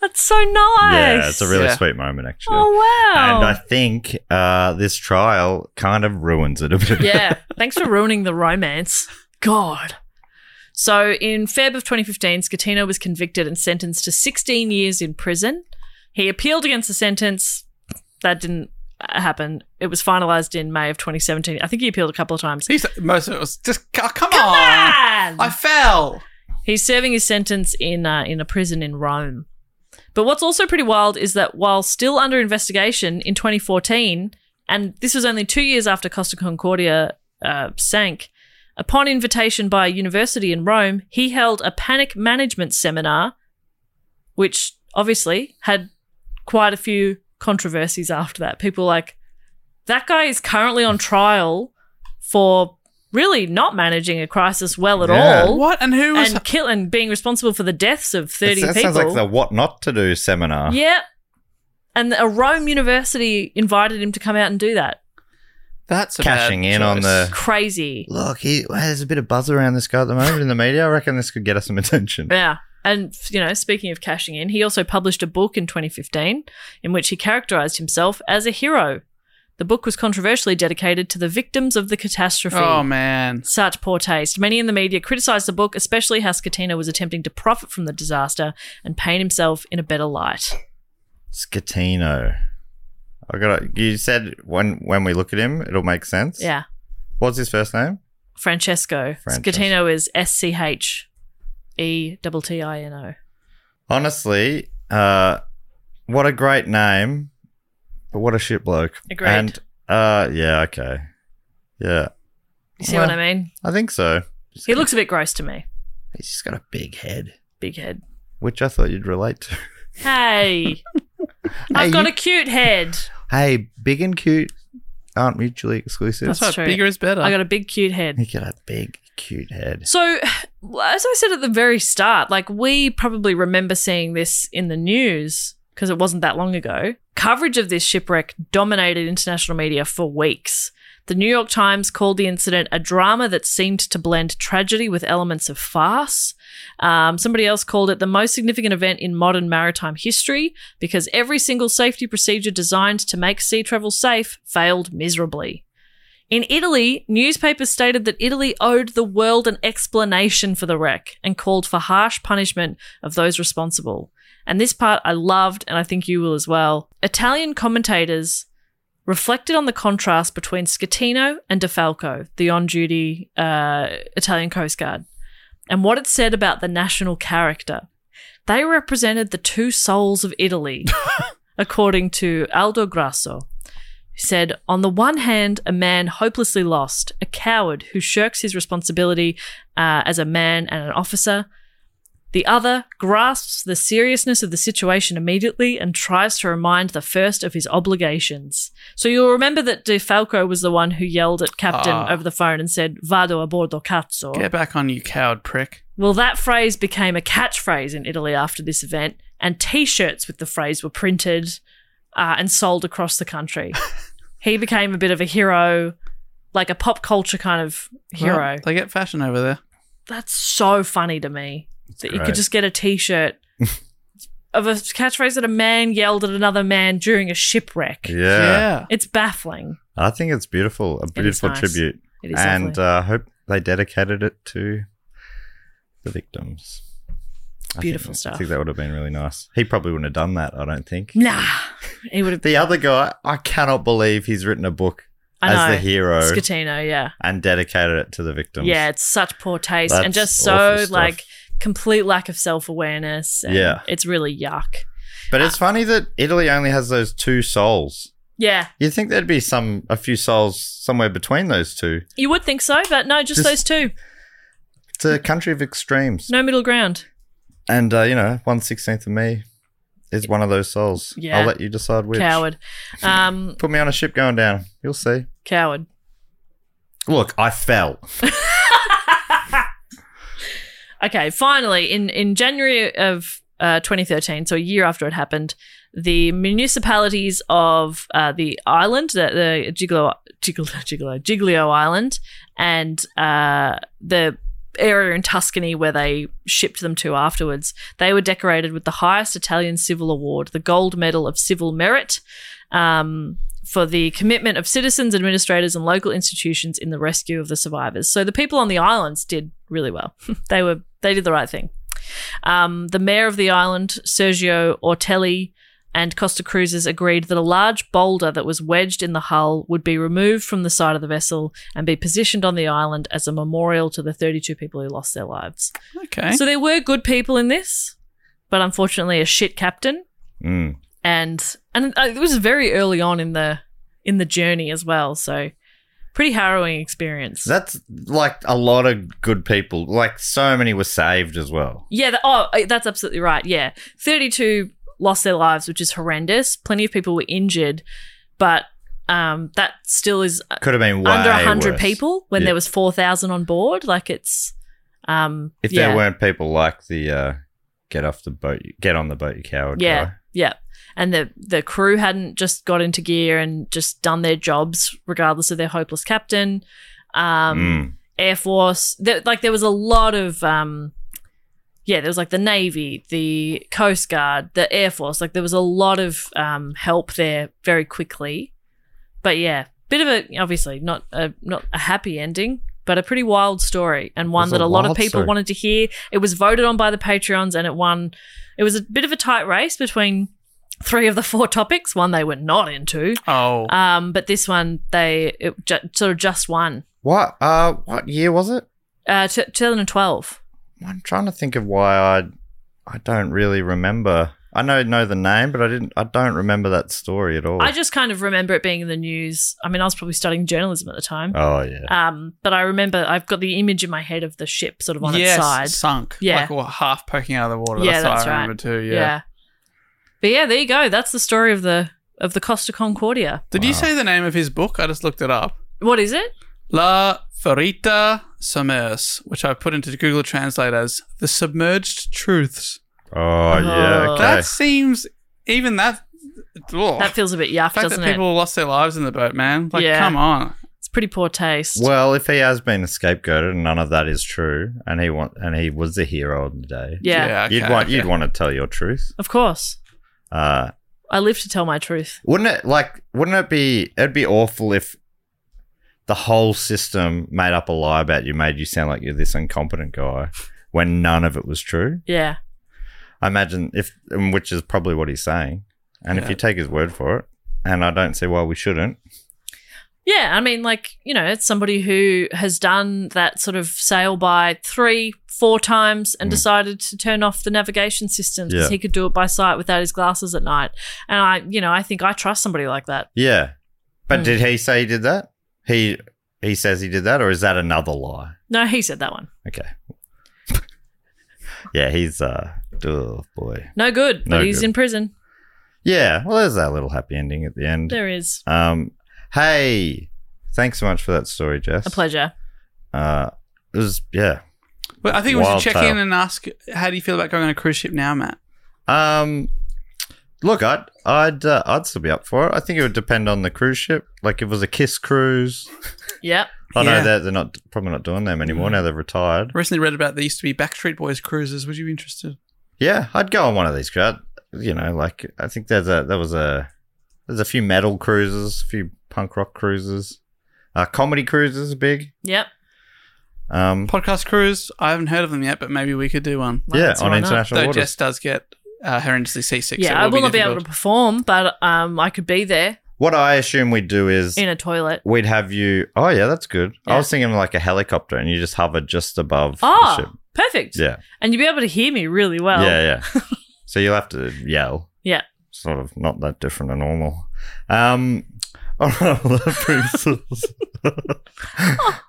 [SPEAKER 3] That's so nice.
[SPEAKER 2] Yeah, it's a really
[SPEAKER 1] Yeah.
[SPEAKER 2] sweet moment actually.
[SPEAKER 3] Oh wow.
[SPEAKER 2] And I think uh, this trial kind of ruins it a bit.
[SPEAKER 3] yeah. Thanks for ruining the romance. God. So in Feb of 2015, Scatino was convicted and sentenced to 16 years in prison. He appealed against the sentence. That didn't uh, happen. It was finalized in May of 2017. I think he appealed a couple of times.
[SPEAKER 1] He's, most of it was just, oh, come, on.
[SPEAKER 3] on!
[SPEAKER 1] I fell.
[SPEAKER 3] He's serving his sentence in uh, in a prison in Rome. But what's also pretty wild is that while still under investigation in 2014, and this was only two years after Costa Concordia uh, sank, upon invitation by a university in Rome, he held a panic management seminar, which obviously had quite a few controversies after that. People were like, that guy is currently on trial for really not managing a crisis well at
[SPEAKER 2] Yeah.
[SPEAKER 3] all
[SPEAKER 1] What? And who was.
[SPEAKER 3] and kill and being responsible for the deaths of
[SPEAKER 2] It's-
[SPEAKER 3] 30
[SPEAKER 2] that
[SPEAKER 3] people.
[SPEAKER 2] sounds like the what not to do seminar.
[SPEAKER 3] yeah. And a Rome university invited him to come out and do that.
[SPEAKER 1] that's a
[SPEAKER 2] Cashing
[SPEAKER 1] bad
[SPEAKER 2] in on
[SPEAKER 1] choice.
[SPEAKER 2] the-
[SPEAKER 3] Crazy.
[SPEAKER 2] Look, he, well, there's a bit of buzz around this guy at the moment in the media. I reckon this could get us some attention.
[SPEAKER 3] Yeah. And, you know, speaking of cashing in, he also published a book in 2015 in which he characterized himself as a hero. The book was controversially dedicated to the victims of the catastrophe.
[SPEAKER 1] Oh, man.
[SPEAKER 3] Such poor taste. Many in the media criticised the book, especially how Scatino was attempting to profit from the disaster and paint himself in a better light.
[SPEAKER 2] Scatino. I got. You said when when we look at him, it'll make sense.
[SPEAKER 3] Yeah.
[SPEAKER 2] What's his first name?
[SPEAKER 3] Francesco.
[SPEAKER 2] Francesco.
[SPEAKER 3] Scatino is S C H E T T I N O.
[SPEAKER 2] Honestly, uh, what a great name, but what a shit bloke.
[SPEAKER 3] Agreed.
[SPEAKER 2] And uh, yeah, okay, yeah,
[SPEAKER 3] You see what
[SPEAKER 2] Well,
[SPEAKER 3] I mean?
[SPEAKER 2] I think so.
[SPEAKER 3] He looks a bit gross to me.
[SPEAKER 2] He's just got a big head,
[SPEAKER 3] Big head.
[SPEAKER 2] which I thought you'd relate to.
[SPEAKER 3] Hey, I've
[SPEAKER 2] Hey,
[SPEAKER 3] got
[SPEAKER 2] you-
[SPEAKER 3] a cute head.
[SPEAKER 2] Hey, big and cute aren't mutually exclusive.
[SPEAKER 3] That's
[SPEAKER 1] That's right.
[SPEAKER 3] true.
[SPEAKER 1] Bigger is better.
[SPEAKER 3] I got a big cute head.
[SPEAKER 2] You got a big Cute head.
[SPEAKER 3] So, as I said at the very start, like we probably remember seeing this in the news because it wasn't that long ago. Coverage of this shipwreck dominated international media for weeks. The New York Times called the incident a drama that seemed to blend tragedy with elements of farce. Um, somebody else called it the most significant event in modern maritime history because every single safety procedure designed to make sea travel safe failed miserably. In Italy, newspapers stated that Italy owed the world an explanation for the wreck and called for harsh punishment of those responsible. And this part I loved, and I think you will as well. Italian commentators reflected on the contrast between Scatino and DeFalco, the on duty uh, Italian Coast Guard, and what it said about the national character. They represented the two souls of Italy, according to Aldo Grasso said, On the one hand, a man hopelessly lost, a coward who shirks his responsibility uh, as a man and an officer. The other grasps the seriousness of the situation immediately and tries to remind the first of his obligations. So you'll remember that DeFalco was the one who yelled at Captain
[SPEAKER 1] Ah.
[SPEAKER 3] over the phone and said, Vado a bordo cazzo.
[SPEAKER 1] Get back on, you coward prick.
[SPEAKER 3] Well, that phrase became a catchphrase in Italy after this event, and t shirts with the phrase were printed uh, and sold across the country. he became a bit of a hero, like a pop culture kind of hero.
[SPEAKER 1] Well, they get fashion over there.
[SPEAKER 3] That's so funny to me that you could
[SPEAKER 2] great.
[SPEAKER 3] just get a t shirt of a catchphrase that a man yelled at another man during a shipwreck.
[SPEAKER 2] Yeah.
[SPEAKER 1] Yeah.
[SPEAKER 3] It's baffling.
[SPEAKER 2] I think it's beautiful. A beautiful
[SPEAKER 3] nice.
[SPEAKER 2] tribute.
[SPEAKER 3] It is
[SPEAKER 2] and
[SPEAKER 3] lovely.
[SPEAKER 2] uh, I hope they dedicated it to the victims. I think
[SPEAKER 3] Beautiful
[SPEAKER 2] that- I
[SPEAKER 3] stuff.
[SPEAKER 2] think that would have been really nice. He probably wouldn't have done that, I don't think.
[SPEAKER 3] Nah, he would have.
[SPEAKER 2] The other guy, I cannot believe he's written a book
[SPEAKER 3] I know.
[SPEAKER 2] as the hero
[SPEAKER 3] Scatino, yeah.
[SPEAKER 2] and dedicated it to the victims.
[SPEAKER 3] Yeah, it's such poor taste and
[SPEAKER 2] That's
[SPEAKER 3] just
[SPEAKER 2] awful
[SPEAKER 3] so
[SPEAKER 2] stuff.
[SPEAKER 3] like complete lack of self awareness.
[SPEAKER 2] Yeah.
[SPEAKER 3] it's really yuck.
[SPEAKER 2] But
[SPEAKER 3] Uh,
[SPEAKER 2] it's funny that Italy only has those two souls.
[SPEAKER 3] Yeah,
[SPEAKER 2] You'd think there'd be some a few souls somewhere between those two.
[SPEAKER 3] you would think so, but no, just,
[SPEAKER 2] Just-
[SPEAKER 3] those two.
[SPEAKER 2] It's a country of extremes.
[SPEAKER 3] No middle ground.
[SPEAKER 2] And uh, you know, one sixteenth of me is one of those souls.
[SPEAKER 3] Yeah.
[SPEAKER 2] I'll let you decide which.
[SPEAKER 3] Coward. Um,
[SPEAKER 2] Put me on a ship going down. You'll see.
[SPEAKER 3] coward.
[SPEAKER 2] Look, I fell.
[SPEAKER 3] Okay, finally, in, in January of uh, 2013, so a year after it happened, the municipalities of uh, the island, the, the Gigolo, Gigolo, Gigolo, Giglio Island, and uh, the area in Tuscany where they shipped them to afterwards, they were decorated with the highest Italian civil award, the Gold Medal of Civil Merit. Um, for the commitment of citizens, administrators, and local institutions in the rescue of the survivors. So the people on the islands did really well. they were they did the right thing. Um, the mayor of the island, Sergio Ortelli, and Costa Cruises agreed that a large boulder that was wedged in the hull would be removed from the side of the vessel and be positioned on the island as a memorial to the 32 people who lost their lives.
[SPEAKER 1] Okay.
[SPEAKER 3] So there were good people in this, but unfortunately, a shit captain
[SPEAKER 2] Mm.
[SPEAKER 3] and and uh, it was very early on in the in the journey as well so pretty harrowing experience
[SPEAKER 2] That's like a lot of good people. Like so many were saved as well.
[SPEAKER 3] yeah the, oh uh, that's absolutely right yeah 32 lost their lives which is horrendous plenty of people were injured but um that still is uh,
[SPEAKER 2] Could have been way
[SPEAKER 3] under 100
[SPEAKER 2] worse.
[SPEAKER 3] people when
[SPEAKER 2] Yeah.
[SPEAKER 3] there was 4000 on board like it's um
[SPEAKER 2] If
[SPEAKER 3] yeah.
[SPEAKER 2] there weren't people like the uh, get off the boat, get on the boat, you coward.
[SPEAKER 3] Yeah,
[SPEAKER 2] guy.
[SPEAKER 3] yeah. And the the crew hadn't just got into gear and just done their jobs, regardless of their hopeless captain.
[SPEAKER 2] Hmm. Mm.
[SPEAKER 3] Um, Air Force, there, like there was a lot of, um, yeah, there was like the Navy, the Coast Guard, the Air Force. Like there was a lot of um, help there very quickly. But yeah, bit of a obviously not a not a happy ending. But a pretty wild story, and one
[SPEAKER 2] was
[SPEAKER 3] that
[SPEAKER 2] a
[SPEAKER 3] a lot of
[SPEAKER 2] wild
[SPEAKER 3] people
[SPEAKER 2] story.
[SPEAKER 3] wanted to hear. It was voted on by the Patreons, and it won it was a bit of a tight race between three of the four topics. One they were not into,
[SPEAKER 1] oh.
[SPEAKER 3] um, but this one they it ju- sort of just won.
[SPEAKER 2] What? Uh, what year was it?
[SPEAKER 3] Uh, t- 2012.
[SPEAKER 2] I'm trying to think of why I, I don't really remember. I know know the name, but I didn't. I don't remember that story at all.
[SPEAKER 3] I just kind of remember it being in the news. I mean, I was probably studying journalism at the time,
[SPEAKER 2] oh yeah.
[SPEAKER 3] um, but I remember I've got the image in my head of the ship sort of on
[SPEAKER 1] yes,
[SPEAKER 3] its side.
[SPEAKER 1] sunk.
[SPEAKER 3] Yeah.
[SPEAKER 1] Like well, half poking out of the water.
[SPEAKER 3] yeah,
[SPEAKER 1] that's, what
[SPEAKER 3] that's
[SPEAKER 1] I
[SPEAKER 3] right.
[SPEAKER 1] remember too. Yeah.
[SPEAKER 3] but yeah, there you go. That's the story of the of the Costa Concordia.
[SPEAKER 1] Did you say the name of his book? I just looked it up.
[SPEAKER 3] What is it?
[SPEAKER 1] La Ferita Somers, which I put into Google Translate as the submerged truths.
[SPEAKER 2] Oh, yeah. Okay.
[SPEAKER 1] That seems even that. ugh.
[SPEAKER 3] That feels a bit
[SPEAKER 1] the
[SPEAKER 3] yuck,
[SPEAKER 1] fact
[SPEAKER 3] doesn't
[SPEAKER 1] that people
[SPEAKER 3] it?
[SPEAKER 1] lost their lives in the boat, man. Like,
[SPEAKER 3] Yeah.
[SPEAKER 1] come on.
[SPEAKER 3] It's pretty poor taste.
[SPEAKER 2] well, if he has been scapegoated and none of that is true, and he want and he was the hero of the day,
[SPEAKER 3] yeah,
[SPEAKER 1] okay,
[SPEAKER 2] you'd want
[SPEAKER 1] okay.
[SPEAKER 2] you'd want to tell your truth.
[SPEAKER 3] of course.
[SPEAKER 2] Uh,
[SPEAKER 3] I live to tell my truth.
[SPEAKER 2] Wouldn't it like wouldn't it be it'd be awful if the whole system made up a lie about you made you sound like you're this incompetent guy when none of it was true?
[SPEAKER 3] Yeah.
[SPEAKER 2] I imagine if and which is probably what he's saying. And if
[SPEAKER 1] Yeah.
[SPEAKER 2] you take his word for it, and I don't see why we shouldn't.
[SPEAKER 3] Yeah, I mean, like, you know, it's somebody who has done that sort of sail by three, four times and decided to turn off the navigation systems because
[SPEAKER 2] Mm. Yeah.
[SPEAKER 3] he could do it by sight without his glasses at night. And I, you know, I think I trust somebody like that.
[SPEAKER 2] Yeah. But
[SPEAKER 3] Mm.
[SPEAKER 2] did he say he did that? He he says he did that, or is that another lie?
[SPEAKER 3] No, he said that one.
[SPEAKER 2] Okay. yeah, he's uh oh boy.
[SPEAKER 3] No good, but
[SPEAKER 2] No
[SPEAKER 3] he's
[SPEAKER 2] good.
[SPEAKER 3] in prison.
[SPEAKER 2] Yeah, well there's that little happy ending at the end.
[SPEAKER 3] There is.
[SPEAKER 2] Um, hey, thanks so much for that story, Jess.
[SPEAKER 3] A pleasure.
[SPEAKER 2] Uh, it was yeah.
[SPEAKER 1] Well, I think we
[SPEAKER 2] Wild
[SPEAKER 1] should check
[SPEAKER 2] tale.
[SPEAKER 1] in and ask, how do you feel about going on a cruise ship now, Matt?
[SPEAKER 2] Um, look, I'd I'd uh, I'd still be up for it. I think it would depend on the cruise ship. Like if it was a kiss cruise,
[SPEAKER 3] Yep.
[SPEAKER 2] I
[SPEAKER 1] Yeah.
[SPEAKER 2] know that they're not probably not doing them anymore now. They've retired.
[SPEAKER 1] I recently read about there used to be Backstreet Boys cruises. Would you be interested?
[SPEAKER 2] Yeah, I'd go on one of these. Crowd, you know, like I think there's a there was a there's a few metal cruises, a few punk rock cruises, uh, comedy cruises, are big.
[SPEAKER 3] Yep.
[SPEAKER 2] Um,
[SPEAKER 1] Podcast cruise? I haven't heard of them yet, but maybe we could do one.
[SPEAKER 3] Well,
[SPEAKER 2] yeah,
[SPEAKER 3] that's
[SPEAKER 2] on
[SPEAKER 3] why not.
[SPEAKER 2] international
[SPEAKER 1] Though
[SPEAKER 2] waters.
[SPEAKER 1] Jess does get uh, horrendously seasick. so it
[SPEAKER 3] yeah, I will not be able to
[SPEAKER 1] difficult.
[SPEAKER 3] perform, but um, I could be there
[SPEAKER 2] what I assume we do is
[SPEAKER 3] in a toilet.
[SPEAKER 2] we'd have you. Oh yeah, that's good. I
[SPEAKER 3] Yeah.
[SPEAKER 2] was thinking like a helicopter, and you just hover just above.
[SPEAKER 3] Ah,
[SPEAKER 2] the ship.
[SPEAKER 3] perfect.
[SPEAKER 2] yeah,
[SPEAKER 3] And you'll be able to hear me really well.
[SPEAKER 2] yeah, yeah. so you'll have to yell.
[SPEAKER 3] Yeah.
[SPEAKER 2] Sort of not that different to normal. Um, all right, well, that brings us. I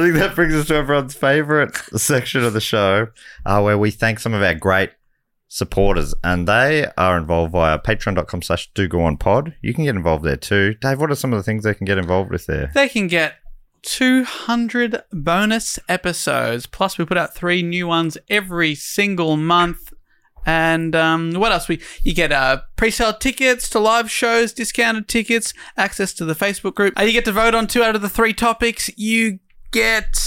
[SPEAKER 2] think that brings us to everyone's favorite section of the show, uh, where we thank some of our great supporters, and they are involved via patreon.com slash do go on pod. You can get involved there too. Dave, what are some of the things they can get involved with there?
[SPEAKER 1] They can get 200 bonus episodes. Plus, we put out three new ones every single month. And um, what else? We you get uh, pre-sale tickets to live shows, discounted tickets, access to the Facebook group. Uh, you get to vote on two out of the three topics. You get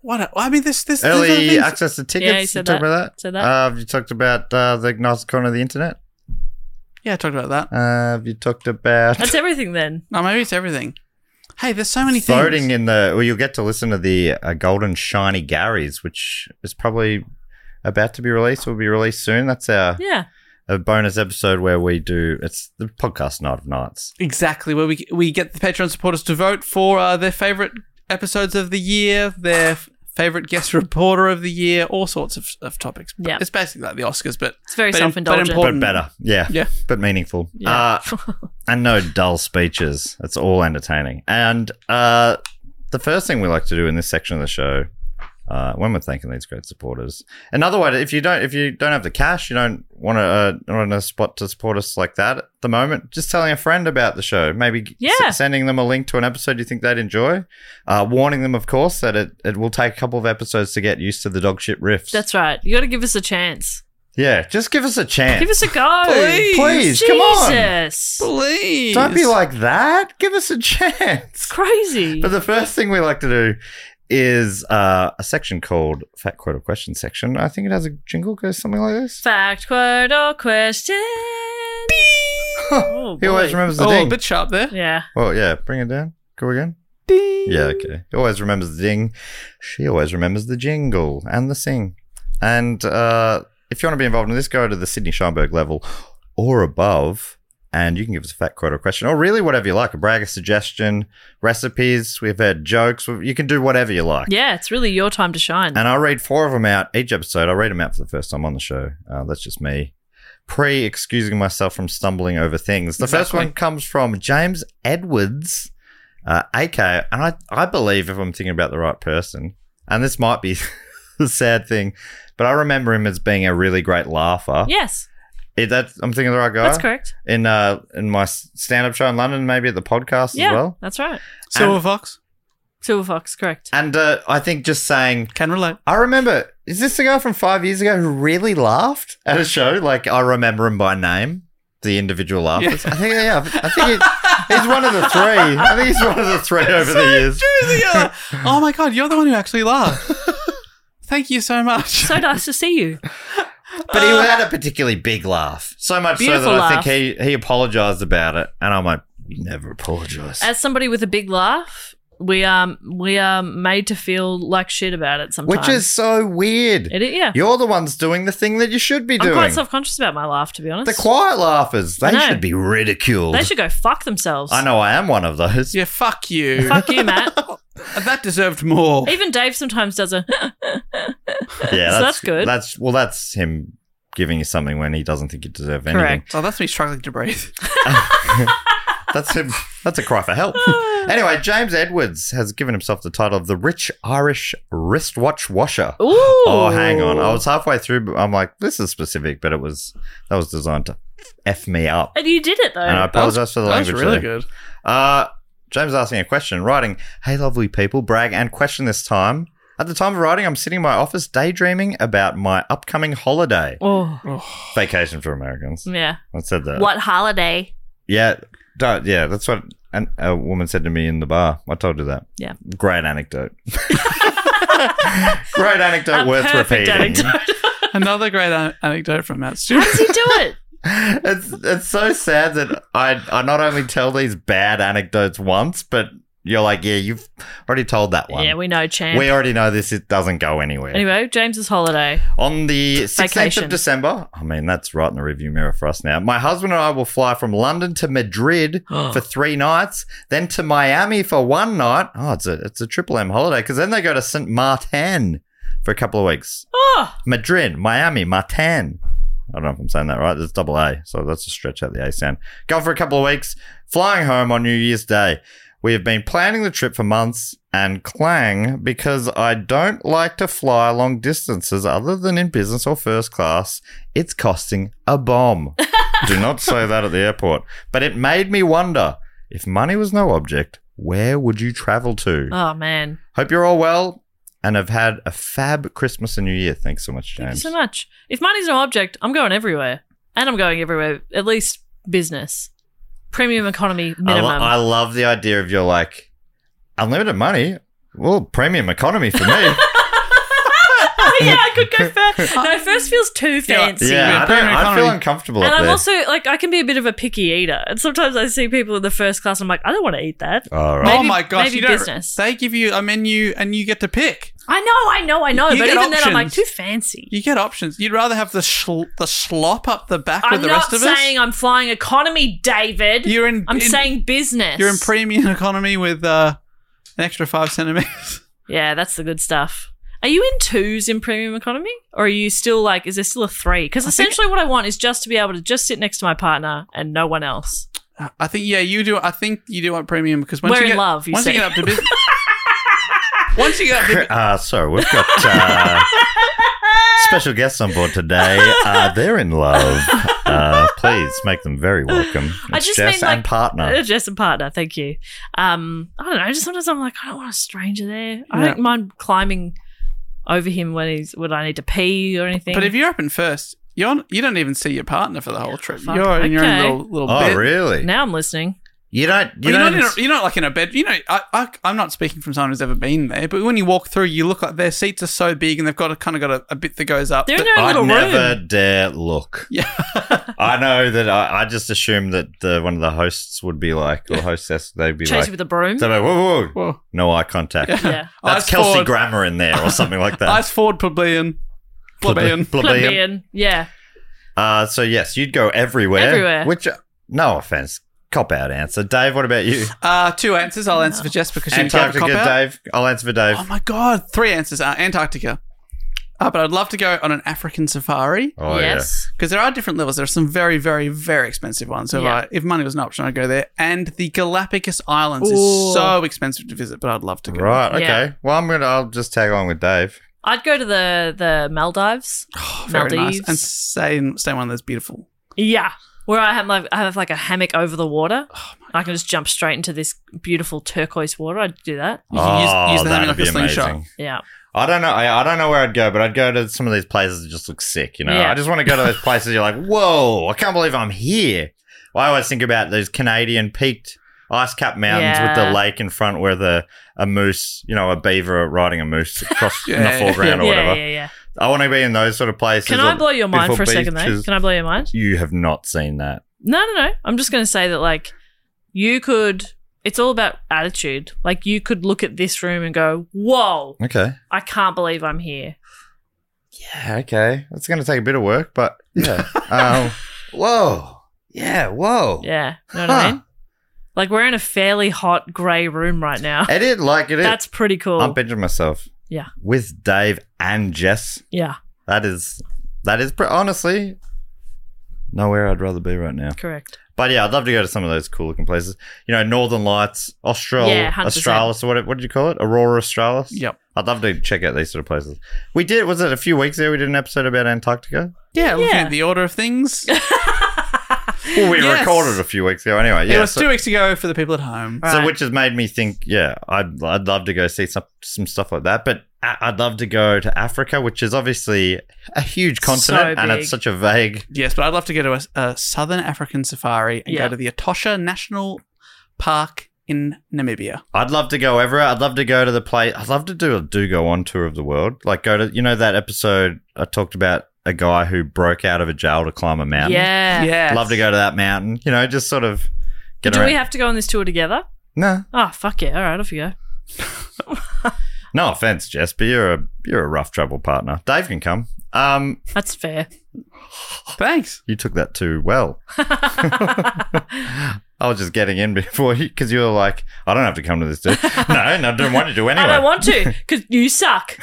[SPEAKER 1] what? I mean, this this these are the
[SPEAKER 2] Early
[SPEAKER 1] things-
[SPEAKER 2] access to tickets.
[SPEAKER 3] Yeah, he
[SPEAKER 2] you
[SPEAKER 3] said
[SPEAKER 2] talked
[SPEAKER 3] that.
[SPEAKER 2] about that.
[SPEAKER 3] Said that.
[SPEAKER 2] Uh, have you talked about uh, the agnostic corner of the internet?
[SPEAKER 1] Yeah, I talked about that.
[SPEAKER 2] Uh, have you talked about
[SPEAKER 3] That's everything then.
[SPEAKER 1] No, maybe it's everything. Hey, there's so many things.
[SPEAKER 2] voting in the? Well, you'll get to listen to the uh, Golden Shiny Garys, which is probably about to be released. Will be released soon. That's our
[SPEAKER 3] Yeah.
[SPEAKER 2] a bonus episode where we do. It's the podcast night of nights.
[SPEAKER 1] Exactly, where we we get the Patreon supporters to vote for uh, their favorite episodes of the year, their f- favorite guest reporter of the year, all sorts of, of topics.
[SPEAKER 3] Yeah.
[SPEAKER 1] it's basically like the Oscars, but
[SPEAKER 3] It's very
[SPEAKER 1] but im-
[SPEAKER 3] self-indulgent.
[SPEAKER 1] But
[SPEAKER 2] But
[SPEAKER 1] important.
[SPEAKER 2] better, yeah,
[SPEAKER 1] Yeah.
[SPEAKER 2] but meaningful,
[SPEAKER 3] Yeah.
[SPEAKER 2] uh, and no dull speeches. It's all entertaining. And uh, the first thing we like to do in this section of the show uh, when we're thanking these great supporters. Another way, to, if you don't, if you don't have the cash, you don't want to, uh, not in a spot to support us like that at the moment. Just telling a friend about the show, maybe s-
[SPEAKER 3] Yeah.
[SPEAKER 2] sending them a link to an episode you think they'd enjoy, uh, warning them, of course, that it, it will take a couple of episodes to get used to the dog shit riffs.
[SPEAKER 3] That's right. You got to give us a chance.
[SPEAKER 2] yeah. Just give us a chance.
[SPEAKER 3] Give us a go.
[SPEAKER 1] Please.
[SPEAKER 2] Please,
[SPEAKER 3] Jesus.
[SPEAKER 2] come on.
[SPEAKER 1] Please
[SPEAKER 2] don't be like that. Give us a chance.
[SPEAKER 3] It's crazy.
[SPEAKER 2] But the first thing we like to do is uh, a section called Fat Quote or Question section. I think it has a jingle, goes something like this.
[SPEAKER 3] Fact, quote, or question. Oh,
[SPEAKER 2] he always
[SPEAKER 3] boy.
[SPEAKER 2] remembers the
[SPEAKER 1] oh,
[SPEAKER 2] ding.
[SPEAKER 1] a bit sharp there.
[SPEAKER 3] Yeah.
[SPEAKER 2] Well, yeah, bring it down. Go again. Ding. Yeah, okay. He always remembers the ding. She always remembers the jingle and the sing. And uh, if you want to be involved in this, go to the Sydney Scheinberg level or above, and you can give us a fat quote or question, or really whatever you like. A brag, a suggestion, recipes. We've had jokes. You can do whatever you like.
[SPEAKER 3] Yeah, it's really your time to shine.
[SPEAKER 2] And uh, I'll read four of them out each episode. I'll read them out for the first time on the show. Uh, that's just me pre excusing myself from stumbling over things. The first
[SPEAKER 1] Exactly.
[SPEAKER 2] one comes from James Edwards, uh, AK. And I, I believe if I'm thinking about the right person, and this might be the sad thing, but I remember him as being a really great laugher.
[SPEAKER 3] yes,
[SPEAKER 2] Is that, I'm thinking the right guy?
[SPEAKER 3] that's correct.
[SPEAKER 2] In, uh, in my stand up show in London, maybe at the podcast
[SPEAKER 3] Yeah,
[SPEAKER 2] as well.
[SPEAKER 3] that's right.
[SPEAKER 1] Silver Fox.
[SPEAKER 3] Silver Fox, correct.
[SPEAKER 2] And uh, I think just saying,
[SPEAKER 1] Can relate.
[SPEAKER 2] I remember, is this the guy from five years ago who really laughed at a show? Like, I remember him by name, the individual laughers. I think, yeah, I think he, he's one of the three. I think he's one of the three over the years.
[SPEAKER 1] Julia! oh my god, you're the one who actually laughed. Thank you so much.
[SPEAKER 3] So nice to see you.
[SPEAKER 2] But he had a particularly big laugh. So much so that
[SPEAKER 3] Beautiful
[SPEAKER 2] I
[SPEAKER 3] laugh.
[SPEAKER 2] think he, he apologized about it. And I'm like, you never apologize.
[SPEAKER 3] As somebody with a big laugh, we are we are made to feel like shit about it sometimes.
[SPEAKER 2] Which is so weird.
[SPEAKER 3] It is- yeah.
[SPEAKER 2] You're the ones doing the thing that you should be
[SPEAKER 3] I'm
[SPEAKER 2] doing.
[SPEAKER 3] quite self conscious about my laugh, to be honest.
[SPEAKER 2] the quiet laughers,
[SPEAKER 3] I
[SPEAKER 2] they
[SPEAKER 3] know.
[SPEAKER 2] should be ridiculed.
[SPEAKER 3] they should go fuck themselves.
[SPEAKER 2] I know I am one of those.
[SPEAKER 1] Yeah, fuck you.
[SPEAKER 3] Fuck you, Matt.
[SPEAKER 1] That deserved more.
[SPEAKER 3] Even Dave sometimes does a.
[SPEAKER 2] yeah,
[SPEAKER 3] So that's good.
[SPEAKER 2] That's well, that's him giving you something when he doesn't think you deserve anything.
[SPEAKER 3] Correct.
[SPEAKER 1] Oh, that's me struggling to breathe.
[SPEAKER 2] That's him. That's a cry for help. anyway, James Edwards has given himself the title of the Rich Irish Wristwatch Washer.
[SPEAKER 3] Ooh.
[SPEAKER 2] Oh, hang on. I was halfway through, but I'm like, this is specific, but it was that was designed to f me up.
[SPEAKER 3] And you did it though.
[SPEAKER 2] And I
[SPEAKER 1] That was-
[SPEAKER 2] apologize for the
[SPEAKER 1] that was
[SPEAKER 2] language.
[SPEAKER 1] really
[SPEAKER 2] there.
[SPEAKER 1] good.
[SPEAKER 2] Uh, James asking a question, writing, Hey, lovely people, brag and question this time. At the time of writing, I'm sitting in my office daydreaming about my upcoming holiday.
[SPEAKER 3] oh.
[SPEAKER 2] Vacation for Americans.
[SPEAKER 3] Yeah.
[SPEAKER 2] I said that.
[SPEAKER 3] What holiday?
[SPEAKER 2] Yeah. don't- yeah, that's what an, a woman said to me in the bar. I told her that.
[SPEAKER 3] Yeah.
[SPEAKER 2] Great anecdote. Great anecdote
[SPEAKER 3] A
[SPEAKER 2] worth
[SPEAKER 3] perfect
[SPEAKER 2] repeating.
[SPEAKER 3] anecdote.
[SPEAKER 1] Another great an- anecdote from Matt
[SPEAKER 3] How
[SPEAKER 1] Stewart.
[SPEAKER 3] does he do it?
[SPEAKER 2] it's it's so sad that I I not only tell these bad anecdotes once, but you're like, yeah, you've already told that one.
[SPEAKER 3] Yeah, we know, champ.
[SPEAKER 2] We already know this it doesn't go anywhere.
[SPEAKER 3] anyway, James's holiday.
[SPEAKER 2] On the 16th
[SPEAKER 3] Vacation.
[SPEAKER 2] of December, I mean, that's right in the review mirror for us now. My husband and I will fly from London to Madrid
[SPEAKER 3] Oh.
[SPEAKER 2] for three nights, then to Miami for one night. Oh, it's a, it's a triple M holiday because then they go to St. Martin for a couple of weeks.
[SPEAKER 3] Oh,
[SPEAKER 2] Madrid, Miami, Martin. I don't know if I'm saying that right. It's double A, so that's a stretch out the A sound. Gone for a couple of weeks, flying home on New Year's Day. We have been planning the trip for months and clang because I don't like to fly long distances other than in business or first class. It's costing a bomb. Do not say that at the airport. But it made me wonder if money was no object, where would you travel to?
[SPEAKER 3] oh man.
[SPEAKER 2] Hope you're all well and have had a fab Christmas and New Year. Thanks so much,
[SPEAKER 3] Thank you
[SPEAKER 2] James.
[SPEAKER 3] so much. If money's no object, I'm going everywhere. And I'm going everywhere, at least business. Premium economy
[SPEAKER 2] I, lo-
[SPEAKER 3] minimum.
[SPEAKER 2] I love the idea of your like unlimited money. Well, premium economy for me.
[SPEAKER 3] Oh, yeah, I could go first. No, first feels too fancy.
[SPEAKER 2] yeah, I, don't,
[SPEAKER 1] Premium
[SPEAKER 2] I feel
[SPEAKER 1] economy.
[SPEAKER 2] uncomfortable
[SPEAKER 3] And
[SPEAKER 2] up
[SPEAKER 3] I'm
[SPEAKER 2] there.
[SPEAKER 3] also like I can be a bit of a picky eater, and sometimes I see people in the first class. I'm like, I don't want to eat that.
[SPEAKER 2] all right.
[SPEAKER 1] oh my gosh,
[SPEAKER 3] maybe
[SPEAKER 1] you don't,
[SPEAKER 3] business.
[SPEAKER 1] They give you a menu and you get to pick.
[SPEAKER 3] I know, I know, I know.
[SPEAKER 1] You
[SPEAKER 3] but
[SPEAKER 1] get
[SPEAKER 3] even then, I'm like
[SPEAKER 1] options.
[SPEAKER 3] too fancy.
[SPEAKER 1] You get options. You'd rather have the schl- the slop up the back
[SPEAKER 3] I'm
[SPEAKER 1] with the
[SPEAKER 3] not
[SPEAKER 1] rest of
[SPEAKER 3] saying
[SPEAKER 1] us.
[SPEAKER 3] I'm flying economy, David.
[SPEAKER 1] You're in-
[SPEAKER 3] I'm
[SPEAKER 1] in-
[SPEAKER 3] saying business.
[SPEAKER 1] You're in premium economy with uh, an extra five centimeters.
[SPEAKER 3] yeah, that's the good stuff. Are you in twos in premium economy, or are you still like? Is there still a three? Because essentially, what I want is just to be able to just sit next to my partner and no one else.
[SPEAKER 1] I think yeah, you do. I think you do want premium because once
[SPEAKER 3] We're
[SPEAKER 1] you
[SPEAKER 3] in
[SPEAKER 1] get,
[SPEAKER 3] love, you
[SPEAKER 1] once
[SPEAKER 3] see.
[SPEAKER 1] you get up to business, once you get up to,
[SPEAKER 2] Uh, so we've got uh, special guests on board today. Uh, they're in love. Uh, please make them very welcome. It's
[SPEAKER 3] I just
[SPEAKER 2] Jess
[SPEAKER 3] mean like
[SPEAKER 2] and partner.
[SPEAKER 3] Uh, Jess and partner, thank you. Um, I don't know. Just sometimes I'm like, I don't want a stranger there. I
[SPEAKER 1] Yeah.
[SPEAKER 3] don't mind climbing over him when he's when I need to pee or anything.
[SPEAKER 1] but if you're up in first, you're you don't even see your partner for the whole trip.
[SPEAKER 3] Fuck,
[SPEAKER 1] You're in your own
[SPEAKER 3] okay.
[SPEAKER 1] little little
[SPEAKER 2] oh,
[SPEAKER 1] bit.
[SPEAKER 2] really?
[SPEAKER 3] now I'm listening.
[SPEAKER 2] You don't. You
[SPEAKER 1] Well, you're,
[SPEAKER 2] don't.
[SPEAKER 1] not in a, you're not like in a bed. You know, I, I, I'm not speaking from someone who's ever been there, but when you walk through, you look like their seats are so big and they've got a kind of got a, a bit that goes up.
[SPEAKER 3] They're in
[SPEAKER 1] that-
[SPEAKER 3] their own
[SPEAKER 2] I
[SPEAKER 3] little
[SPEAKER 2] never
[SPEAKER 3] room.
[SPEAKER 2] dare look.
[SPEAKER 1] yeah.
[SPEAKER 2] I know that I, I just assumed that the, one of the hosts would be like, or hostess, they'd be
[SPEAKER 3] Chase
[SPEAKER 2] like,
[SPEAKER 3] you with a broom.
[SPEAKER 2] they'd be like, whoa, whoa, whoa,
[SPEAKER 1] Well,
[SPEAKER 2] no eye contact.
[SPEAKER 3] yeah.
[SPEAKER 2] That's
[SPEAKER 1] Eyes
[SPEAKER 2] Kelsey
[SPEAKER 1] forward.
[SPEAKER 2] Grammer in there or something like that.
[SPEAKER 1] Eyes forward, plebeian. Plebeian.
[SPEAKER 2] Plebeian.
[SPEAKER 3] Plebeian. Yeah.
[SPEAKER 2] Uh, so, yes, you'd go everywhere.
[SPEAKER 3] Everywhere.
[SPEAKER 2] Which, uh, no offense, cop out answer. Dave, what about you?
[SPEAKER 1] Uh, two answers. I'll answer for Jess because she gave a
[SPEAKER 2] Antarctica,
[SPEAKER 1] cop out.
[SPEAKER 2] Dave. I'll answer for Dave.
[SPEAKER 1] Oh my god, three answers. Uh, Antarctica. Uh, but I'd love to go on an African safari
[SPEAKER 2] Oh,
[SPEAKER 3] yes.
[SPEAKER 1] because there are different levels. There are some very, very, very expensive ones. So if,
[SPEAKER 3] Yeah.
[SPEAKER 1] I, if money was an option, I'd go there. And the Galapagos Islands
[SPEAKER 3] Ooh.
[SPEAKER 1] is so expensive to visit, but I'd love to
[SPEAKER 2] yeah.
[SPEAKER 1] go.
[SPEAKER 2] Right. Okay.
[SPEAKER 3] Yeah.
[SPEAKER 2] Well, I'm going to, I'll just tag along with Dave.
[SPEAKER 3] I'd go to the the Maldives.
[SPEAKER 1] Oh, Very
[SPEAKER 3] Maldives.
[SPEAKER 1] nice. And stay in, stay in one of those beautiful
[SPEAKER 3] Yeah. Where I have like I have like a hammock over the water.
[SPEAKER 2] Oh,
[SPEAKER 3] I can just jump straight into this beautiful turquoise water. I'd do that.
[SPEAKER 1] You can use- use the hammock
[SPEAKER 2] Oh, that'd
[SPEAKER 1] like a
[SPEAKER 2] Ah, be
[SPEAKER 1] slingshot.
[SPEAKER 2] amazing.
[SPEAKER 3] Yeah.
[SPEAKER 2] I don't know. I, I don't know where I'd go, but I'd go to some of these places that just look sick. You know,
[SPEAKER 3] Yeah.
[SPEAKER 2] I just want to go to those places. You're like, whoa! I can't believe I'm here. Well, I always think about those Canadian peaked ice capped mountains with
[SPEAKER 3] Yeah.
[SPEAKER 2] the lake in front, where the a moose, you know, a beaver riding a moose across in the
[SPEAKER 1] Yeah.
[SPEAKER 2] foreground or
[SPEAKER 3] yeah,
[SPEAKER 2] whatever.
[SPEAKER 3] yeah, yeah.
[SPEAKER 2] I want to be in those sort of places.
[SPEAKER 3] Can
[SPEAKER 2] or
[SPEAKER 3] I blow your mind
[SPEAKER 2] beautiful
[SPEAKER 3] for a second though?
[SPEAKER 2] beaches.
[SPEAKER 3] Can I blow your mind?
[SPEAKER 2] You have not seen that.
[SPEAKER 3] No, no, no. I'm just going to say that, like, you could, it's all about attitude. Like, you could look at this room and go, whoa,
[SPEAKER 2] Okay.
[SPEAKER 3] I can't believe I'm here.
[SPEAKER 2] Yeah, okay. It's going to take a bit of work, but yeah. um, whoa. Yeah, whoa.
[SPEAKER 3] Yeah. You know what I
[SPEAKER 2] Huh.
[SPEAKER 3] mean? Like, we're in a fairly hot grey room right now.
[SPEAKER 2] It is like it is.
[SPEAKER 3] That's pretty cool.
[SPEAKER 2] I'm pinching myself
[SPEAKER 3] yeah.
[SPEAKER 2] with Dave and Jess.
[SPEAKER 3] Yeah.
[SPEAKER 2] That is, that is pre- honestly nowhere I'd rather be right now.
[SPEAKER 3] Correct.
[SPEAKER 2] But yeah, I'd love to go to some of those cool looking places. You know, Northern Lights, Austral,
[SPEAKER 3] Yeah, 100%.
[SPEAKER 2] Australis, or what, what did you call it? Aurora Australis?
[SPEAKER 1] Yep.
[SPEAKER 2] I'd love to check out these sort of places. We did, was it a few weeks ago? We did an episode about Antarctica.
[SPEAKER 1] Yeah, looking
[SPEAKER 3] Yeah.
[SPEAKER 1] at the order of things.
[SPEAKER 2] Well, we
[SPEAKER 1] Yes.
[SPEAKER 2] recorded a few weeks ago anyway. Yeah,
[SPEAKER 1] it was
[SPEAKER 2] so-
[SPEAKER 1] two weeks ago for the people at home. Uh,
[SPEAKER 2] So,
[SPEAKER 3] Right.
[SPEAKER 2] which has made me think, yeah, I'd, I'd love to go see some some stuff like that. But I- I'd love to go to Africa, which is obviously a huge continent, and
[SPEAKER 3] big.
[SPEAKER 2] it's such a vague.
[SPEAKER 1] Yes, but I'd love to go to a, a Southern African safari and
[SPEAKER 3] Yeah.
[SPEAKER 1] go to the Etosha National Park in Namibia.
[SPEAKER 2] I'd love to go everywhere. I'd love to go to the place. I'd love to do a do go on tour of the world. Like go to you know that episode I talked about a guy who broke out of a jail to climb a mountain.
[SPEAKER 3] Yeah.
[SPEAKER 1] Yeah,
[SPEAKER 2] love to go to that mountain. You know, just sort of get
[SPEAKER 3] Do
[SPEAKER 2] around.
[SPEAKER 3] we have to go on this tour together?
[SPEAKER 2] no,
[SPEAKER 3] Oh, fuck yeah. All right, off you go.
[SPEAKER 2] no offense, Jess, but you're a you're a rough travel partner. Dave can come. Um,
[SPEAKER 3] That's fair.
[SPEAKER 1] Thanks.
[SPEAKER 2] you took that too well. I was just getting in before you because you were like, I don't have to come to this. Dude. no, no, I don't want you to anyway.
[SPEAKER 3] I don't want to because you suck.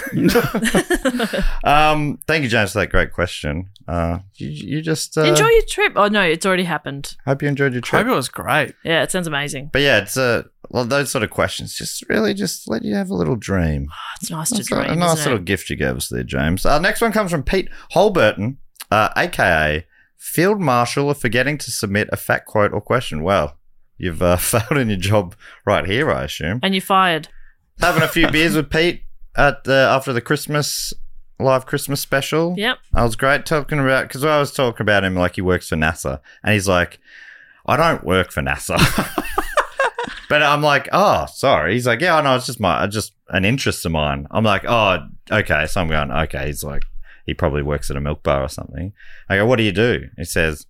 [SPEAKER 2] um, thank you, James, for that great question. Uh, you, you just uh,
[SPEAKER 3] Enjoy your trip. Oh, no, it's already happened.
[SPEAKER 2] Hope you enjoyed your trip.
[SPEAKER 1] Hope it was great.
[SPEAKER 3] Yeah, it sounds amazing.
[SPEAKER 2] but yeah, it's uh, well, those sort of questions just really just let you have a little dream.
[SPEAKER 3] Oh, it's nice to
[SPEAKER 2] That's a-
[SPEAKER 3] dream.
[SPEAKER 2] a nice
[SPEAKER 3] isn't it?
[SPEAKER 2] little gift you gave us there, James. Our next one comes from Pete Holberton, uh, aka Field Marshal of forgetting to submit a fact quote or question. Well, you've uh, failed in your job right here, I assume.
[SPEAKER 3] And you're fired.
[SPEAKER 2] Having a few beers with Pete at the after the Christmas live Christmas special.
[SPEAKER 3] Yep.
[SPEAKER 2] I was great talking about because I was talking about him like he works for NASA, and he's like, "I don't work for NASA." but I'm like, "Oh, sorry." He's like, "Yeah, no, it's just my, just an interest of mine." I'm like, "Oh, okay." So I'm going, "Okay." He's like, "He probably works at a milk bar or something." I go, "What do you do?" He says,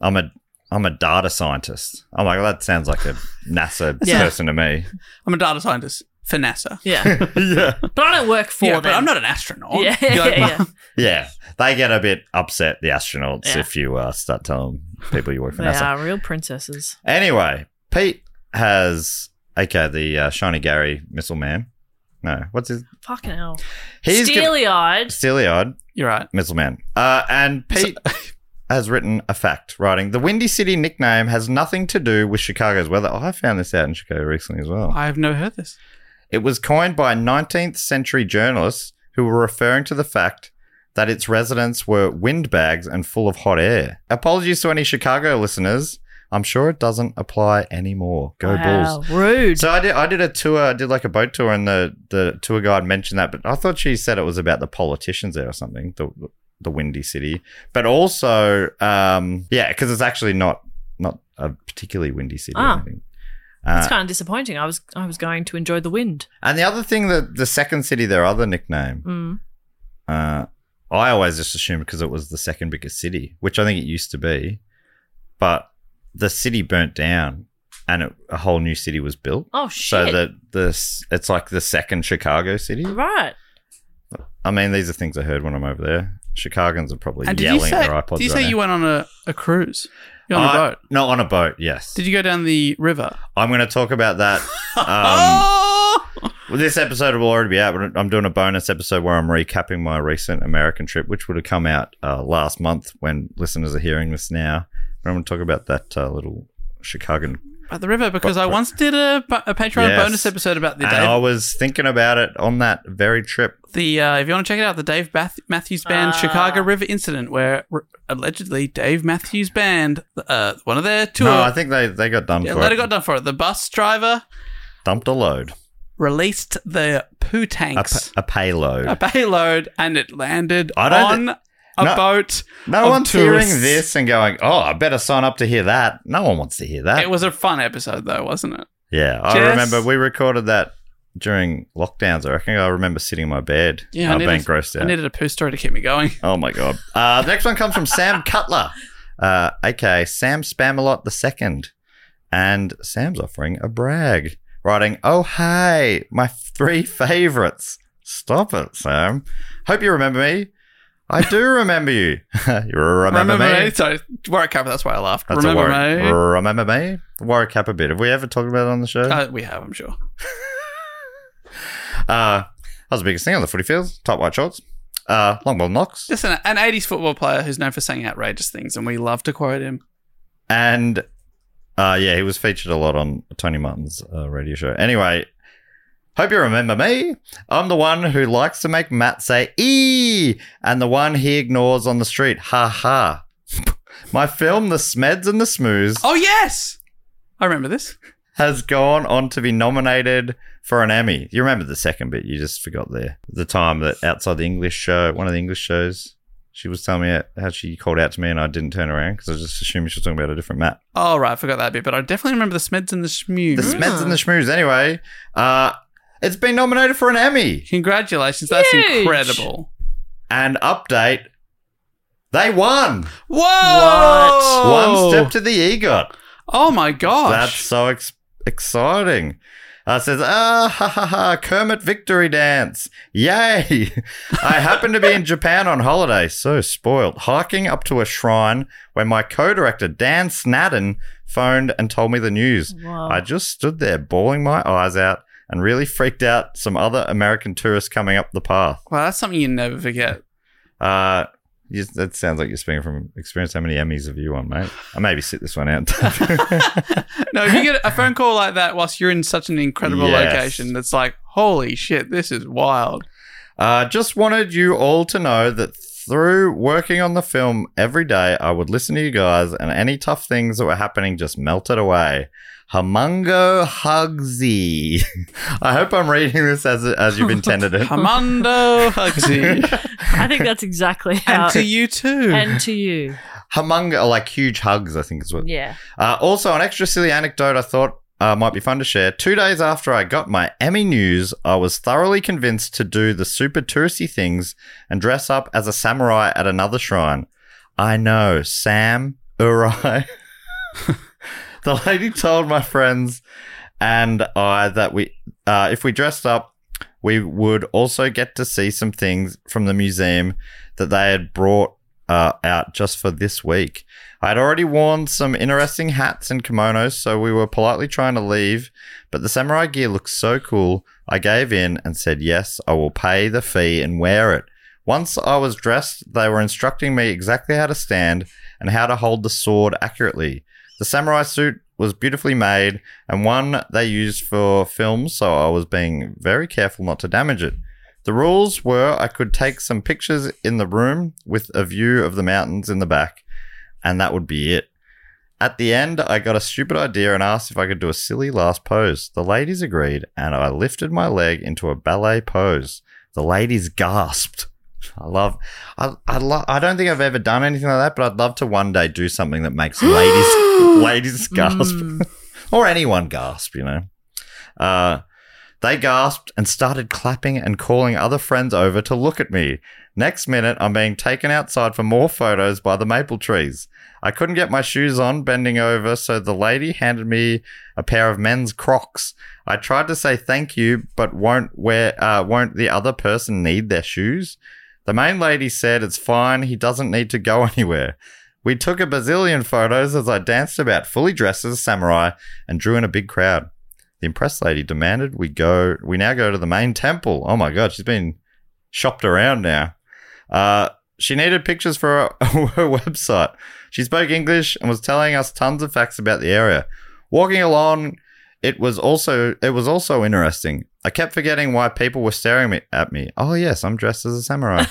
[SPEAKER 2] "I'm a." I'm a data scientist. I'm like, well, that sounds like a NASA
[SPEAKER 3] Yeah.
[SPEAKER 2] person to me.
[SPEAKER 1] I'm a data scientist for NASA.
[SPEAKER 3] Yeah.
[SPEAKER 2] yeah.
[SPEAKER 3] But I don't work for
[SPEAKER 1] Yeah,
[SPEAKER 3] them.
[SPEAKER 1] but I'm not an astronaut.
[SPEAKER 3] Yeah,
[SPEAKER 1] You're
[SPEAKER 3] yeah,
[SPEAKER 1] like,
[SPEAKER 3] yeah.
[SPEAKER 2] Yeah, they get a bit upset, the astronauts,
[SPEAKER 3] Yeah.
[SPEAKER 2] if you uh, start telling people you work for
[SPEAKER 3] They
[SPEAKER 2] NASA.
[SPEAKER 3] are real princesses.
[SPEAKER 2] Anyway, Pete has, okay, the uh, shiny Gary missile man. No, what's his?
[SPEAKER 3] Fucking hell.
[SPEAKER 2] He's
[SPEAKER 3] Steely eyed.
[SPEAKER 2] Steely-eyed
[SPEAKER 1] You're right.
[SPEAKER 2] missile man. Uh, and Pete has written a fact, writing the Windy City nickname has nothing to do with Chicago's weather. Oh, I found this out in Chicago recently as well.
[SPEAKER 1] I have never heard this.
[SPEAKER 2] It was coined by 19th century journalists who were referring to the fact that its residents were windbags and full of hot air. Apologies to any Chicago listeners. I'm sure it doesn't apply anymore. Go
[SPEAKER 3] wow,
[SPEAKER 2] Bulls.
[SPEAKER 3] Rude.
[SPEAKER 2] So I did I did a tour, I did like a boat tour and the, the tour guide mentioned that, but I thought she said it was about the politicians there or something, the the windy city. But also um yeah, cuz it's actually not not a particularly windy city
[SPEAKER 3] Ah.
[SPEAKER 2] or anything.
[SPEAKER 3] That's
[SPEAKER 2] Uh,
[SPEAKER 3] kind of disappointing. I was I was going to enjoy the wind.
[SPEAKER 2] and the other thing that the second city, their other nickname,
[SPEAKER 3] Mm.
[SPEAKER 2] uh, I always just assumed because it was the second biggest city, which I think it used to be, but the city burnt down and it, a whole new city was built.
[SPEAKER 3] Oh
[SPEAKER 2] So
[SPEAKER 3] shit.
[SPEAKER 2] that this it's like the second Chicago city.
[SPEAKER 3] right.
[SPEAKER 2] I mean, these are things I heard when I'm over there. Chicagoans are probably
[SPEAKER 1] And did you
[SPEAKER 2] yelling
[SPEAKER 1] say?
[SPEAKER 2] at their iPods.
[SPEAKER 1] Did you
[SPEAKER 2] right
[SPEAKER 1] say
[SPEAKER 2] now.
[SPEAKER 1] you went on a, a cruise? You're on
[SPEAKER 2] I-
[SPEAKER 1] a boat.
[SPEAKER 2] No, on a boat. Yes.
[SPEAKER 1] Did you go down the river?
[SPEAKER 2] I'm going to talk about that. Um,
[SPEAKER 1] oh,
[SPEAKER 2] Well, this episode will already be out, but I'm doing a bonus episode where I'm recapping my recent American trip, which would have come out uh, last month when listeners are hearing this now. But I'm going to talk about that uh, little Chicagoan
[SPEAKER 1] by the river because I once did a, a Patreon
[SPEAKER 2] Yes.
[SPEAKER 1] bonus episode about the
[SPEAKER 2] And I
[SPEAKER 1] Dave.
[SPEAKER 2] was thinking about it on that very trip.
[SPEAKER 1] The uh, if you want to check it out, the Dave Bath- Matthews Band Chicago River incident, where r- allegedly Dave Matthews Band, uh, one of their tour,
[SPEAKER 2] No, I think they, they got done
[SPEAKER 1] yeah,
[SPEAKER 2] for
[SPEAKER 1] later
[SPEAKER 2] it.
[SPEAKER 1] got done for it. The bus driver
[SPEAKER 2] Dumped a load,
[SPEAKER 1] released the poo
[SPEAKER 2] a,
[SPEAKER 1] tanks,
[SPEAKER 2] pa- a payload.
[SPEAKER 1] a payload, and it landed
[SPEAKER 2] I don't
[SPEAKER 1] on
[SPEAKER 2] thi-
[SPEAKER 1] a
[SPEAKER 2] No.
[SPEAKER 1] boat.
[SPEAKER 2] no
[SPEAKER 1] of
[SPEAKER 2] one's
[SPEAKER 1] tourists.
[SPEAKER 2] hearing this and going, "Oh, I better sign up to hear that." No one wants to hear that.
[SPEAKER 1] It was a fun episode, though, wasn't it?
[SPEAKER 2] yeah, I
[SPEAKER 1] Jess-
[SPEAKER 2] remember we recorded that during lockdowns. I reckon I remember sitting in my bed,
[SPEAKER 1] Yeah,
[SPEAKER 2] uh,
[SPEAKER 1] I,
[SPEAKER 2] being
[SPEAKER 1] needed,
[SPEAKER 2] grossed out.
[SPEAKER 1] I needed a poo story to keep me going.
[SPEAKER 2] Oh my god. Uh, the next one comes from Sam Cutler, uh, aka Sam Spamalot the Second, and Sam's offering a brag, writing, "Oh hey, my three favorites. Stop it, Sam. Hope you remember me. I do remember you. you remember, me."
[SPEAKER 1] Sorry, Warwick Capper. That's why I laughed.
[SPEAKER 2] That's a
[SPEAKER 1] remember
[SPEAKER 2] Warwick-
[SPEAKER 1] me?
[SPEAKER 2] Remember me? Warwick Kappa bit. Have we ever talked about it on the show?
[SPEAKER 1] Uh, we have, I'm sure.
[SPEAKER 2] Uh, that was the biggest thing on the footy fields. Top white shorts. Uh, long ball knocks.
[SPEAKER 1] Just an, an 80s football player who's known for saying outrageous things, and we love to quote him.
[SPEAKER 2] And uh, yeah, he was featured a lot on Tony Martin's uh, radio show. Anyway, hope you remember me. I'm the one who likes to make Matt say ee and the one he ignores on the street. Ha ha. My film, The Smeds and the Smooths,
[SPEAKER 1] Oh, yes! I remember this.
[SPEAKER 2] has gone on to be nominated for an Emmy. You remember the second bit, you just forgot there. The time that outside the English show, one of the English shows, she was telling me how she called out to me and I didn't turn around because I just assumed she was talking about a different Matt.
[SPEAKER 1] Oh, right, I forgot that bit, but I definitely remember the Smeds and the Schmoo.
[SPEAKER 2] The Smeds and the Schmooze, anyway. Uh, it's been nominated for an Emmy.
[SPEAKER 1] Congratulations, that's
[SPEAKER 3] Huge.
[SPEAKER 1] incredible.
[SPEAKER 2] And update, they won.
[SPEAKER 1] Whoa!
[SPEAKER 2] One step to the E EGOT.
[SPEAKER 1] Oh, my
[SPEAKER 2] That's
[SPEAKER 1] gosh.
[SPEAKER 2] so ex- exciting. Uh, says, ah, ha, ha, ha, Kermit victory dance. Yay. I happened to be in Japan on holiday, so spoiled, hiking up to a shrine when my co director, Dan Snadden, phoned and told me the news. I just stood there bawling my eyes out and really freaked out some other American tourists coming up the path.
[SPEAKER 1] Wow, that's something you never forget.
[SPEAKER 2] Uh, you, that sounds like you're speaking from experience. How many Emmys have you won, mate? I maybe sit this one out.
[SPEAKER 1] No, if you get a phone call like that whilst you're in such an incredible
[SPEAKER 2] Yes.
[SPEAKER 1] location, that's like, holy shit, this is wild.
[SPEAKER 2] Uh, just wanted you all to know that through working on the film every day, I would listen to you guys, and any tough things that were happening just melted away. Humungo Hugsy. I hope I'm reading this as as you've intended it.
[SPEAKER 1] Hamando Hugsy.
[SPEAKER 3] I think that's exactly how.
[SPEAKER 1] and to you too.
[SPEAKER 3] And to you.
[SPEAKER 2] Humungo, like huge hugs, I think is what.
[SPEAKER 3] Yeah.
[SPEAKER 2] Uh, also, an extra silly anecdote I thought uh, might be fun to share. Two days after I got my Emmy news, I was thoroughly convinced to do the super touristy things and dress up as a samurai at another shrine. I know, Sam Urai. the lady told my friends and I that we, uh, if we dressed up, we would also get to see some things from the museum that they had brought uh, out just for this week. I had already worn some interesting hats and kimonos, so we were politely trying to leave, but the samurai gear looked so cool, I gave in and said, Yes, I will pay the fee and wear it. Once I was dressed, they were instructing me exactly how to stand and how to hold the sword accurately. The samurai suit was beautifully made and one they used for films, so I was being very careful not to damage it. The rules were I could take some pictures in the room with a view of the mountains in the back, and that would be it. At the end, I got a stupid idea and asked if I could do a silly last pose. The ladies agreed, and I lifted my leg into a ballet pose. The ladies gasped. I love, I, I love. I don't think I've ever done anything like that, but I'd love to one day do something that makes ladies, ladies gasp, or anyone gasp. You know, uh, they gasped and started clapping and calling other friends over to look at me. Next minute, I'm being taken outside for more photos by the maple trees. I couldn't get my shoes on, bending over, so the lady handed me a pair of men's Crocs. I tried to say thank you, but won't wear, uh, won't the other person need their shoes? The main lady said it's fine, he doesn't need to go anywhere. We took a bazillion photos as I danced about fully dressed as a samurai and drew in a big crowd. The impressed lady demanded we go. We now go to the main temple. Oh my god, she's been shopped around now. Uh, she needed pictures for her, her website. She spoke English and was telling us tons of facts about the area. Walking along, it was also it was also interesting. I kept forgetting why people were staring me- at me. Oh yes, I'm dressed as a samurai.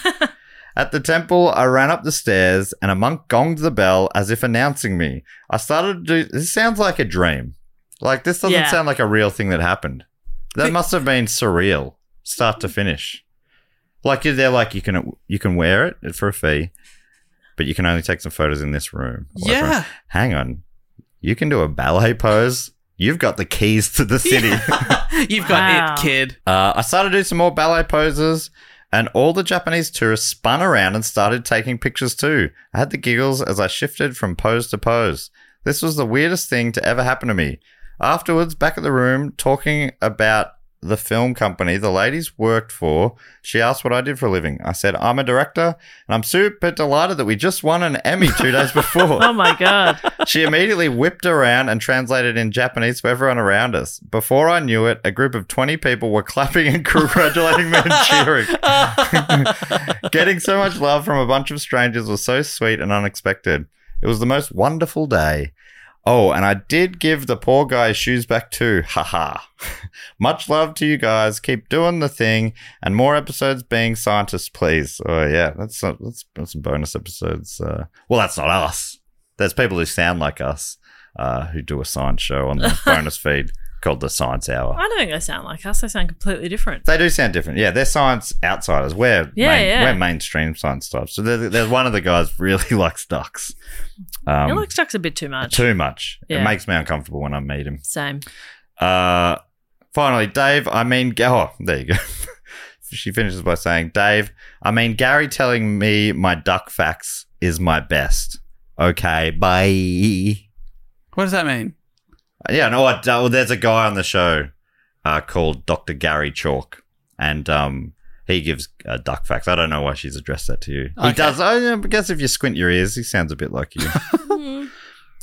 [SPEAKER 2] At the temple, I ran up the stairs and a monk gonged the bell as if announcing me. I started to do this sounds like a dream. Like this doesn't
[SPEAKER 3] Yeah.
[SPEAKER 2] sound like a real thing that happened. That must have been surreal, start to finish. Like they're like you can you can wear it for a fee, but you can only take some photos in this room. or whatever.
[SPEAKER 1] Yeah.
[SPEAKER 2] Hang on. You can do a ballet pose. You've got the keys to the city.
[SPEAKER 1] You've got
[SPEAKER 3] Wow.
[SPEAKER 1] it, kid.
[SPEAKER 2] Uh, I started to do some more ballet poses, and all the Japanese tourists spun around and started taking pictures too. I had the giggles as I shifted from pose to pose. This was the weirdest thing to ever happen to me. Afterwards, back at the room, talking about the film company the ladies worked for, she asked what I did for a living. I said, I'm a director, and I'm super delighted that we just won an Emmy two days before.
[SPEAKER 3] Oh my god.
[SPEAKER 2] She immediately whipped around and translated in Japanese for everyone around us. Before I knew it, a group of 20 people were clapping and congratulating me and cheering. Getting so much love from a bunch of strangers was so sweet and unexpected. It was the most wonderful day. Oh, and I did give the poor guy his shoes back too. Haha. Much love to you guys. Keep doing the thing and more episodes being scientists, please. Oh, yeah. That's some, that's, that's some bonus episodes. Uh, well, that's not us. There's people who sound like us uh, who do a science show on the bonus feed called The Science Hour.
[SPEAKER 3] I don't think they sound like us. They sound completely different.
[SPEAKER 2] They do sound different. Yeah, they're science outsiders. We're
[SPEAKER 3] Yeah,
[SPEAKER 2] main,
[SPEAKER 3] yeah.
[SPEAKER 2] we're mainstream science types. So there- there's one of the guys really likes ducks. Um,
[SPEAKER 3] it looks ducks a bit too much.
[SPEAKER 2] too much. It
[SPEAKER 3] Yeah.
[SPEAKER 2] makes me uncomfortable when I meet him.
[SPEAKER 3] Same.
[SPEAKER 2] Uh, finally, Dave, I mean, Ga- oh, there you go. she finishes by saying, Dave, I mean, Gary telling me my duck facts is my best. Okay, bye.
[SPEAKER 1] What does that mean?
[SPEAKER 2] Yeah, no, I, oh, there's a guy on the show uh, called Dr. Gary Chalk, and um, he gives uh, duck facts. I don't know why she's addressed that to you. He does. I, yeah, I guess if you squint your ears, he sounds a bit like you.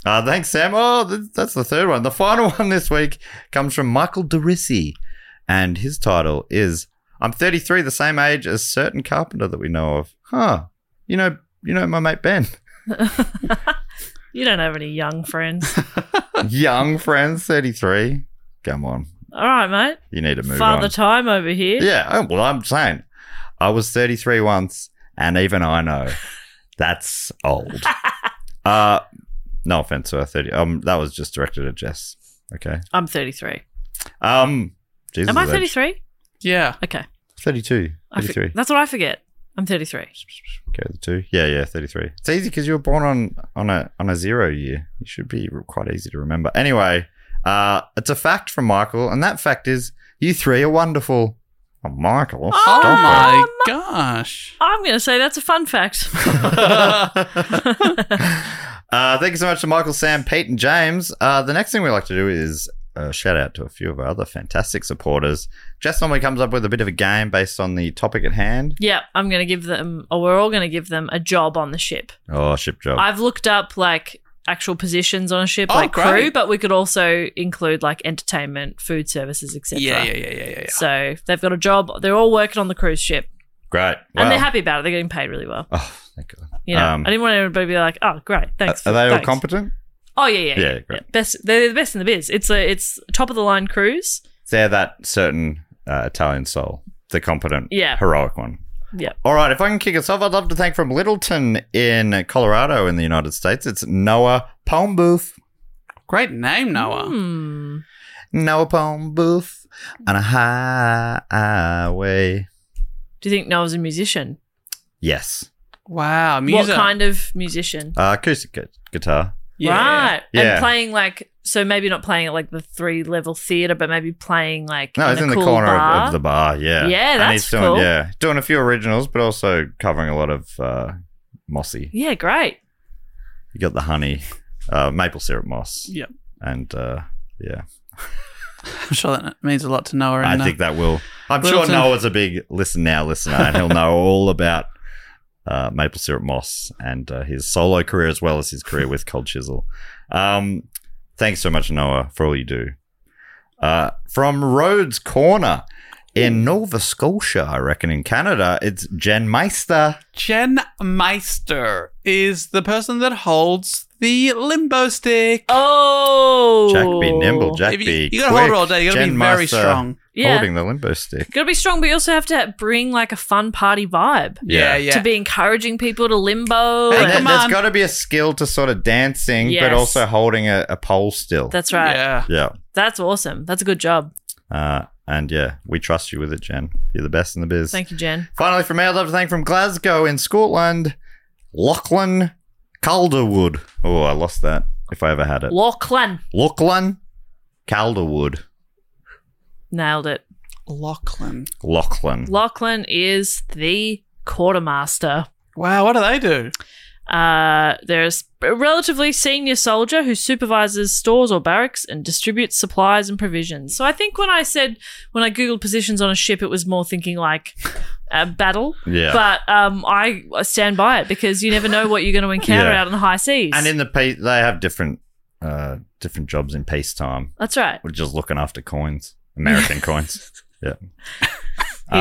[SPEAKER 2] uh, thanks, Sam. Oh, th- that's the third one. The final one this week comes from Michael DeRissi, and his title is "I'm 33, the same age as certain carpenter that we know of." Huh? You know, you know my mate Ben.
[SPEAKER 3] You don't have any young friends.
[SPEAKER 2] Young friends, 33. Come on,
[SPEAKER 3] All right, mate.
[SPEAKER 2] you need to move
[SPEAKER 3] Father
[SPEAKER 2] on.
[SPEAKER 3] time over here.
[SPEAKER 2] Yeah. oh, Well, I'm saying I was 33 once, and even I know that's old. uh, no offense to our 30. Um, that was just directed at Jess. Okay.
[SPEAKER 3] I'm 33.
[SPEAKER 2] Um, Jesus.
[SPEAKER 3] Am I
[SPEAKER 2] age.
[SPEAKER 3] 33?
[SPEAKER 1] Yeah.
[SPEAKER 3] Okay.
[SPEAKER 2] 32.
[SPEAKER 3] I fi-
[SPEAKER 2] 33.
[SPEAKER 3] that's what I forget. I'm 33.
[SPEAKER 2] okay, the two. Yeah, yeah, 33. It's easy because you were born on on a on a zero year. You should be re- quite easy to remember. Anyway, uh, it's a fact from Michael, and that fact is you three are wonderful. Oh, Michael.
[SPEAKER 1] Oh,
[SPEAKER 2] stop it.
[SPEAKER 1] my gosh.
[SPEAKER 3] I'm going to say that's a fun fact.
[SPEAKER 2] Uh, thank you so much to Michael, Sam, Pete, and James. Uh, the next thing we like to do is uh, shout out to a few of our other fantastic supporters. Jess normally comes up with a bit of a game based on the topic at hand.
[SPEAKER 3] yeah, I'm going to give them, or we're all going to give them a job on the ship.
[SPEAKER 2] Oh, ship job.
[SPEAKER 3] I've looked up like actual positions on a ship,
[SPEAKER 1] Oh,
[SPEAKER 3] like crew,
[SPEAKER 1] great.
[SPEAKER 3] but we could also include like entertainment, food services, etc.
[SPEAKER 1] Yeah, yeah, yeah, yeah, yeah. yeah.
[SPEAKER 3] So they've got a job. They're all working on the cruise ship,
[SPEAKER 2] Great.
[SPEAKER 3] and
[SPEAKER 2] Wow.
[SPEAKER 3] they're happy about it. They're getting paid really well.
[SPEAKER 2] Oh, thank God.
[SPEAKER 3] You know,
[SPEAKER 2] Um,
[SPEAKER 3] I didn't want everybody to be like, "Oh, great, thanks."
[SPEAKER 2] are they all
[SPEAKER 3] thanks."
[SPEAKER 2] competent?
[SPEAKER 3] Oh yeah, yeah,
[SPEAKER 2] Yeah,
[SPEAKER 3] yeah,
[SPEAKER 2] great.
[SPEAKER 3] yeah. Best, they're the best in the biz. It's a, it's top of the line cruise.
[SPEAKER 2] They're that certain uh, Italian soul, the competent,
[SPEAKER 3] Yeah.
[SPEAKER 2] heroic one.
[SPEAKER 3] Yeah.
[SPEAKER 2] All right, if I can kick us off, I'd love to thank from Littleton in Colorado in the United States. It's Noah Palmbooth.
[SPEAKER 1] Great name, Noah.
[SPEAKER 2] Noah Palmbooth on a highway.
[SPEAKER 3] Do you think Noah's a musician?
[SPEAKER 2] Yes.
[SPEAKER 1] Wow.
[SPEAKER 3] What
[SPEAKER 1] Music.
[SPEAKER 3] kind of musician?
[SPEAKER 2] Uh, acoustic gu- guitar.
[SPEAKER 1] Yeah.
[SPEAKER 3] Right.
[SPEAKER 2] Yeah.
[SPEAKER 3] And playing like so maybe not playing at like the three level theater, but maybe playing like
[SPEAKER 2] No,
[SPEAKER 3] in
[SPEAKER 2] it's
[SPEAKER 3] a
[SPEAKER 2] in the
[SPEAKER 3] cool
[SPEAKER 2] corner
[SPEAKER 3] bar.
[SPEAKER 2] of, of the bar. Yeah.
[SPEAKER 3] Yeah,
[SPEAKER 2] and
[SPEAKER 3] that's
[SPEAKER 2] he's doing,
[SPEAKER 3] cool.
[SPEAKER 2] Yeah, doing a few originals, but also covering a lot of uh, mossy.
[SPEAKER 3] Yeah, great.
[SPEAKER 2] You got the honey, uh, maple syrup moss,
[SPEAKER 1] Yeah.
[SPEAKER 2] and uh, yeah.
[SPEAKER 1] I'm sure that means a lot to Noah.
[SPEAKER 2] I
[SPEAKER 1] and, uh,
[SPEAKER 2] think that will. I'm
[SPEAKER 1] Littleton.
[SPEAKER 2] sure Noah's a big listen now listener, and he'll know all about uh, maple syrup moss and uh, his solo career as well as his career with Cold Chisel. Um, thanks so much, Noah, for all you do. Uh, from Rhodes Corner in Nova Scotia, I reckon in Canada, it's Jen Meister.
[SPEAKER 1] Jen Meister is the person that holds the limbo stick.
[SPEAKER 3] Oh,
[SPEAKER 2] Jack be nimble. Jack
[SPEAKER 1] If you-
[SPEAKER 2] be
[SPEAKER 1] you gotta hold it
[SPEAKER 2] quick.
[SPEAKER 1] all day, you gotta be
[SPEAKER 2] Gen
[SPEAKER 1] very
[SPEAKER 2] Master
[SPEAKER 1] strong.
[SPEAKER 3] Yeah.
[SPEAKER 2] Holding the limbo stick.
[SPEAKER 3] You gotta be strong, but you also have to bring like a fun party vibe
[SPEAKER 1] Yeah, yeah.
[SPEAKER 3] to be encouraging people to limbo.
[SPEAKER 2] And
[SPEAKER 1] Hey,
[SPEAKER 3] and-
[SPEAKER 2] then
[SPEAKER 1] come
[SPEAKER 2] there's
[SPEAKER 1] on.
[SPEAKER 2] got to be a skill to sort of dancing,
[SPEAKER 3] Yes.
[SPEAKER 2] but also holding a, a pole still.
[SPEAKER 3] That's right.
[SPEAKER 1] Yeah.
[SPEAKER 2] yeah.
[SPEAKER 3] That's awesome. That's a good job.
[SPEAKER 2] Uh, and yeah, we trust you with it, Jen. You're the best in the biz.
[SPEAKER 3] Thank you, Jen.
[SPEAKER 2] Finally, from me, I'd love to thank from Glasgow in Scotland, Lachlan Calderwood. Oh, I lost that if I ever had it.
[SPEAKER 3] Lachlan
[SPEAKER 2] Lachlan Calderwood.
[SPEAKER 3] nailed it.
[SPEAKER 1] Lachlan.
[SPEAKER 2] Lachlan.
[SPEAKER 3] Lachlan is the quartermaster.
[SPEAKER 1] Wow, what do they do?
[SPEAKER 3] Uh, there's a relatively senior soldier who supervises stores or barracks and distributes supplies and provisions. So I think when I said when I googled positions on a ship, it was more thinking like a battle.
[SPEAKER 2] Yeah.
[SPEAKER 3] But um, I stand by it because you never know what you're going to encounter
[SPEAKER 2] Yeah.
[SPEAKER 3] out on the high seas.
[SPEAKER 2] and in the pe- they have different uh, different jobs in peacetime.
[SPEAKER 3] that's right.
[SPEAKER 2] We're just looking after coins, American coins. Yeah.
[SPEAKER 3] He's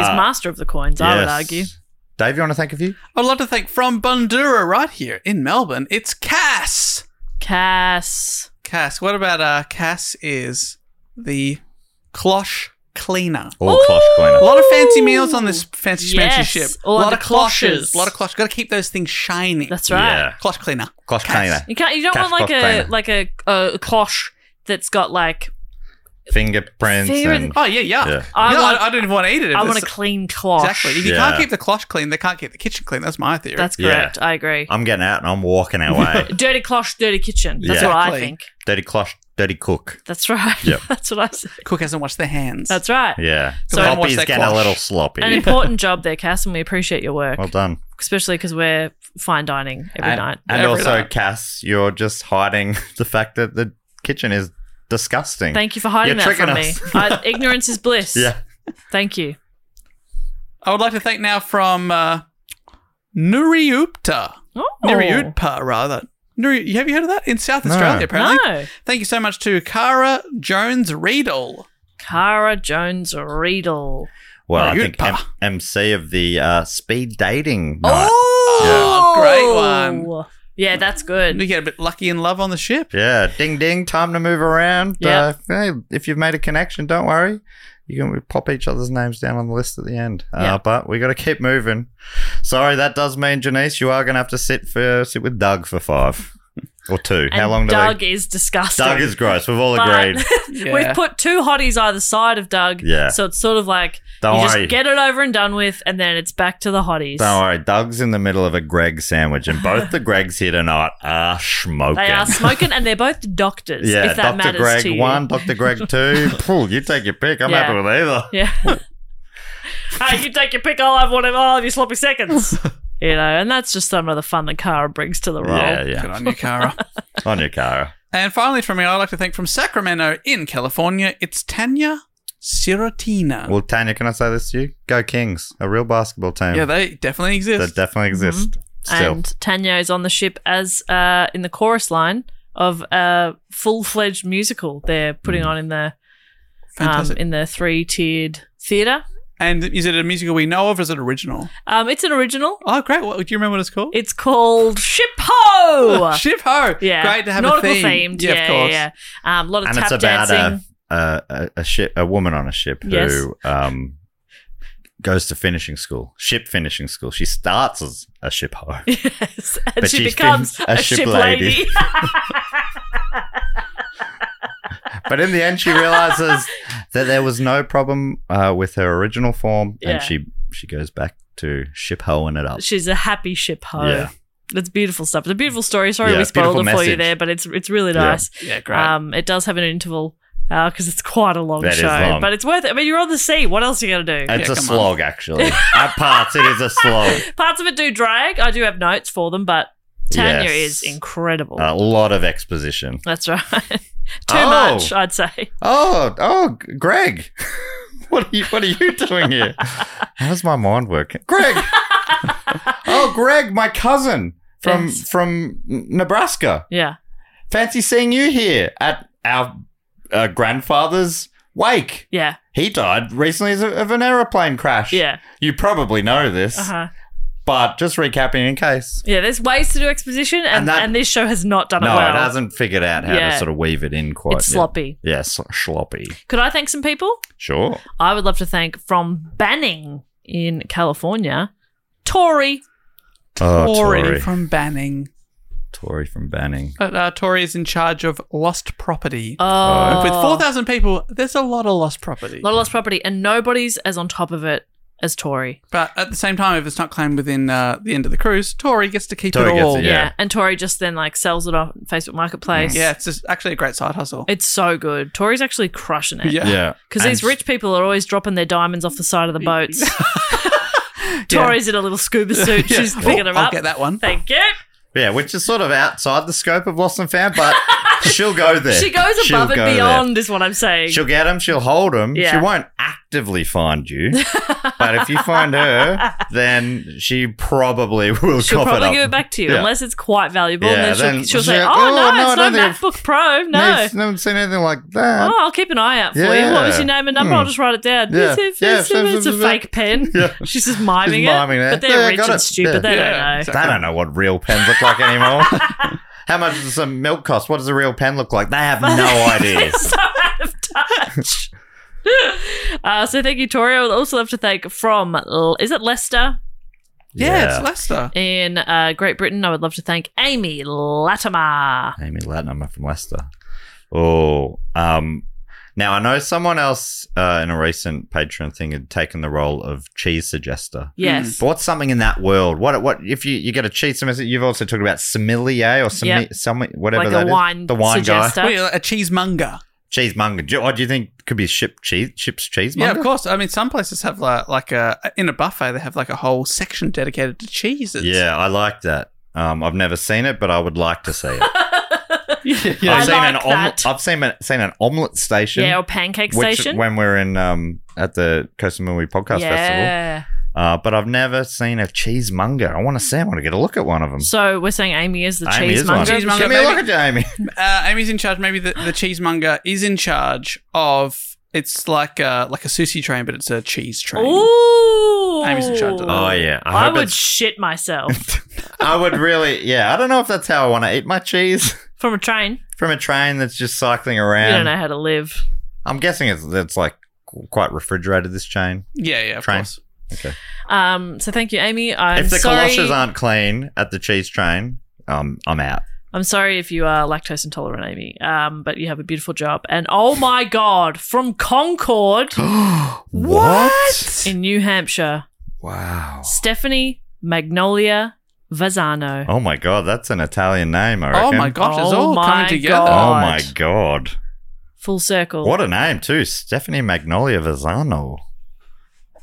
[SPEAKER 2] Uh,
[SPEAKER 3] master of the coins, I would
[SPEAKER 2] yes.
[SPEAKER 3] argue.
[SPEAKER 2] Dave, you want to thank a few?
[SPEAKER 1] I'd love to thank from Bundura right here in Melbourne. It's Cass.
[SPEAKER 3] Cass.
[SPEAKER 1] Cass, what about uh Cass is the cloche cleaner.
[SPEAKER 2] Or Closh
[SPEAKER 1] A
[SPEAKER 2] Cleaner.
[SPEAKER 1] lot of fancy meals on this fancy schmancy
[SPEAKER 3] Yes.
[SPEAKER 1] ship.
[SPEAKER 3] All
[SPEAKER 1] a lot
[SPEAKER 3] under
[SPEAKER 1] of cloches.
[SPEAKER 3] cloches.
[SPEAKER 1] A lot of cloches. Got to keep those things shiny.
[SPEAKER 3] That's right.
[SPEAKER 2] Yeah.
[SPEAKER 1] cloche cleaner.
[SPEAKER 2] Closh
[SPEAKER 1] Cass.
[SPEAKER 2] Cleaner.
[SPEAKER 3] You can't. You don't
[SPEAKER 2] Cass
[SPEAKER 3] want like
[SPEAKER 2] Clock
[SPEAKER 3] a
[SPEAKER 2] Cleaner.
[SPEAKER 3] like a, a cloche that's got like.
[SPEAKER 2] Fingerprints.
[SPEAKER 3] Finger-
[SPEAKER 2] and-
[SPEAKER 1] Oh yeah, yeah.
[SPEAKER 2] Yeah.
[SPEAKER 3] I
[SPEAKER 1] I,
[SPEAKER 3] want-
[SPEAKER 1] I, don't even want to eat it. if
[SPEAKER 3] I want a
[SPEAKER 1] it's-
[SPEAKER 3] clean cloche.
[SPEAKER 1] Exactly. If you
[SPEAKER 2] Yeah.
[SPEAKER 1] can't keep the cloche clean, they can't keep the kitchen clean. That's my theory.
[SPEAKER 3] That's
[SPEAKER 2] Yeah.
[SPEAKER 3] correct. I agree.
[SPEAKER 2] I'm getting out and I'm walking away.
[SPEAKER 3] Dirty cloche, dirty kitchen. That's
[SPEAKER 2] Yeah.
[SPEAKER 3] what I
[SPEAKER 1] Exactly.
[SPEAKER 3] think.
[SPEAKER 2] dirty Closh, dirty cook.
[SPEAKER 3] That's right.
[SPEAKER 2] Yep.
[SPEAKER 3] That's what I say.
[SPEAKER 1] Cook hasn't washed their hands.
[SPEAKER 3] That's right.
[SPEAKER 2] Yeah.
[SPEAKER 1] So-
[SPEAKER 2] Poppy's
[SPEAKER 1] What's that
[SPEAKER 2] getting a
[SPEAKER 1] closh?
[SPEAKER 2] little sloppy.
[SPEAKER 3] An important job there, Cass, and we appreciate your work,
[SPEAKER 2] well done.
[SPEAKER 3] especially because we're fine dining every
[SPEAKER 2] and
[SPEAKER 3] night.
[SPEAKER 2] and
[SPEAKER 1] Every
[SPEAKER 2] also,
[SPEAKER 1] night.
[SPEAKER 2] Cass, you're just hiding the fact that the kitchen is disgusting.
[SPEAKER 3] Thank you for hiding
[SPEAKER 2] You're
[SPEAKER 3] that from me.
[SPEAKER 2] tricking us.
[SPEAKER 3] I, ignorance is bliss.
[SPEAKER 2] Yeah.
[SPEAKER 3] Thank you.
[SPEAKER 1] I would like to thank now from uh, Nuriupta.
[SPEAKER 3] Oh.
[SPEAKER 1] Nuriutpa, rather. Nuri- have you heard of that? In South
[SPEAKER 2] No.
[SPEAKER 1] Australia, apparently.
[SPEAKER 3] No.
[SPEAKER 1] Thank you so much to Cara Jones Riedel.
[SPEAKER 3] Cara Jones Riedel.
[SPEAKER 2] Well, I
[SPEAKER 1] Very
[SPEAKER 2] think
[SPEAKER 1] good,
[SPEAKER 2] M-
[SPEAKER 1] Pa.
[SPEAKER 2] MC of the uh, speed dating night.
[SPEAKER 1] Oh, great one.
[SPEAKER 3] Yeah, that's
[SPEAKER 1] We
[SPEAKER 3] good.
[SPEAKER 1] get a bit lucky in love on the ship.
[SPEAKER 2] Yeah, ding ding, time to move around.
[SPEAKER 3] Yeah.
[SPEAKER 2] Uh, hey, if you've made a connection, don't worry. You can pop each other's names down on the list at the end. Uh,
[SPEAKER 3] Yeah.
[SPEAKER 2] But we got to keep moving. Sorry, that does mean, Janice, you are going to have to sit for sit with Doug for five or two.
[SPEAKER 3] And
[SPEAKER 2] How long do
[SPEAKER 3] Doug
[SPEAKER 2] they?
[SPEAKER 3] is disgusting.
[SPEAKER 2] Doug is gross. We've all
[SPEAKER 3] But-
[SPEAKER 2] agreed.
[SPEAKER 1] Yeah.
[SPEAKER 3] We've put two hotties either side of Doug.
[SPEAKER 2] Yeah.
[SPEAKER 3] So it's sort of like
[SPEAKER 2] Don't
[SPEAKER 3] you
[SPEAKER 2] worry.
[SPEAKER 3] just get it over and done with, and then it's back to the hotties.
[SPEAKER 2] Don't worry, Doug's in the middle of a Greg sandwich, and both the Gregs here tonight are smoking.
[SPEAKER 3] They are smoking, and they're both doctors.
[SPEAKER 2] yeah,
[SPEAKER 3] if that
[SPEAKER 2] Dr.
[SPEAKER 3] matters
[SPEAKER 2] Greg
[SPEAKER 3] to you.
[SPEAKER 2] one, Dr. Greg two. Phew, you take your pick. I'm
[SPEAKER 3] Yeah.
[SPEAKER 2] happy with either.
[SPEAKER 3] Yeah. hey, you take your pick. I'll have whatever. I'll have your sloppy seconds. you know, and that's just some of the fun that Cara brings to the role.
[SPEAKER 2] Yeah,
[SPEAKER 1] Good
[SPEAKER 2] yeah.
[SPEAKER 1] on you, Cara.
[SPEAKER 2] On your car.
[SPEAKER 1] and finally, from me, I'd like to thank from Sacramento in California, it's Tanya Sirotina.
[SPEAKER 2] Well, Tanya, can I say this to you? Go Kings, a real basketball team.
[SPEAKER 1] yeah, they Mm-hmm. definitely exist.
[SPEAKER 2] that definitely exist still.
[SPEAKER 3] And Tanya is on the ship as uh, in the chorus line of a full-fledged musical they're
[SPEAKER 2] Mm.
[SPEAKER 3] putting on in the um,
[SPEAKER 1] Fantastic.
[SPEAKER 3] in the three-tiered theater.
[SPEAKER 1] and is it a musical we know of or is it original?
[SPEAKER 3] Um, it's an original.
[SPEAKER 1] Oh, great. What, do you remember what it's called?
[SPEAKER 3] It's called Ship
[SPEAKER 2] Oh,
[SPEAKER 3] Ho.
[SPEAKER 1] Ship Ho.
[SPEAKER 3] yeah,
[SPEAKER 1] Great to have
[SPEAKER 3] nautical
[SPEAKER 1] a theme.
[SPEAKER 3] themed. Yeah, yeah,
[SPEAKER 1] of course.
[SPEAKER 3] yeah. Um, a lot of
[SPEAKER 2] And
[SPEAKER 3] tap
[SPEAKER 2] it's about a,
[SPEAKER 3] dancing.
[SPEAKER 2] a, a, a ship, a woman on a ship
[SPEAKER 3] Yes.
[SPEAKER 2] who um, goes to finishing school, ship finishing school. She starts as a ship hoe.
[SPEAKER 3] yes, and
[SPEAKER 2] But
[SPEAKER 3] she
[SPEAKER 2] she's
[SPEAKER 3] becomes
[SPEAKER 2] been
[SPEAKER 3] a, ship, lady.
[SPEAKER 2] but in the end, she realizes that there was no problem uh, with her original form,
[SPEAKER 3] Yeah.
[SPEAKER 2] and she she goes back to ship hoeing it up.
[SPEAKER 3] She's a happy ship hoe.
[SPEAKER 2] Yeah.
[SPEAKER 3] That's beautiful stuff. It's a beautiful story. Sorry
[SPEAKER 2] Yeah,
[SPEAKER 3] we spoiled
[SPEAKER 2] beautiful
[SPEAKER 3] it for you
[SPEAKER 2] message.
[SPEAKER 3] there, but it's it's really
[SPEAKER 2] Yeah.
[SPEAKER 3] nice.
[SPEAKER 1] Yeah, great.
[SPEAKER 3] Um, it does have an interval because it's quite a long
[SPEAKER 2] That is
[SPEAKER 3] show,
[SPEAKER 2] long.
[SPEAKER 3] but it's worth it. I mean, you're on the sea. What else are you gonna do?
[SPEAKER 2] It's
[SPEAKER 1] Yeah,
[SPEAKER 2] a
[SPEAKER 1] come on.
[SPEAKER 2] slog, actually. At parts, it is a slog.
[SPEAKER 3] Parts of it do drag. I do have notes for them, but Tanya
[SPEAKER 2] Yes.
[SPEAKER 3] is incredible.
[SPEAKER 2] A lot of exposition.
[SPEAKER 3] That's right. Too
[SPEAKER 2] Oh.
[SPEAKER 3] much, I'd say.
[SPEAKER 2] Oh, oh, G- Greg. What are you what are you doing here? How does my mind work? Greg. oh, Greg, my cousin from
[SPEAKER 3] Yes.
[SPEAKER 2] from N- Nebraska.
[SPEAKER 3] Yeah.
[SPEAKER 2] Fancy seeing you here at our uh, grandfather's wake.
[SPEAKER 3] Yeah.
[SPEAKER 2] He died recently as a- of an aeroplane crash.
[SPEAKER 3] Yeah.
[SPEAKER 2] You probably know this,
[SPEAKER 3] Uh huh.
[SPEAKER 2] But just recapping in case.
[SPEAKER 3] Yeah, there's ways to do exposition, and,
[SPEAKER 2] And that-
[SPEAKER 3] and this show has not done
[SPEAKER 2] No,
[SPEAKER 3] it well.
[SPEAKER 2] it hasn't figured out how
[SPEAKER 3] Yeah.
[SPEAKER 2] to sort of weave it in quite.
[SPEAKER 3] It's
[SPEAKER 2] yet.
[SPEAKER 3] sloppy.
[SPEAKER 2] Yeah, sl- sloppy.
[SPEAKER 3] Could I thank some people?
[SPEAKER 2] Sure.
[SPEAKER 3] I would love to thank from Banning in California, Tori.
[SPEAKER 2] Oh,
[SPEAKER 1] Tory,
[SPEAKER 2] Tory.
[SPEAKER 1] from Banning.
[SPEAKER 2] Tory from Banning.
[SPEAKER 1] But uh, Tory is in charge of lost property.
[SPEAKER 3] Oh,
[SPEAKER 2] Uh,
[SPEAKER 1] With 4,000 people, there's a lot of lost property.
[SPEAKER 3] a lot of lost property, and nobody's as on top of it as Tori.
[SPEAKER 1] but at the same time, if it's not claimed within uh, the end of the cruise, Tory gets to keep
[SPEAKER 2] Tory
[SPEAKER 1] it
[SPEAKER 2] gets
[SPEAKER 1] all.
[SPEAKER 2] it,
[SPEAKER 3] Yeah.
[SPEAKER 2] Yeah.
[SPEAKER 3] and Tori just then like sells it off Facebook Marketplace.
[SPEAKER 1] Mm. Yeah, it's just actually a great side hustle.
[SPEAKER 3] It's so good. Tori's actually crushing it.
[SPEAKER 1] Yeah.
[SPEAKER 2] Yeah.
[SPEAKER 3] Because
[SPEAKER 2] And
[SPEAKER 3] these rich people are always dropping their diamonds off the side of the boats. Tori's in a little scuba suit. She's picking them
[SPEAKER 1] I'll
[SPEAKER 3] up.
[SPEAKER 1] get that one.
[SPEAKER 3] Thank you.
[SPEAKER 2] Yeah, which is sort of outside the scope of Lost and Found, but she'll go there.
[SPEAKER 3] She goes
[SPEAKER 2] She'll
[SPEAKER 3] above
[SPEAKER 2] go
[SPEAKER 3] and
[SPEAKER 2] there.
[SPEAKER 3] beyond, is what I'm saying.
[SPEAKER 2] She'll get him. She'll hold him. She
[SPEAKER 3] Yeah.
[SPEAKER 2] won't actively find you, but if you find her, then she probably will
[SPEAKER 3] She'll
[SPEAKER 2] cough
[SPEAKER 3] probably
[SPEAKER 2] it up.
[SPEAKER 3] give it back to you
[SPEAKER 2] Yeah.
[SPEAKER 3] unless it's quite valuable.
[SPEAKER 2] Yeah,
[SPEAKER 3] and then she'll,
[SPEAKER 2] then
[SPEAKER 3] she'll
[SPEAKER 2] she's
[SPEAKER 3] say,
[SPEAKER 2] like,
[SPEAKER 3] "Oh,
[SPEAKER 2] "Oh,
[SPEAKER 3] no,
[SPEAKER 2] no,
[SPEAKER 3] it's
[SPEAKER 2] I
[SPEAKER 3] no
[SPEAKER 2] don't think
[SPEAKER 3] MacBook Pro. No,
[SPEAKER 2] I've never seen anything like that.
[SPEAKER 3] oh, I'll keep an eye out for you. What was your
[SPEAKER 2] Yeah. Hmm.
[SPEAKER 3] name and number? I'll just write it down.
[SPEAKER 2] Yeah.
[SPEAKER 3] It's, it's-
[SPEAKER 2] Yeah,
[SPEAKER 3] it's- it's a
[SPEAKER 2] so- so-
[SPEAKER 3] fake pen.
[SPEAKER 2] Yeah.
[SPEAKER 3] She's just miming,
[SPEAKER 2] Just miming
[SPEAKER 3] it.
[SPEAKER 2] it.
[SPEAKER 3] But they're
[SPEAKER 2] Yeah,
[SPEAKER 3] rich
[SPEAKER 2] got
[SPEAKER 3] and
[SPEAKER 2] it.
[SPEAKER 3] stupid.
[SPEAKER 2] Yeah.
[SPEAKER 3] They
[SPEAKER 1] Yeah,
[SPEAKER 3] don't know.
[SPEAKER 1] exactly.
[SPEAKER 2] They don't know what real pens look like anymore. How much does some milk cost? What does a real pen look like? They have no idea.
[SPEAKER 3] so out of touch. uh, so thank you, Tori. I would also love to thank from L- is it Leicester
[SPEAKER 1] Yeah,
[SPEAKER 2] Yeah.
[SPEAKER 1] it's Leicester.
[SPEAKER 3] in uh, Great Britain? I would love to thank Amy Latimer.
[SPEAKER 2] Amy Latner from Leicester. Oh, um, now I know someone else uh, in a recent Patreon thing had taken the role of cheese suggester.
[SPEAKER 3] Yes.
[SPEAKER 2] But what's something in that world? What what if you you get a cheese semester? You've also talked about sommelier or sommelier,
[SPEAKER 3] Yep.
[SPEAKER 2] whatever
[SPEAKER 3] Like a
[SPEAKER 2] that is.
[SPEAKER 3] wine
[SPEAKER 2] the wine
[SPEAKER 3] suggester.
[SPEAKER 2] guy,
[SPEAKER 1] Well, yeah, a cheesemonger.
[SPEAKER 2] cheesemonger. Do, or do you think it could be ship cheese chips cheesemonger?
[SPEAKER 1] Yeah, of course. I mean, some places have like, like a in a buffet they have like a whole section dedicated to cheeses.
[SPEAKER 2] Yeah, I like that. Um, I've never seen it, but I would like to see it.
[SPEAKER 3] Yeah. I
[SPEAKER 2] I've seen an
[SPEAKER 3] like
[SPEAKER 2] omelet.
[SPEAKER 3] that.
[SPEAKER 2] I've seen an, seen an omelet station.
[SPEAKER 3] Yeah, or pancake
[SPEAKER 2] which
[SPEAKER 3] station.
[SPEAKER 2] when we're in um at the Kosamui Podcast Festival.
[SPEAKER 3] yeah.
[SPEAKER 2] Uh, but I've never seen a cheesemonger. I want to see. I want to get a look at one of them.
[SPEAKER 3] So we're saying Amy is the
[SPEAKER 2] Amy is one.
[SPEAKER 3] cheesemonger.
[SPEAKER 1] Cheesemonger,
[SPEAKER 2] Give me a
[SPEAKER 1] baby.
[SPEAKER 2] look at you, Amy.
[SPEAKER 1] Uh, Amy's in charge. Maybe the, the cheesemonger is in charge of. It's like a, like a sushi train, but it's a cheese train.
[SPEAKER 3] Ooh.
[SPEAKER 1] Amy's in charge of that.
[SPEAKER 2] Oh, yeah. I
[SPEAKER 3] I,
[SPEAKER 2] hope
[SPEAKER 3] would
[SPEAKER 2] it's-
[SPEAKER 3] shit myself
[SPEAKER 2] I would really, yeah. I don't know if that's how I want to eat my cheese
[SPEAKER 3] from a train.
[SPEAKER 2] from a train that's just cycling
[SPEAKER 3] You don't
[SPEAKER 2] around.
[SPEAKER 3] know how to live.
[SPEAKER 2] I'm guessing it's it's like quite refrigerated. This chain.
[SPEAKER 1] Yeah, yeah, of
[SPEAKER 2] Train.
[SPEAKER 1] course.
[SPEAKER 3] Um, so thank you, Amy. I'm
[SPEAKER 2] if the
[SPEAKER 3] sorry.
[SPEAKER 2] galoshes aren't clean at the cheese train, um, I'm out.
[SPEAKER 3] I'm sorry if you are lactose intolerant, Amy. Um, but you have a beautiful job. And oh my god, from Concord
[SPEAKER 2] What?
[SPEAKER 3] in New Hampshire,
[SPEAKER 2] Wow.
[SPEAKER 3] Stephanie Magnolia Vazano.
[SPEAKER 2] Oh my god, that's an Italian name. I reckon.
[SPEAKER 1] Oh my gosh, it's
[SPEAKER 3] Oh
[SPEAKER 1] all
[SPEAKER 3] my
[SPEAKER 1] coming together.
[SPEAKER 3] God.
[SPEAKER 2] Oh my god.
[SPEAKER 3] Full circle.
[SPEAKER 2] What a name too, Stephanie Magnolia Visano,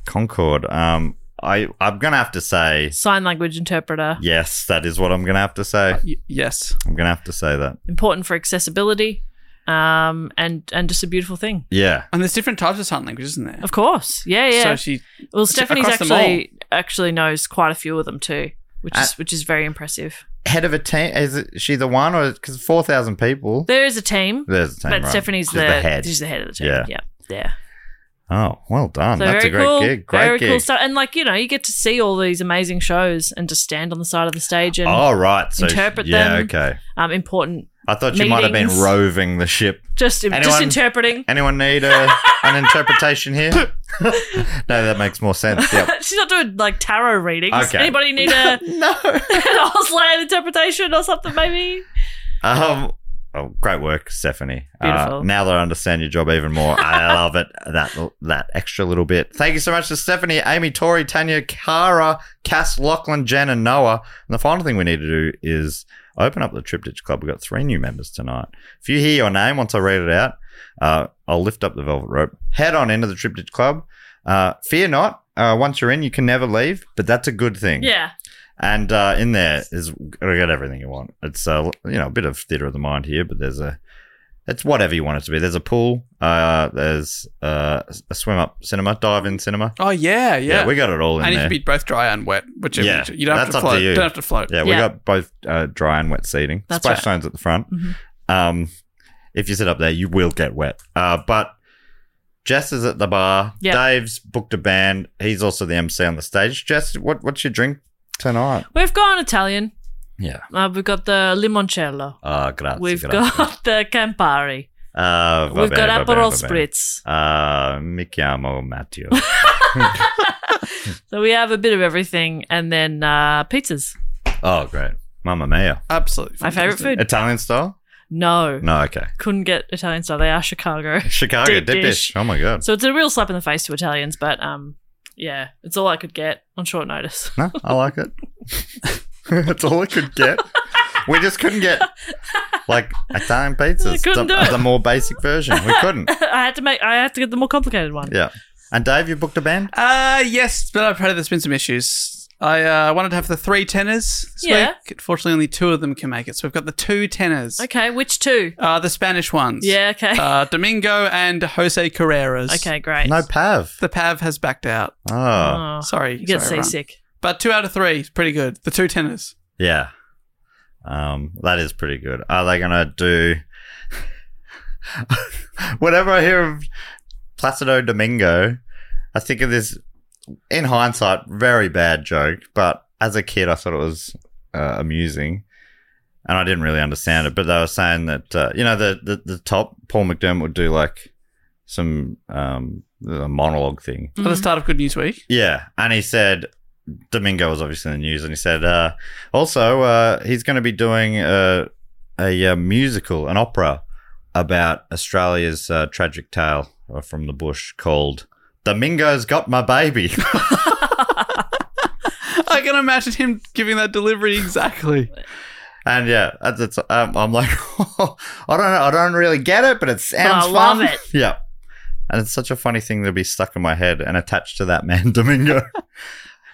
[SPEAKER 2] Concord. Um, I I'm gonna have to say
[SPEAKER 3] Sign language interpreter.
[SPEAKER 2] yes. That is what I'm gonna have to say.
[SPEAKER 1] Y- yes.
[SPEAKER 2] I'm gonna have to say that.
[SPEAKER 3] Important for accessibility. Um, and and just a beautiful thing.
[SPEAKER 2] Yeah.
[SPEAKER 1] And there's different types of sign language, isn't there?
[SPEAKER 3] Of course. Yeah, yeah.
[SPEAKER 1] So she
[SPEAKER 3] Well,
[SPEAKER 1] It's
[SPEAKER 3] Stephanie's
[SPEAKER 1] across them all.
[SPEAKER 3] actually actually knows quite a few of them too, which
[SPEAKER 2] Ah.
[SPEAKER 3] is which is very impressive.
[SPEAKER 2] Head of a team. Is it, she the one or because four thousand people?
[SPEAKER 3] There is a team,
[SPEAKER 2] There's a team.
[SPEAKER 3] but
[SPEAKER 2] right?
[SPEAKER 3] Stephanie's
[SPEAKER 2] She's
[SPEAKER 3] the,
[SPEAKER 2] head.
[SPEAKER 3] She's the head of the team. Yeah,
[SPEAKER 2] Yeah.
[SPEAKER 3] yeah. yeah.
[SPEAKER 2] Oh, well done.
[SPEAKER 3] So
[SPEAKER 2] That's
[SPEAKER 3] very
[SPEAKER 2] a great
[SPEAKER 3] cool,
[SPEAKER 2] gig. Great
[SPEAKER 3] very
[SPEAKER 2] gig.
[SPEAKER 3] cool stuff. And like you know, you get to see all these amazing shows and just stand on the side of the stage and
[SPEAKER 2] oh, right. So
[SPEAKER 3] interpret
[SPEAKER 2] yeah,
[SPEAKER 3] them.
[SPEAKER 2] okay.
[SPEAKER 3] um, important
[SPEAKER 2] I thought you might have been
[SPEAKER 3] Meetings.
[SPEAKER 2] roving the ship.
[SPEAKER 3] just just
[SPEAKER 2] Anyone-
[SPEAKER 3] interpreting.
[SPEAKER 2] Anyone need a, an interpretation here? no, that makes more sense. Yep.
[SPEAKER 3] She's not doing like tarot readings.
[SPEAKER 2] Okay.
[SPEAKER 3] Anybody need a no an Auslan interpretation or something? Maybe
[SPEAKER 2] Um, oh, great work, Stephanie. Uh,
[SPEAKER 3] Beautiful.
[SPEAKER 2] now that I understand your job even more, I love it. That that extra little bit. Thank you so much to Stephanie, Amy, Tori, Tanya, Cara, Cass, Lachlan, Jen, and Noah. And the final thing we need to do is open up the Triptych Club. We've got three new members tonight. If you hear your name once I read it out, uh, I'll lift up the velvet rope. Head on into the Triptych Club. Uh, fear not. Uh, once you're in, you can never leave, but that's a good thing.
[SPEAKER 3] yeah.
[SPEAKER 2] And uh, in there is I got everything you want. It's uh, you know a bit of theater of the mind here, but there's a it's whatever you want it to be. There's a pool. Uh, there's uh, a swim up cinema, dive in cinema.
[SPEAKER 1] Oh yeah, yeah.
[SPEAKER 2] we got it all in
[SPEAKER 1] and you
[SPEAKER 2] there.
[SPEAKER 1] can be both dry and wet, whichever
[SPEAKER 2] Yeah,
[SPEAKER 1] you, you don't have
[SPEAKER 2] that's
[SPEAKER 1] to
[SPEAKER 2] up to
[SPEAKER 1] float.
[SPEAKER 2] you.
[SPEAKER 1] Don't have to float.
[SPEAKER 2] yeah, we
[SPEAKER 3] Yeah.
[SPEAKER 2] got both uh, dry and wet seating.
[SPEAKER 3] That's
[SPEAKER 2] Splash
[SPEAKER 3] right. Mm-hmm.
[SPEAKER 2] zones at the front. Um, if you sit up there, you will get wet. Uh, but Jess is at the bar.
[SPEAKER 3] Yeah.
[SPEAKER 2] Dave's booked a band. He's also the MC on the stage. Jess, what what's your drink tonight.
[SPEAKER 3] We've gone Italian.
[SPEAKER 2] Yeah.
[SPEAKER 3] Uh, we've got the limoncello.
[SPEAKER 1] Ah,
[SPEAKER 2] Uh, grazie.
[SPEAKER 3] we've
[SPEAKER 2] grazie.
[SPEAKER 3] got the Campari.
[SPEAKER 2] Uh, va
[SPEAKER 3] we've
[SPEAKER 2] bene, va
[SPEAKER 3] got
[SPEAKER 2] bene,
[SPEAKER 3] Aperol
[SPEAKER 2] va bene.
[SPEAKER 3] Spritz.
[SPEAKER 2] Uh, mi chiamo Matteo.
[SPEAKER 3] So we have a bit of everything, and then uh, pizzas.
[SPEAKER 2] oh, great. Mamma mia.
[SPEAKER 1] Absolutely.
[SPEAKER 3] My favorite
[SPEAKER 1] fantastic.
[SPEAKER 3] food.
[SPEAKER 2] Italian style?
[SPEAKER 3] no,
[SPEAKER 2] No, okay.
[SPEAKER 3] couldn't get Italian style. They are Chicago.
[SPEAKER 2] Chicago
[SPEAKER 3] Deep
[SPEAKER 2] deep, dish.
[SPEAKER 3] dish.
[SPEAKER 2] Oh my god.
[SPEAKER 3] So it's a real slap in the face to Italians, but um, yeah, it's all I could get on short notice.
[SPEAKER 2] No, I like it. That's all I could get. We just couldn't get like Italian pizzas.
[SPEAKER 3] Couldn't
[SPEAKER 2] the,
[SPEAKER 3] do it.
[SPEAKER 2] the more basic version. We couldn't.
[SPEAKER 3] I had to make. I had to get the more complicated one.
[SPEAKER 2] Yeah. And Dave, you booked a band?
[SPEAKER 1] Uh, yes, but I've heard there's been some issues. I uh, wanted to have the three tenors this
[SPEAKER 3] Yeah.
[SPEAKER 1] week. Unfortunately, only two of them can make it. So we've got the two tenors.
[SPEAKER 3] Okay, which two?
[SPEAKER 1] Uh, the Spanish ones.
[SPEAKER 3] Yeah, okay.
[SPEAKER 1] Uh, Domingo and Jose Carreras.
[SPEAKER 3] Okay, great.
[SPEAKER 2] No Pav.
[SPEAKER 1] The Pav has backed out.
[SPEAKER 2] Oh.
[SPEAKER 3] Oh,
[SPEAKER 1] Sorry.
[SPEAKER 3] you get
[SPEAKER 1] sorry, everyone.
[SPEAKER 3] seasick.
[SPEAKER 1] But two out of three is pretty good. The two tenors.
[SPEAKER 2] Yeah. Um, that is pretty good. Are they gonna do whenever I hear of Placido Domingo, I think of this in hindsight, very bad joke, but as a kid I thought it was uh, amusing. And I didn't really understand it, but they were saying that uh, you know the, the the top Paul McDermott would do like some um a monologue thing,
[SPEAKER 1] At
[SPEAKER 3] Mm-hmm.
[SPEAKER 1] the start of Good News Week.
[SPEAKER 2] yeah, and he said Domingo was obviously in the news, and he said uh, also uh, he's going to be doing uh, a, uh musical, an opera about Australia's uh, tragic tale uh, from the bush called "Domingo's Got My Baby."
[SPEAKER 1] I can imagine him giving that delivery exactly.
[SPEAKER 2] and yeah, that's, that's, um, I'm like, I don't know, I don't really get it, but it sounds
[SPEAKER 3] I love
[SPEAKER 2] fun.
[SPEAKER 3] it.
[SPEAKER 2] yeah. And it's such a funny thing to be stuck in my head and attached to that man, Domingo.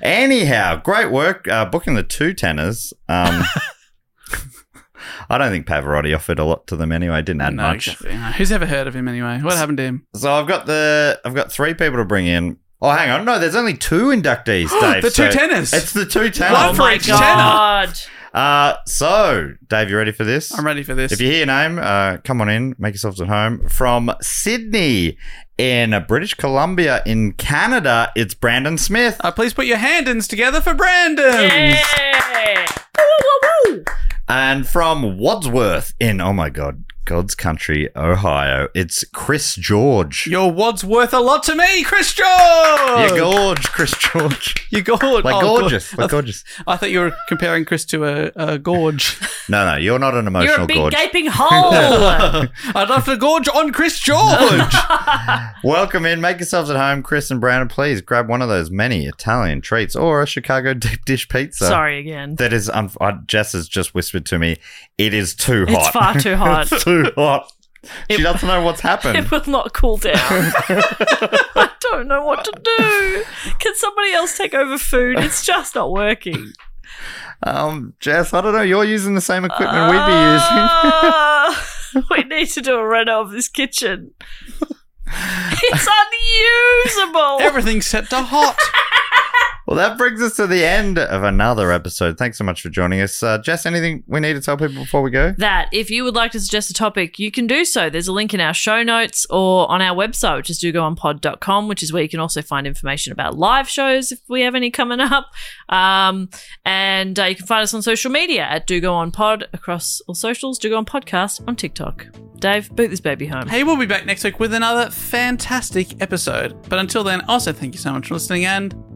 [SPEAKER 2] Anyhow, great work uh, booking the two tenors. Um, I don't think Pavarotti offered a lot to them anyway. Didn't add
[SPEAKER 1] No,
[SPEAKER 2] much.
[SPEAKER 1] exactly. No. Who's ever heard of him anyway? What happened to him?
[SPEAKER 2] So I've got the I've got three people to bring in. Oh, hang on, no, there's only two inductees, Dave.
[SPEAKER 1] The
[SPEAKER 2] so
[SPEAKER 1] two tenors.
[SPEAKER 2] It's the two
[SPEAKER 1] One
[SPEAKER 2] tenors.
[SPEAKER 1] for
[SPEAKER 3] Oh My
[SPEAKER 1] each tenor.
[SPEAKER 3] God.
[SPEAKER 2] Uh, so, Dave, you ready for this?
[SPEAKER 1] I'm ready for this.
[SPEAKER 2] If you hear your name, uh, come on in, make yourselves at home. From Sydney in uh, British Columbia in Canada, it's Brandon Smith.
[SPEAKER 1] uh, please put your handins together for Brandon.
[SPEAKER 3] Yeah.
[SPEAKER 2] And from Wadsworth in, oh my God, God's country, Ohio, it's Chris George.
[SPEAKER 1] Your wad's worth a lot to me, Chris George.
[SPEAKER 2] You're gorge, Chris George.
[SPEAKER 1] You're gorge.
[SPEAKER 2] Like
[SPEAKER 1] Oh, gorge.
[SPEAKER 2] gorgeous, like gorgeous.
[SPEAKER 1] I thought you were comparing Chris to a, a gorge.
[SPEAKER 2] No, no, you're not an
[SPEAKER 3] You're a
[SPEAKER 2] emotional
[SPEAKER 3] big
[SPEAKER 2] gorge.
[SPEAKER 3] gaping hole.
[SPEAKER 1] I'd love to gorge on Chris George.
[SPEAKER 2] Welcome in. Make yourselves at home, Chris and Brandon. Please grab one of those many Italian treats or a Chicago deep dish pizza.
[SPEAKER 3] Sorry again.
[SPEAKER 2] That is, un- I, Jess has just whispered to me, it is too
[SPEAKER 3] It's
[SPEAKER 2] hot.
[SPEAKER 3] far too hot.
[SPEAKER 2] it's too hot. She
[SPEAKER 3] It-
[SPEAKER 2] doesn't know what's happened.
[SPEAKER 3] It will not cool down. I don't know what to do. Can somebody else take over food? It's just not working.
[SPEAKER 2] Um, Jess, I don't know. You're using the same equipment we'd be using.
[SPEAKER 3] Ah, we need to do a reno of this kitchen. It's unusable.
[SPEAKER 1] Everything's set to hot.
[SPEAKER 2] Well, that brings us to the end of another episode. Thanks so much for joining us. Uh, Jess, anything we need to tell people before we go?
[SPEAKER 3] that if you would like to suggest a topic, you can do so. There's a link in our show notes or on our website, which is dogoonpod.com, which is where you can also find information about live shows if we have any coming up. Um, and uh, you can find us on social media at Do Go On Pod across all socials, Do Go On Podcast on TikTok. Dave, boot this baby home.
[SPEAKER 1] hey, we'll be back next week with another fantastic episode. But until then, also thank you so much for listening and
[SPEAKER 3] Uh,